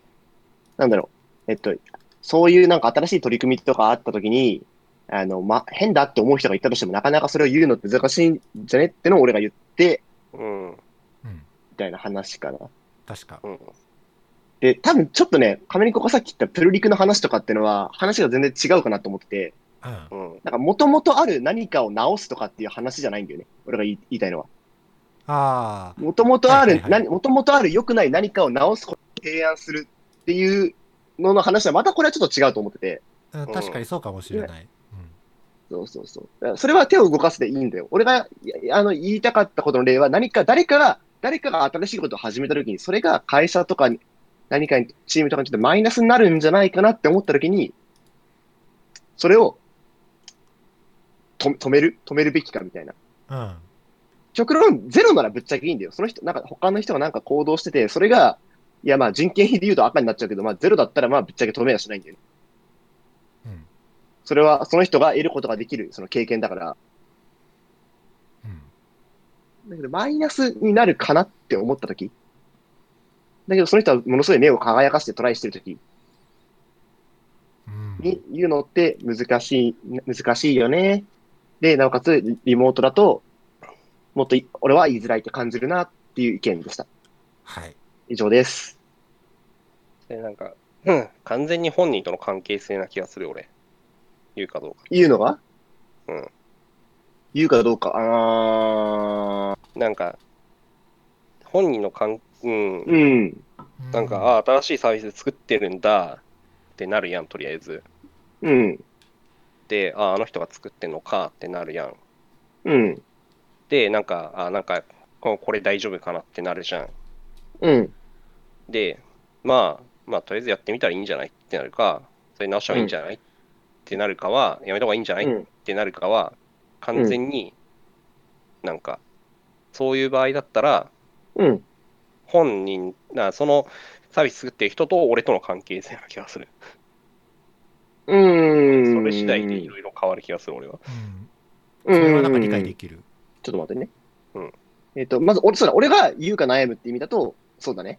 C: なんだろう、えっと、そういうなんか新しい取り組みとかあったときに、あの、ま、変だって思う人がいたとしても、なかなかそれを言うのって難しいんじゃねってのを俺が言って、
A: うん。うん。
B: うん。
C: みたいな話かな。
B: 確か。
C: で、多分ちょっとね、亀子がさっき言ったプルリクの話とかっていうのは、話が全然違うかなと思ってて、
B: う
A: う
B: ん。
A: ん。
C: なんか元々ある何かを直すとかっていう話じゃないんだよね。俺が言い言いたいのは。
B: ああ、
C: もともとあ
B: はいは、
C: る
B: いはい
C: 何もともとある良くない何かを直すことを提案するっていうのの話は、またこれはちょっと違うと思ってて、
B: うん、確かにそうかもしれない。うん。
C: そうそうそう。だからそれは手を動かすでいいんだよ。俺がいやあの言いたかったことの例は、何か、誰かが、誰かが新しいことを始めたときに、それが会社とかに、何かに、チームとかにちょっとマイナスになるんじゃないかなって思ったときに、それをと止める止めるべきかみたいな。
B: うん。
C: 極論ゼロならぶっちゃけいいんだよ。その人、なんか他の人がなんか行動してて、それが、いやまあ人件費で言うと赤になっちゃうけど、まあゼロだったらまあぶっちゃけ止めはしないんだよね。
B: うん。
C: それはその人が得ることができる、その経験だから。
B: うん。
C: だけどマイナスになるかなって思ったとき。だけどその人はものすごい目を輝かしてトライしてるとき
B: うん
C: に言うのって難しい、難しいよね。で、なおかつリリモートだと、もっとい俺は言いづらいって感じるなっていう意見でした。
B: はい。
C: 以上です。
A: で、なんか、うん完全に本人との関係性な気がする、俺。言うかどうか。
C: 言うのが
A: うん。
C: 言うかどうか。あー。
A: なんか、本人の関、うん。
C: うん。
A: なんか、ああ、新しいサービス作ってるんだってなるやん、とりあえず。
C: うん。
A: で、ああ、あの人が作ってんのかってなるやん。
C: うん。
A: で、なんか、ああ、なんか、ここれ大丈夫かなってなるじゃん。
C: うん。
A: で、まあ、まあ、とりあえずやってみたらいいんじゃないってなるか、それ直した方がいいんじゃない、ってなるかは、やめた方がいいんじゃない、
C: う
A: っ
C: ん。
A: てなるかは、完全に、なんか、そういう場合だったら、
C: うん。
A: 本人、なそのサービス作ってる人と俺との関係性な気がする。
C: うん。
A: それ次第でいろいろ変わる気がする、俺は。
B: うん。
C: うん。
B: それはなんか理解できる。
C: ちょっと待ってね。
A: うん。
C: えっ、と、まず、俺、そうだ、俺が言うか悩むって意味だと、そうだね。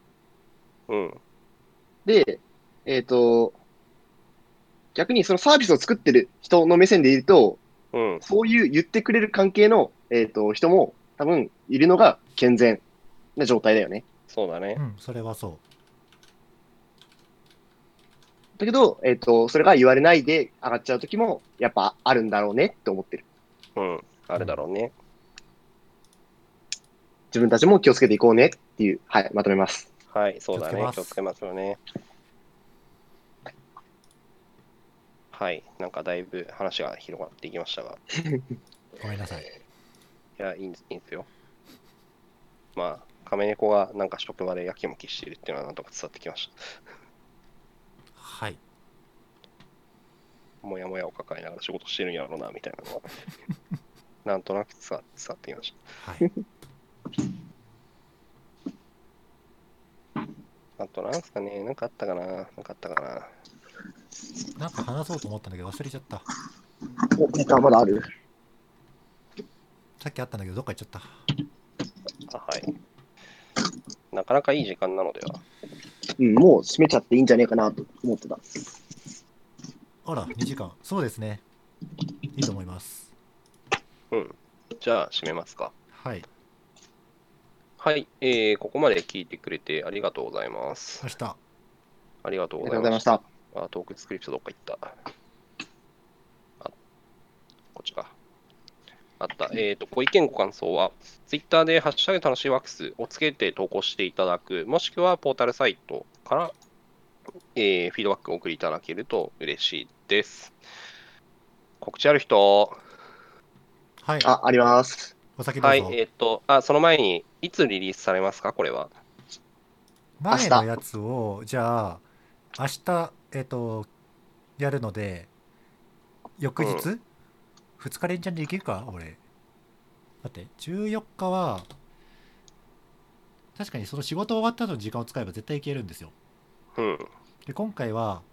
A: うん。
C: で、えっ、と、逆にそのサービスを作ってる人の目線で言うと、
A: うん。
C: そういう言ってくれる関係の、えっ、と、人も多分いるのが健全な状態だよね。
A: そうだね
B: う。ん、それはそ
C: だけど、えっ、と、それが言われないで上がっちゃう時も、やっぱあるんだろうねって思ってる。
A: うん。あれだろうね。
C: 自分たちも気をつけていこうねっていう、はい、まとめます。
A: はい、そうだね。気
B: 気
A: を
B: を
A: つ
B: つ
A: け
B: け
A: ましょうね。はい、なんかだいぶ話が広がっていきましたが、
B: う。ごめんなさい。
A: いや、いいんですいいんですよ。まあ、亀猫がなんか職場でやきもきしているっていうのはなんとか伝わってきまし
B: はい。
A: た。もやもやを抱えながら仕事してるんやろうな、みたいなのは。なんとなく伝わ伝わってきまし
B: はい。
A: た。あと、なんすかね、なんかあったかな、なんかあったかな。
B: なんか話そうと思ったんだけど忘れちゃった。
C: お、ネタまだある。
B: さっきあったんだけど、どっか行っちゃっ
A: あ、はい。なかなかいい時間なのでは。
C: うん、もう閉めちゃっていいんじゃねえかなと思ってた。
B: た。あら、2時間。そうですね。いいと思います。
A: うん。じゃあ、閉めますか。
B: はい。
A: はい、えーここまで聞いてくれてありがとうございます。
B: 明日。
A: ありがとう
C: あり
A: ござい
C: がとうござい
A: ま
C: ま
A: し。
C: したた。
A: あ、トークスクリプトどっか行った。あ、こっちか。あった。えっ、と、ご意見、ご感想は、Twitter でハッシュタグ楽しいワークスをつけて投稿していただく、もしくはポータルサイトから、えーフィードバックをお送りいただけると嬉しいです。告知ある人、
B: はい。
C: あ、あります。
B: お先ど
A: は
B: う
A: い
B: ぞ。、
A: えっと、あ、その前に、いつリリースされますか、これは。
B: 前のやつを、じゃあ、明日、えっ、と、やるので、翌日、
A: う
B: ?2 日連チャンでいけるか俺。待って、14日は、確かにその仕事終わった後の時間を使えば絶対いけるんですよ。
A: うん。
B: で、今回は、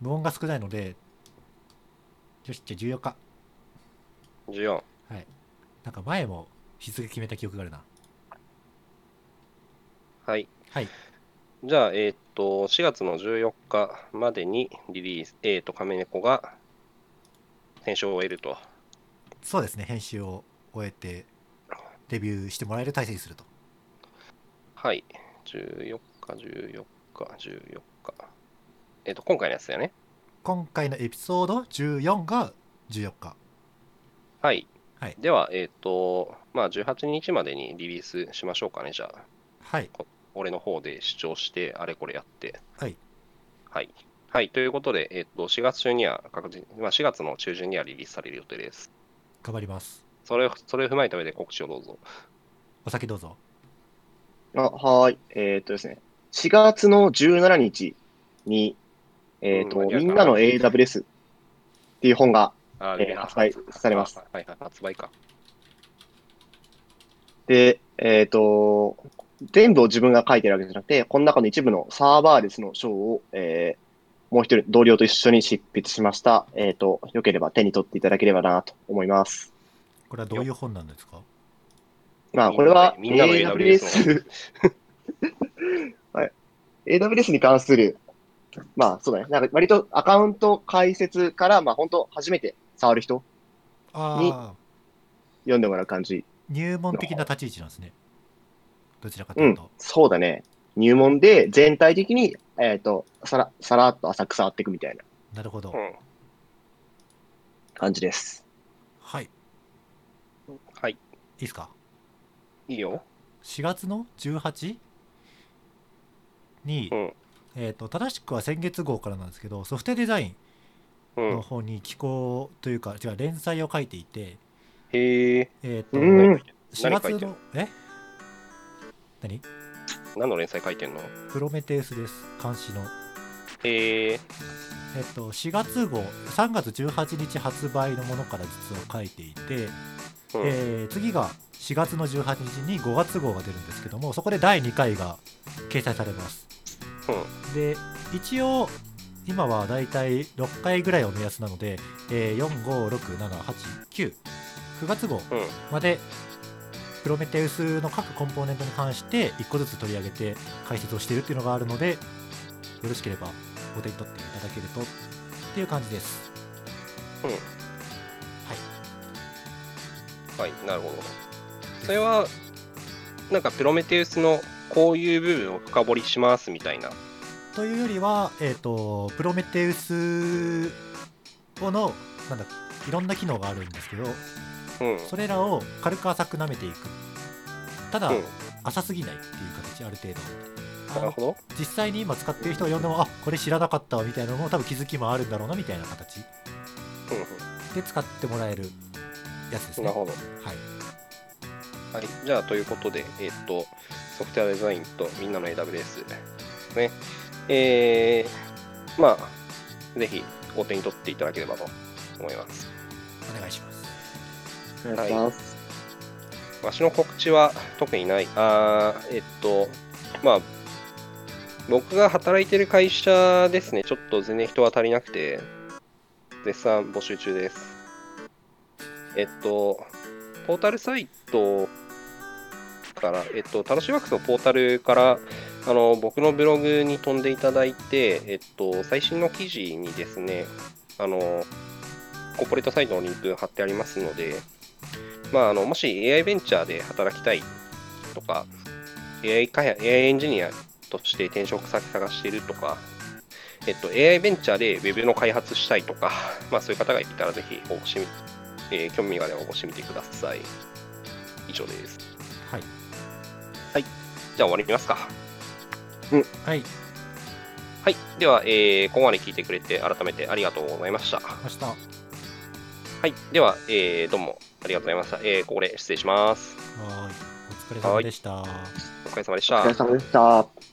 B: 無音が少ないので、よし、じゃあ14日。
A: 14。
B: なんか前も日付決めた記憶があるな。
A: はい。
B: はい。
A: じゃあ、えっと、4月の14日までにリリース、えっと、亀猫が、編集を終えると。
B: そうですね、編集を終えて、レビューしてもらえる体制にすると。
A: はい。14日、14日、14日。えっと、今回のやつだよね。
B: 今回のエピソード14が14日。
A: はい。
B: はい
A: では、えっと、まあ、18日までにリリースしましょうかね、じゃあ。
B: はい。
A: 俺の方で主張して、あれこれやって。
B: はい。
A: はい。はい。ということで、えっと、4月中には確実、まあ、4月の中旬にはリリースされる予定です。
B: 頑張ります。
A: それを、それを踏まえた上で告知をどうぞ。
B: お先どうぞ。
C: あ、はーい。えーっとですね、4月の17日に、えーっと、
A: うん間に合うかな
C: みんなの AWS っていう本が、
A: あ
C: えー発売されます。。
A: あはいはい、発売か。
C: で、えーっと、全部を自分が書いてるわけじゃなくて、この中の一部のサーバーレスの章を、えーもう一人、同僚と一緒に執筆しました。えーっと、よければ手に取っていただければなと思います。
B: これはどういう本なんですか
C: まあ、これは
A: みんなの AWS
C: AWS、はい、AWS に関する、まあそうだね、なんか割とアカウント開設から、まあ本当初めて触る人、
B: ああ、
C: 読んでもらう感じ。
B: 入門的な立ち位置なんですね。どちらかと
C: う
B: いうんと。、
C: そうだね。入門で全体的に、えっ、と、さら、さらっと浅く触っていくみたいな
B: なるほ
A: う。
B: ど
A: ん。
C: 感じです。
B: はい。い
A: はい。
B: いですか
A: いいよ。
B: ?4 月の 18? に、
A: うん。
B: えっ、と、正しくは先月号からなんですけど、ソフトウェアデザイン
A: う
B: の
A: ん。
B: 方に寄稿というか、違う、連載を書いていて、
A: へえ。
B: えっ、
C: う
B: と、
C: ん。
B: 4
A: 何書い
B: 月
A: てん
B: の、え何
A: 何の連載書いてんの
B: プロメテウスです。監視の。
A: へえ。
B: えっと、4月号3月18日発売のものから実は書いていて、
A: うん。
B: えー次が4月の18日に5月号が出るんですけどもそこで第2回が掲載されます、で一応今はだいたい6回ぐらいを目安なので、え4567899 9月号
A: うん。
B: までプロメテウスの各コンポーネントに関して1個ずつ取り上げて解説をしているっていうのがあるのでよろしければお手に取っていただけるとっていう感じです
A: うん。はい。はい、なるほど。それは、なんかプロメテウスのこういう部分を深掘りしますみたいな。
B: というよりは、えー、とプロメテウスのなんだいろんな機能があるんですけど
A: うん。
B: それらを軽く浅く舐めていくただ、
A: うん、
B: 浅すぎないっていう形ある程
A: な
B: 度あ
A: る
B: の
A: ほど。
B: 実際に今使ってる人が呼んでもあこれ知らなかったわみたいなのも多分気づきもあるんだろうなみたいな形
A: うんうん
B: で使ってもらえるやつですね。
A: なるほど。
B: はい、
A: はい、じゃあということで、えーっと、ソフトウェアデザインとみんなの AWS ですね。えー、まあ、ぜひお手に取っていただければと思います。
B: お願いします。
C: お願いします。
A: わしの告知は特にない。あーえっと、まあ、僕が働いてる会社ですね、ちょっと全然人が足りなくて、絶賛募集中です。えっと、ポータルサイトから、えっと、楽しいワークスのポータルから、あの、僕のブログに飛んでいただいて、えっと、最新の記事にですね、あの、コーポレートサイトのリンク貼ってありますので、まあ、あのもし AI ベンチャーで働きたいとか AI, 開発 AI エンジニアとして転職先探しているとか、えっと、AI ベンチャーで Web の開発したいとか、 まあ、そういう方がいたらぜひ応募してみ、えー興味があれば応募してみてください。以上です。
B: はい、
A: じゃあ終わりますか。
B: はい、
A: はい。では、えーここまで聞いてくれて改めてありがとうございました。
B: 明日。
A: はい。では、えーどうも、ありがとうございました。えー、ここで失礼します。
B: はーいお疲れ様でした。
A: お疲れ様でし
C: お
A: た
C: 疲れ。様でした。